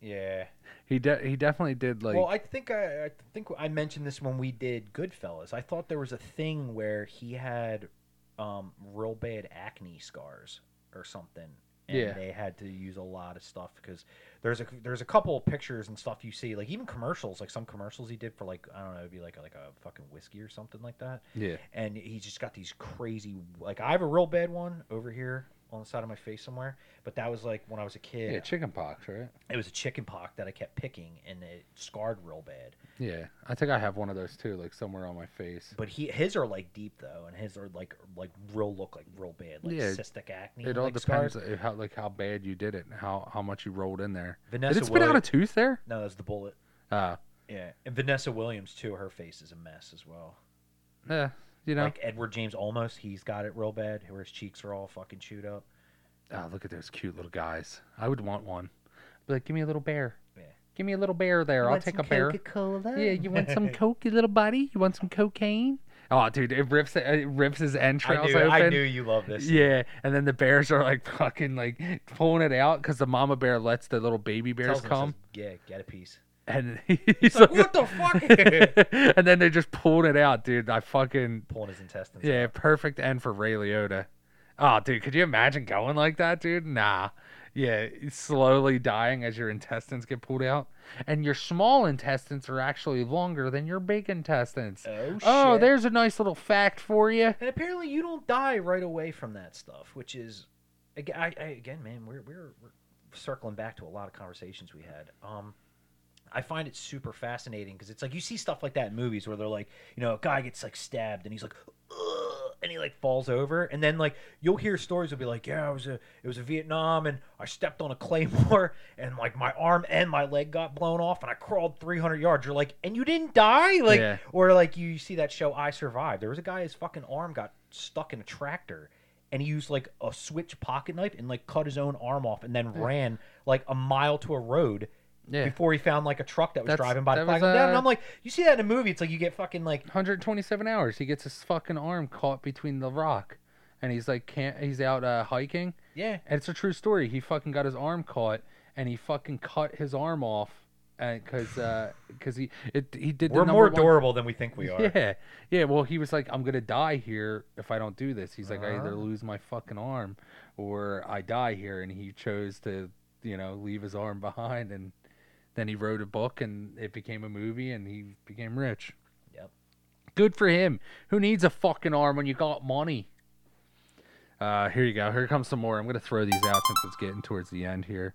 A: Yeah.
B: he de- he definitely did like
A: well, I think I, I think I mentioned this when we did Goodfellas. I thought there was a thing where he had um, real bad acne scars or something, and
B: Yeah.
A: they had to use a lot of stuff because there's a there's a couple of pictures and stuff you see, like even commercials, like some commercials he did for like I don't know, it'd be like a, like a fucking whiskey or something like that,
B: yeah.
A: and he just got these crazy like I have a real bad one over here on the side of my face somewhere, but that was like when I was a kid.
B: Yeah, chicken pox, right?
A: it was a chicken pox that I kept picking, and it scarred real bad.
B: Yeah. I think I have one of those too, like somewhere on my face.
A: But he his are like deep though, and his are like like real look like real bad, like
B: Yeah, it-
A: cystic acne.
B: It all
A: like,
B: depends
A: scars.
B: if how like how bad you did it and how, how much you rolled in there.
A: Vanessa
B: did it spit out a
A: Williams-
B: tooth there?
A: No, that's the bullet.
B: Uh
A: Yeah, and Vanessa Williams too. Her face is a mess as well.
B: yeah. You know
A: Like Edward James, almost he's got it real bad. Where his cheeks are all fucking chewed up.
B: Oh, look at those cute little guys. I would want one. Be like, give me a little bear.
A: Yeah.
B: Give me a little bear there. I'll take a bear. Yeah, you want some coke, you little buddy? You want some cocaine? Oh, dude, it rips it rips his
A: I
B: entrails
A: knew,
B: open.
A: I knew you love this.
B: Yeah, and then the bears are like fucking like pulling it out because the mama bear lets the little baby bears
A: Tells him,
B: come,
A: says, yeah, get a piece.
B: and he's
A: like, "What the fuck?"
B: and then they're just pulling it out, dude. I fucking
A: Pulling his intestines. out.
B: yeah, perfect end for Ray Liotta. Oh, dude, could you imagine going like that, dude? Nah. Yeah, slowly dying as your intestines get pulled out, and your small intestines are actually longer than your big intestines.
A: Oh,
B: oh,
A: shit.
B: there's a nice little fact for you.
A: And apparently, you don't die right away from that stuff, which is, ag- I, I, again, man, we're, we're we're circling back to a lot of conversations we had. Um, I find it super fascinating because it's like you see stuff like that in movies where they're like, you know, a guy gets like stabbed and he's like, "Ugh," and he like falls over, and then like you'll hear stories will be like, yeah, I was a it was a Vietnam and I stepped on a claymore and like my arm and my leg got blown off and I crawled 300 yards. You're like, and you didn't die, like,
B: Yeah.
A: or like you see that show I Survived. There was a guy his fucking arm got stuck in a tractor. And he used like a switch pocket knife and like cut his own arm off and then ran like a mile to a road
B: Yeah,
A: before he found like a truck that was
B: That's-
A: driving by to
B: that
A: flag
B: was,
A: him down. And
B: uh,
A: I'm like, you see that in a movie? It's like you get fucking like
B: 127 hours. He gets his fucking arm caught between the rock, and he's like, can't. He's out uh, hiking,
A: yeah,
B: and it's a true story. He fucking got his arm caught, and he fucking cut his arm off, and because uh, because he it he did.
A: we're
B: the number
A: more
B: one-
A: adorable than we think we are.
B: Yeah, yeah. Well, he was like, I'm gonna die here if I don't do this. He's like, I
A: Ah.
B: either lose my fucking arm or I die here, and he chose to, you know, leave his arm behind, and then he wrote a book, and it became a movie, and he became rich.
A: Yep.
B: Good for him. Who needs a fucking arm when you got money? Uh, here you go. Here comes some more. I'm gonna throw these out since it's getting towards the end here.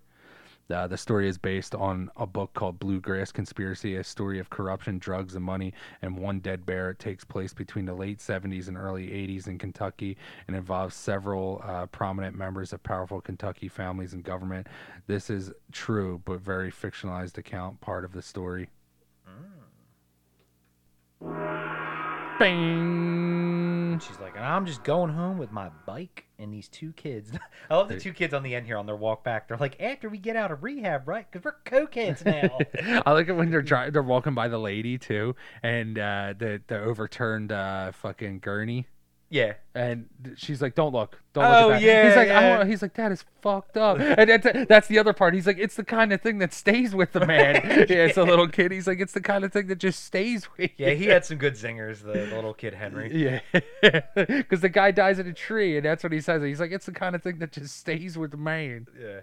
B: Uh, the story is based on a book called Bluegrass Conspiracy, a story of corruption, drugs, and money, and one dead bear. It takes place between the late 70s and early 80s in Kentucky and involves several uh, prominent members of powerful Kentucky families and government. This is true, but very fictionalized account part of the story. Bing!
A: And she's like, and I'm just going home with my bike and these two kids. I love the
B: They-
A: two kids on the end here on their walk back. They're like, after we get out of rehab, right? Because we're cokeheads now.
B: I like it when they're dri- they're walking by the lady too, and uh, the the overturned uh, fucking gurney,
A: yeah, and
B: and she's like, "Don't look, don't
A: Oh,
B: look at that."
A: yeah,
B: he's like, I
A: yeah.
B: want- he's like, "That is fucked up," and that's, that's the other part. He's like, "It's the kind of thing that stays with the man." yeah, it's a little kid. He's like, "It's the kind of thing that just stays with."
A: yeah,
B: you."
A: he had some good zingers. The, the little kid Henry.
B: Yeah, because the guy dies in a tree, and that's what he says. He's like, "It's the kind of thing that just stays with the man."
A: Yeah,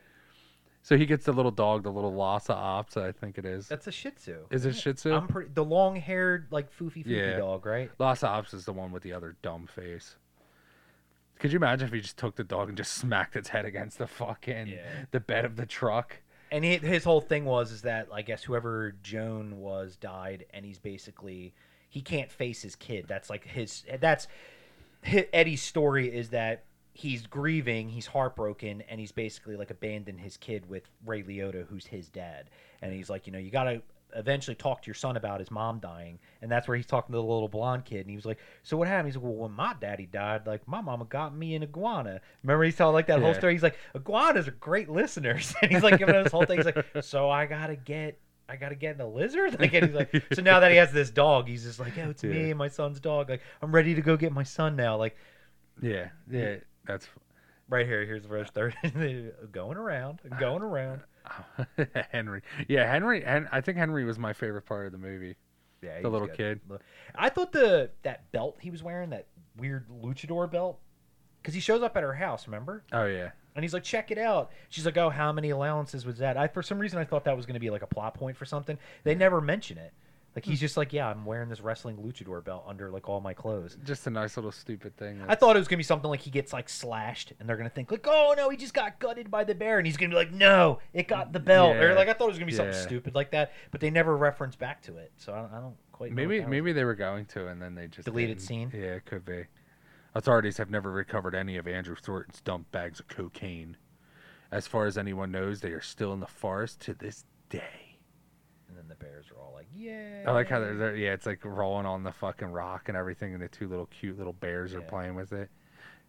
B: So he gets the little dog, the little Lhasa Apso, I think it is.
A: that's a Shih Tzu.
B: Is it Shih Tzu?
A: I'm pretty the long-haired like foofy foofy
B: Yeah.
A: dog, right?
B: Lhasa Apso is the one with the other dumb face. Could you imagine if he just took the dog and just smacked its head against the fucking
A: Yeah.
B: the bed of the truck?
A: And he, his whole thing was is that I guess whoever Joan was died, and he's basically he can't face his kid. That's like his that's hi Eddie's story is that he's grieving, he's heartbroken, and he's basically like abandoned his kid with Ray Liotta, who's his dad, and he's like, you know, you gotta eventually talk to your son about his mom dying and that's where he's talking to the little blonde kid and he was like so what happened he's like well when my daddy died like my mama got me an iguana remember he's telling like that whole
B: Yeah.
A: story he's like iguanas are great listeners and he's like giving us this whole thing he's like so i gotta get I gotta get in a lizard. Like, and he's like, so now that he has this dog, he's just like, oh, it's me,
B: Yeah.
A: my son's dog. Like, I'm ready to go get my son now. Like,
B: Yeah, yeah, that's
A: right here, here's verse thirty. going around, going around.
B: Henry. Yeah, Henry. Hen- I think Henry was my favorite part of the movie.
A: Yeah, he
B: The
A: was
B: little
A: good.
B: kid.
A: Look- I thought the that belt he was wearing, that weird luchador belt, because he shows up at her house, remember?
B: Oh yeah,
A: And he's like, check it out. She's like, oh, how many allowances was that? I for some reason I thought that was going to be like a plot point for something. They never mention it. Like he's just like, yeah, I'm wearing this wrestling luchador belt under like all my clothes.
B: just a nice little stupid thing.
A: I thought it was gonna be something like he gets like slashed, and they're gonna think like, "Oh no, he just got gutted by the bear," and he's gonna be like, "No, it got the belt," or
B: Yeah.
A: like I thought it was gonna be something
B: Yeah.
A: stupid like that. But they never reference back to it, so I don't, I don't quite. know what
B: maybe
A: that was.
B: maybe they were going to, and then they just
A: Deleted
B: didn't.
A: scene?
B: Yeah, it could be. Authorities have never recovered any of Andrew Thornton's dumped bags of cocaine. As far as anyone knows, they are still in the forest to this day.
A: And then the bears are all like, "Yeah."
B: I like how they're, they're yeah, it's like rolling on the fucking rock and everything, and the two little cute little bears are
A: Yeah.
B: playing with it.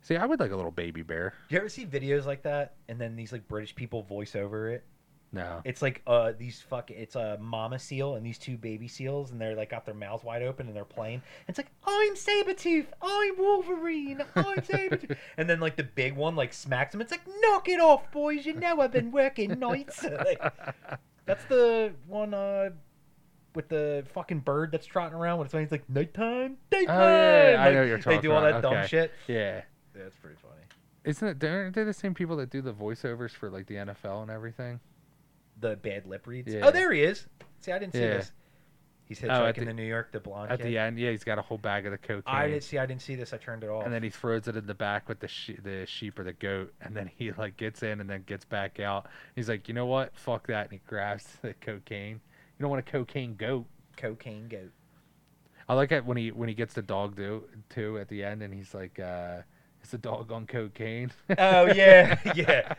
B: See, I would like a little baby bear.
A: Do you ever see videos like that, and then these like British people voice over it?
B: No,
A: It's like uh these fuck it's a mama seal and these two baby seals and they're like got their mouths wide open and they're playing. It's like I'm Sabretooth, I'm Wolverine, I'm Sabretooth. and then like the big one like smacks him. It's like knock it off, boys. You know I've been working nights. Like, that's the one uh with the fucking bird that's trotting around when it's when he's like nighttime, daytime.
B: Oh, yeah, I
A: Like,
B: know what you're
A: They
B: talking
A: do all
B: about.
A: that dumb
B: Okay.
A: shit.
B: yeah,
A: Yeah, it's pretty funny.
B: isn't it? Aren't they the same people that do the voiceovers for like the NFL and everything?
A: The bad lip reads.
B: Yeah.
A: Oh, there he is. See, I didn't see
B: Yeah.
A: this. He's
B: Oh, at
A: hitchhiking
B: the-
A: to New York. The blonde
B: At
A: kid.
B: the end, yeah, he's got a whole bag of the cocaine,
A: I didn't see. I didn't see this. I turned it off.
B: and then he throws it in the back with the she- the sheep or the goat, and then he like gets in and then gets back out. He's like, you know what? Fuck that, and he grabs the cocaine. You don't want a cocaine goat.
A: cocaine goat.
B: I like it when he when he gets the dog do too at the end, and he's like, uh, "Is the dog on cocaine?"
A: Oh yeah, yeah,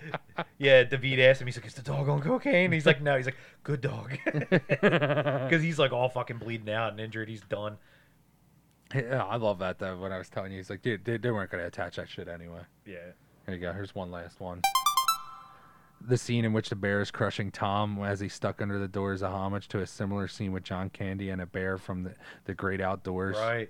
A: yeah. David asked him. He's like, "Is the dog on cocaine?" He's like, "No." He's like, "Good dog,"
B: yeah,
A: because he's like all fucking bleeding out and injured. He's done.
B: I love that though. When I was telling you, he's like, "Dude, they, they weren't gonna attach that shit anyway."
A: Yeah.
B: Here you go. Here's one last one. The scene in which the bear is crushing Tom as he's stuck under the door is a homage to a similar scene with John Candy and a bear from the, the Great Outdoors.
A: Right.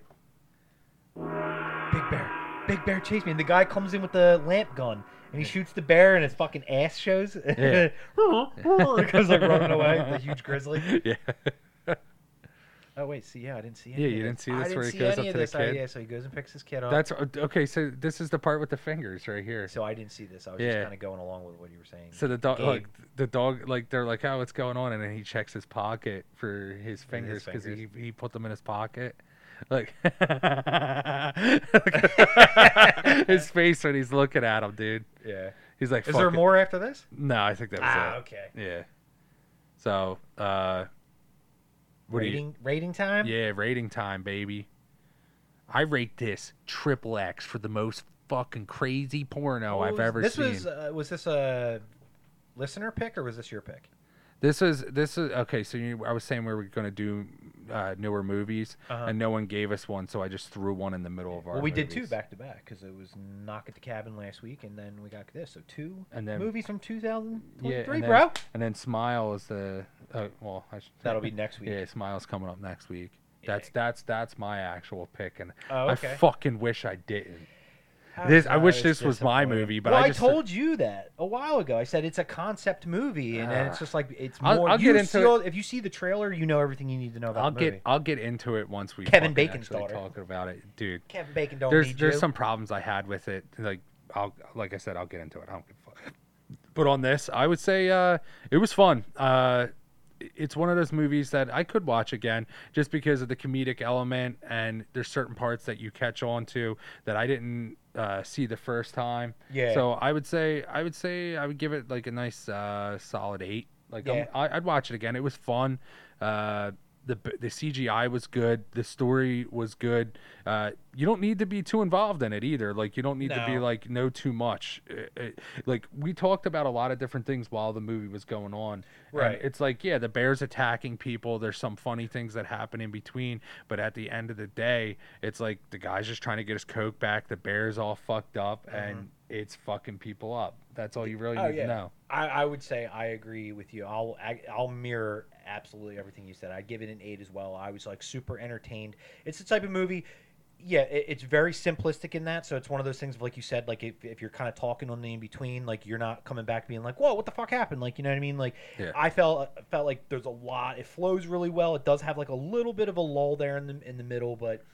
A: Big bear, big bear, chase me! And the guy comes in with the lamp gun and he shoots the bear, and his fucking ass shows.
B: Yeah.
A: it goes like running away. The huge grizzly.
B: Yeah.
A: Oh wait, see, yeah, I didn't see.
B: Yeah,
A: any
B: you
A: of
B: didn't see this
A: I didn't
B: where he
A: see any
B: goes up
A: of
B: to the
A: this. Oh,
B: kid?
A: yeah, so he goes and picks his kid up.
B: That's okay. So this is the part with the fingers right here.
A: So I didn't see this. I was
B: Yeah.
A: just kind of going along with what you were saying.
B: So the dog,
A: Gabe.
B: like the dog, like they're like, "Oh, what's going on?" And then he checks his pocket for his fingers because he
A: fingers.
B: he put them in his pocket. Like his face when he's looking at him, dude.
A: yeah.
B: He's like,
A: Is there
B: "Fuck it."
A: more after this?
B: No, I think that was
A: Ah,
B: it.
A: okay.
B: Yeah. So, uh, what do you?
A: rating rating time?
B: Yeah, rating time, baby. I rate this triple X for the most fucking crazy porno
A: What
B: I've
A: was-
B: ever
A: this
B: seen.
A: was uh, was this a listener pick or was this your pick?
B: This is this is okay. So you, I was saying we were gonna do uh, newer movies,
A: Uh-huh.
B: and no one gave us one, so I just threw one in the middle of our.
A: Well, we did two
B: movies.
A: back to back because it was Knock at the Cabin last week, and then we got this. So two
B: And then-
A: movies from
B: Yeah,
A: 2023,
B: and then,
A: bro.
B: And then Smile is the. Uh, well, I should,
A: That'll be next week.
B: yeah, Smile's coming up next week.
A: Yeah.
B: That's that's that's my actual pick, and
A: Oh,
B: I
A: okay.
B: fucking wish I didn't.
A: How
B: This-
A: did
B: I wish
A: was
B: this was my
A: disappointed?
B: movie, but
A: Well,
B: I
A: I,
B: just-
A: told you that a while ago. I said it's a concept movie, and, then it's
B: Ah.
A: just like it's more.
B: I'll- I'll
A: you
B: get into
A: see
B: it.
A: all- If you see the trailer, you know everything you need to know about
B: I'll
A: the movie.
B: get I'll get into it once we
A: Kevin
B: fucking
A: Bacon's
B: actually
A: daughter.
B: talk about it, dude.
A: Kevin Bacon don't
B: there's
A: need
B: there's
A: you.
B: some problems I had with it. Like I'll like I said, I'll get into it. I don't give a fuck. But on this, I would say uh, it was fun. Uh, it- it's one of those movies that I could watch again just because of the comedic element, and there's certain parts that you catch on to that I didn't uh, see the first time.
A: Yeah.
B: So I would say I would say I would give it like a nice uh, solid eight. Like I'm-
A: Yeah.
B: I, I'd watch it again. It was fun. Uh, the the CGI was good. The story was good. Uh, you don't need to be too involved in it either. Like you don't need to be
A: No.
B: like know too much. It- it- like we talked about a lot of different things while the movie was going on. And
A: Right.
B: it's like yeah, the bears attacking people. There's some funny things that happen in between, but at the end of the day, it's like the guy's just trying to get his coke back. The bears all fucked up, and it's fucking people up. That's all you really
A: Mm-hmm. Oh,
B: need
A: yeah.
B: to know.
A: I, I would say I agree with you. I'll I, I'll mirror absolutely everything you said. I'd give it an eight as well. I was like super entertained. It's the type of movie. Yeah, it, it's very simplistic in that. So it's one of those things, of, like you said, like if, if you're kind of talking on the in between, like you're not coming back being like, "Whoa, what the fuck happened?" Like you know what I mean? Like
B: Yeah.
A: I felt felt like there's a lot. It flows really well. It does have like a little bit of a lull there in the in the middle, but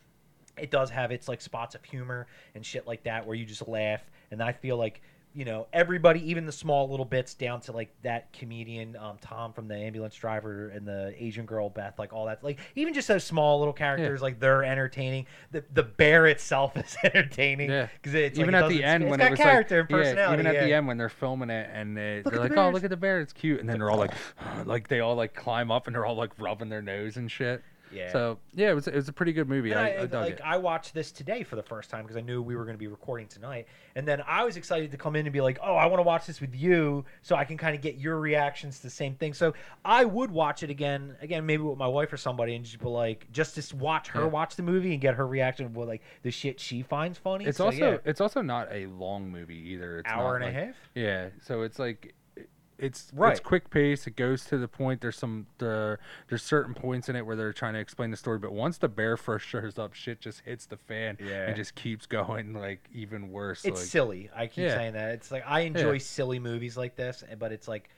A: it does have its like spots of humor and shit like that where you just laugh and i feel like you know everybody even the small little bits down to like that comedian um, tom from the ambulance driver and the asian girl beth like all that like even just those small little characters like they're entertaining the the bear itself is entertaining
B: Yeah.
A: because it's like,
B: even
A: it
B: at
A: does-
B: the
A: it's-
B: end
A: it's
B: when
A: got
B: it was
A: character and
B: like,
A: personality
B: yeah, even at the
A: yeah.
B: end when they're filming it and they,
A: at
B: they're
A: the
B: like, oh,
A: bears."
B: look at the bear, it's cute, and then they're all like, like they all like climb up and they're all like rubbing their nose and shit.
A: Yeah.
B: So yeah, it was it was a pretty good movie.
A: And
B: I,
A: I,
B: I dug
A: like
B: it.
A: I watched this today for the first time because I knew we were going to be recording tonight, and then I was excited to come in and be like, "Oh, I want to watch this with you, so I can kind of get your reactions to the same thing." So I would watch it again, again maybe with my wife or somebody, and just be like, just to s- watch her
B: Yeah.
A: watch the movie and get her reaction of what like the shit she finds funny.
B: It's
A: So,
B: also
A: yeah,
B: it's also not a long movie either. It's
A: hour and
B: not
A: a
B: like-
A: half.
B: Yeah, so it's like it- it's
A: Right.
B: it's quick pace. It goes to the point. There's some the there's certain points in it where they're trying to explain the story, but once the bear first shows up, shit just hits the fan
A: Yeah.
B: and just keeps going like even worse.
A: It's
B: like,
A: silly. I keep
B: Yeah.
A: saying that. It's like I enjoy
B: Yeah.
A: silly movies like this, eh, but it's like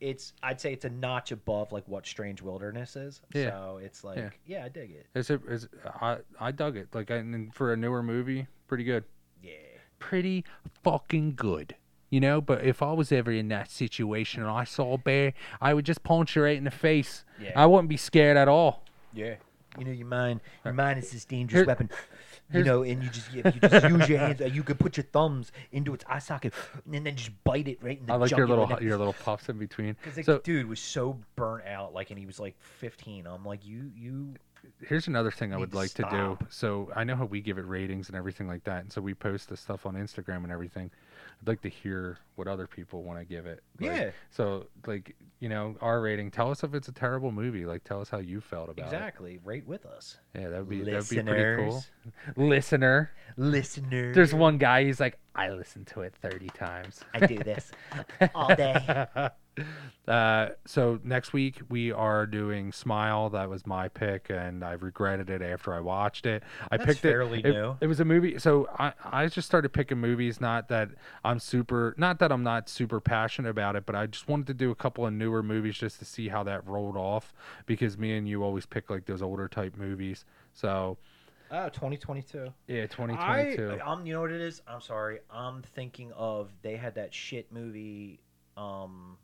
A: it's I'd say it's a notch above like what Strange Wilderness is.
B: Yeah.
A: So it's like yeah.
B: Yeah.
A: I dig it.
B: It's a, it's, I, I dug it. Like, I, and for a newer movie, pretty good.
A: Yeah.
B: Pretty fucking good. You know, but if I was ever in that situation and I saw a bear, I would just punch her right in the face.
A: Yeah.
B: I wouldn't be scared at all.
A: Yeah. You know your mind. Your mind is this dangerous
B: Here-
A: weapon. You
B: here's-
A: know, and you just if you just use your hands. uh, You could put your thumbs into its eye socket and then just bite it right in the.
B: I like your
A: jugular
B: little
A: and then-
B: your little puffs in between.
A: 'Cause the
B: So
A: dude was so burnt out, like, and he was like 15. I'm like, you, you.
B: here's another thing I
A: need
B: would
A: to
B: like to do.
A: stop.
B: So I know how we give it ratings and everything like that, and so we post the stuff on Instagram and everything. I'd like to hear what other people want to give it. Like,
A: Yeah.
B: So like you know our rating. Tell us if it's a terrible movie. Like tell us how you felt about it.
A: Exactly. Right with us,
B: Yeah, that would be that would be pretty cool.
A: listeners,
B: Listener,
A: listeners.
B: there's one guy. He's like, I listened to it 30 times.
A: I do this all day.
B: Uh, so next week we are doing Smile. That was my pick, and I regretted it after I watched it. I
A: That's
B: picked
A: fairly
B: it. it-
A: new.
B: It was a movie. So I I just started picking movies. Not that I'm super. Not that I'm not super passionate about it, but I just wanted to do a couple of newer movies just to see how that rolled off. Because me and you always pick like those older type movies. So
A: Oh, 2022.
B: yeah,
A: I,
B: 2022.
A: um, you know what it is? I'm sorry. I'm thinking of they had that shit movie. Um,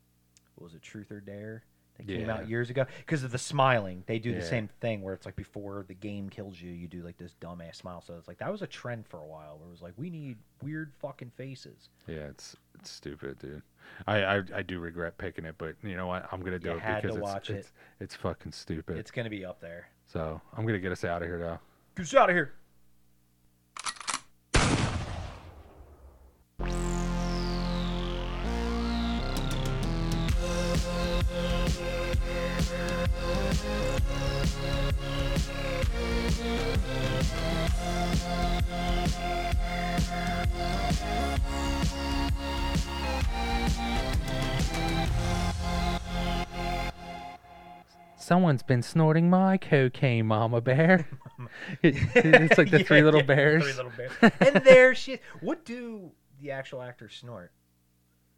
A: what was it? Truth or Dare? That came
B: Yeah.
A: out years ago because of the smiling. They do the
B: Yeah.
A: same thing where it's like before the game kills you, you do like this dumbass smile. So it's like that was a trend for a while. Where it was like we need weird fucking faces.
B: Yeah, it's it's stupid, dude. I, I I do regret picking it, but you know what? I'm gonna do
A: You
B: it
A: had to
B: because it's,
A: watch it.
B: it's it's fucking stupid.
A: It's gonna be up there.
B: So I'm gonna get us out of here though.
A: Get out of here.
B: Someone's been snorting my cocaine, Mama Bear. It- it's like the
A: Yeah,
B: three little
A: yeah, the
B: bears.
A: Three little bears. and there she. is. What do the actual actors snort?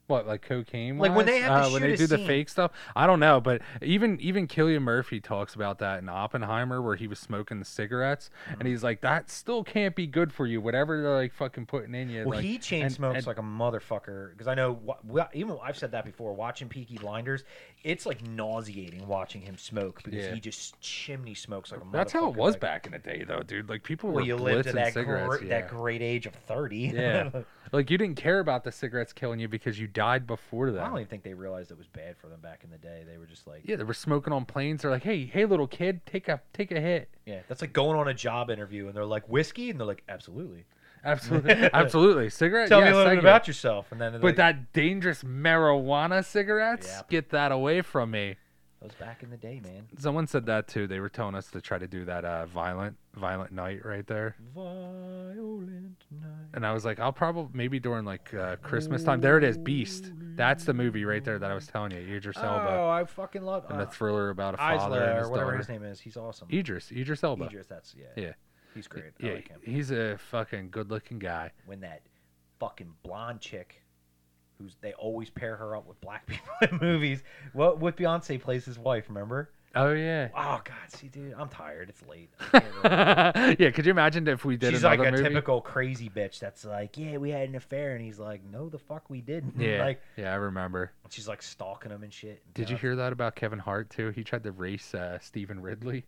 B: What like cocaine?
A: Like, when they
B: wise?
A: have to
B: Uh, when they
A: shoot a
B: do the
A: scene.
B: fake stuff. I don't know, but even even Killian Murphy talks about that in Oppenheimer, where he was smoking the cigarettes,
A: Mm.
B: and he's like, "That still can't be good for you. Whatever they're like fucking putting in you."
A: Well,
B: like,
A: he chain
B: and-
A: smokes
B: and-
A: like a motherfucker because I know wha- wha- even I've said that before. Watching Peaky Blinders, it's like nauseating watching him smoke because
B: Yeah.
A: he just chimney smokes like a motherfucker.
B: That's how it was
A: like,
B: back in the day, though, dude. Like people
A: Well,
B: were
A: you lived to
B: blitzing
A: that
B: cigarettes.
A: great,
B: yeah.
A: that great age of thirty.
B: yeah, like you didn't care about the cigarettes killing you because you died before
A: I
B: that.
A: don't even think they realized it was bad for them back in the day. They were just like, yeah,
B: Yeah, they were smoking on planes. They're like, "Hey, hey, little kid, take a take a hit."
A: that's like going on a job interview and they're like whiskey and they're like, absolutely.
B: Absolutely, absolutely. Cigarette.
A: Tell me
B: yes,
A: a little
B: thank
A: bit
B: you.
A: about yourself, and then they're
B: But
A: like,
B: that dangerous marijuana cigarettes,
A: Yep.
B: get that away from me.
A: that was back in the day, man.
B: Someone said that too. They were telling us to try to do that uh, violent, violent night right there.
A: Violent night.
B: And I was like, I'll probably maybe during like uh, Christmas time. There it is, Beast. That's the movie right there that I was telling you, Idris Elba,
A: Oh, I fucking love
B: and the thriller about a father and
A: Eisler
B: his
A: or whatever
B: daughter.
A: his name is. He's awesome.
B: Idris, Idris Elba.
A: Idris, that's yeah.
B: Yeah.
A: He's great.
B: Yeah,
A: I like him.
B: he's a fucking good-looking guy.
A: When that fucking blonde chick, who's they always pair her up with black people in movies. What what Beyonce plays his wife? Remember?
B: Oh yeah.
A: Oh God, see, dude, I'm tired. It's late. I can't really-
B: yeah, could you imagine if we did
A: She's like
B: another
A: a
B: movie?
A: typical crazy bitch that's like, yeah, we had an affair, and he's like, no, the fuck we didn't.
B: yeah,
A: like
B: yeah, I remember.
A: she's like stalking him and shit. and
B: Did you
A: stuff.
B: hear that about Kevin Hart too? He tried to race uh, Stephen Ridley.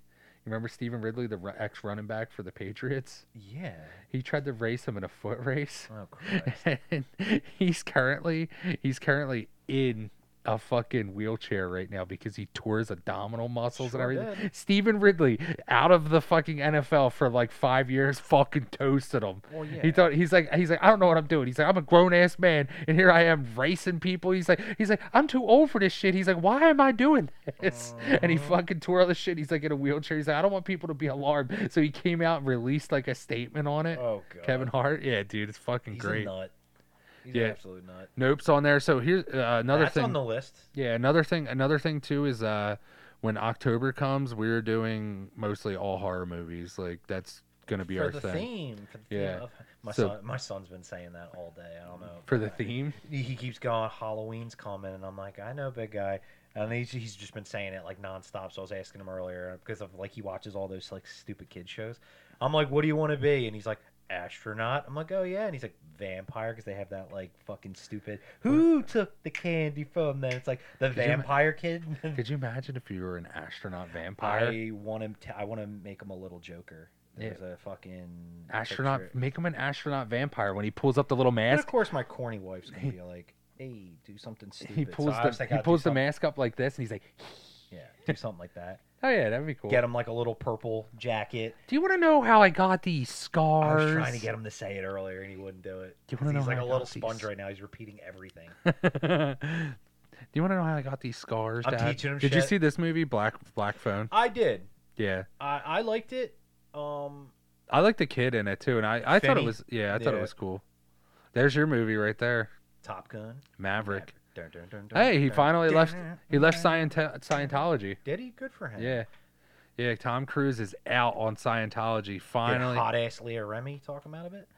B: You remember Stephen Ridley, the ru- ex running back for the Patriots?
A: Yeah.
B: He tried to race him in a foot race,
A: Oh Christ.
B: and he's currently he's currently in a fucking wheelchair right now because he tore his abdominal muscles and
A: Sure
B: everything. Stephen Ridley out of the fucking NFL for like five years, fucking toasted him.
A: Well, yeah.
B: He thought he's like he's like I don't know what I'm doing. He's like I'm a grown ass man and here I am racing people. He's like he's like I'm too old for this shit. He's like why am I doing this? And he fucking tore all the shit. He's like in a wheelchair. He's like I don't want people to be alarmed. So he came out and released like a statement on it.
A: Oh God.
B: Kevin Hart. Yeah, dude, it's fucking
A: He's
B: great.
A: a nut. He's
B: Yeah.
A: an absolute nut.
B: Nope's on there. So here's uh, another
A: That's
B: thing.
A: on the list.
B: Yeah, another thing another thing too is uh when October comes, we're doing mostly all horror movies. Like that's gonna be
A: for
B: our
A: the
B: thing.
A: theme. For the theme
B: Yeah.
A: of, my
B: So-
A: son, my son's been saying that all day. I don't know.
B: For the theme.
A: He he keeps going. Halloween's coming, and I'm like, I know, big guy. And he's, he's just been saying it like nonstop. So I was asking him earlier because of like he watches all those like stupid kid shows. I'm like, what do you want to be? And he's like, astronaut. I'm like, oh yeah. And he's like, vampire because they have that like fucking stupid. Who took the candy from them? It's like the
B: you ima-
A: vampire kid.
B: Could you imagine if you were an astronaut vampire?
A: I want him. To, I want to make him a little Joker.
B: Yeah.
A: There's a fucking
B: astronaut
A: picture-
B: make him an astronaut vampire when he pulls up the little
A: And of
B: mask.
A: course, my corny wife's gonna be like, "Hey, do something stupid."
B: He
A: So
B: pulls
A: I was
B: the
A: thinking
B: he
A: I'd do
B: pulls the
A: something-
B: mask up like this and he's like,
A: Yeah, do something like that.
B: Oh yeah, that'd be cool.
A: Get him like a little purple jacket.
B: Do you wanna know how I got these
A: I
B: scars?
A: was trying to get him to say it earlier, and he wouldn't do it.
B: You
A: 'Cause
B: wanna
A: he's
B: know
A: like
B: how
A: a
B: I
A: little
B: got
A: sponge
B: these?
A: right now. He's repeating everything.
B: Do you wanna know how I got these scars?
A: I'm
B: Dad?
A: teaching him
B: Did you
A: shit.
B: see this movie, Black Black Phone?
A: I did.
B: Yeah.
A: I, I liked it. Um,
B: I like the kid in it too, and I, I thought it
A: Finney.
B: was yeah, I thought it
A: Yeah.
B: was cool. There's your movie right there,
A: Top Gun.
B: Maverick.
A: Dun, dun, dun, dun,
B: Hey, he
A: dun,
B: finally
A: dun,
B: left.
A: dun,
B: He left
A: dun.
B: Scienti- Scientology.
A: Did he? Good for him.
B: Yeah, yeah. Tom Cruise is out on Scientology finally.
A: Hot ass Leah Remy talk him out of it.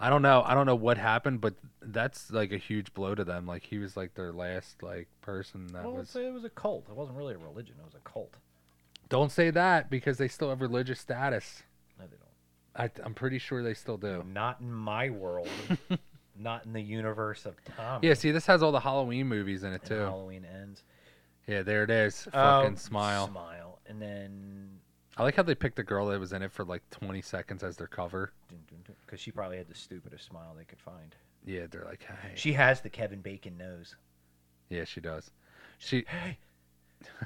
B: I don't know. I don't know what happened, but that's like a huge blow to them. Like he was like their last like person that
A: well,
B: was.
A: it's- it was a cult. It wasn't really a religion. It was a cult.
B: Don't say that because they still have religious status.
A: No, they don't.
B: I, I'm pretty sure they still do.
A: Not in my world. not in the universe of Tom.
B: Yeah. See, this has all the Halloween movies in it
A: And
B: too.
A: Halloween ends.
B: Yeah, there it is. Fucking
A: Oh,
B: smile.
A: Smile. And then.
B: I like how they picked the girl that was in it for like 20 seconds as their cover.
A: Because she probably had the stupidest smile they could find.
B: Yeah, they're like, hey.
A: She has the Kevin Bacon nose.
B: yeah, she does. She.
A: Hey.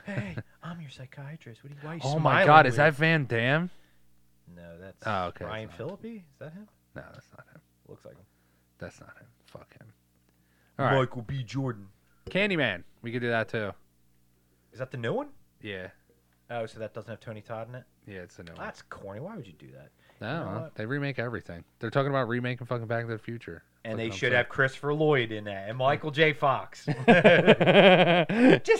A: Hey, I'm your psychiatrist. What are you, why are you
B: Oh my
A: smiling
B: God, is
A: weird?
B: that Van Damme?
A: No, that's
B: Oh, okay, that's
A: Ryan
B: not-
A: Phillippe. Is that him?
B: No, that's not him.
A: Looks like him.
B: That's not him. Fuck him. All right,
A: Michael B. Jordan.
B: Candyman. We could do that too.
A: Is that the new one?
B: Yeah,
A: Oh, so that doesn't have Tony Todd in it?
B: yeah, it's a new one.
A: That's corny. Why would Ah, you do that?
B: No,
A: know what?
B: they remake everything. They're talking about remaking fucking Back to the Future.
A: And
B: Fucking
A: they should
B: upset.
A: have Christopher Lloyd in that and Michael J. Fox. Just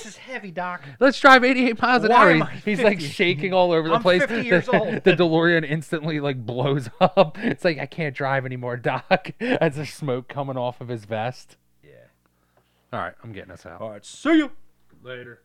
A: as heavy, Doc.
B: Let's drive 88 miles an
A: Why
B: hour.
A: am
B: He's-
A: I
B: He's like
A: 50?
B: shaking all over the
A: I'm
B: place.
A: 50 years
B: the,
A: old.
B: the DeLorean instantly like blows up. It's like I can't drive anymore, Doc. As there's smoke coming off of his vest.
A: Yeah.
B: All right, I'm getting us out.
A: All right. See you later.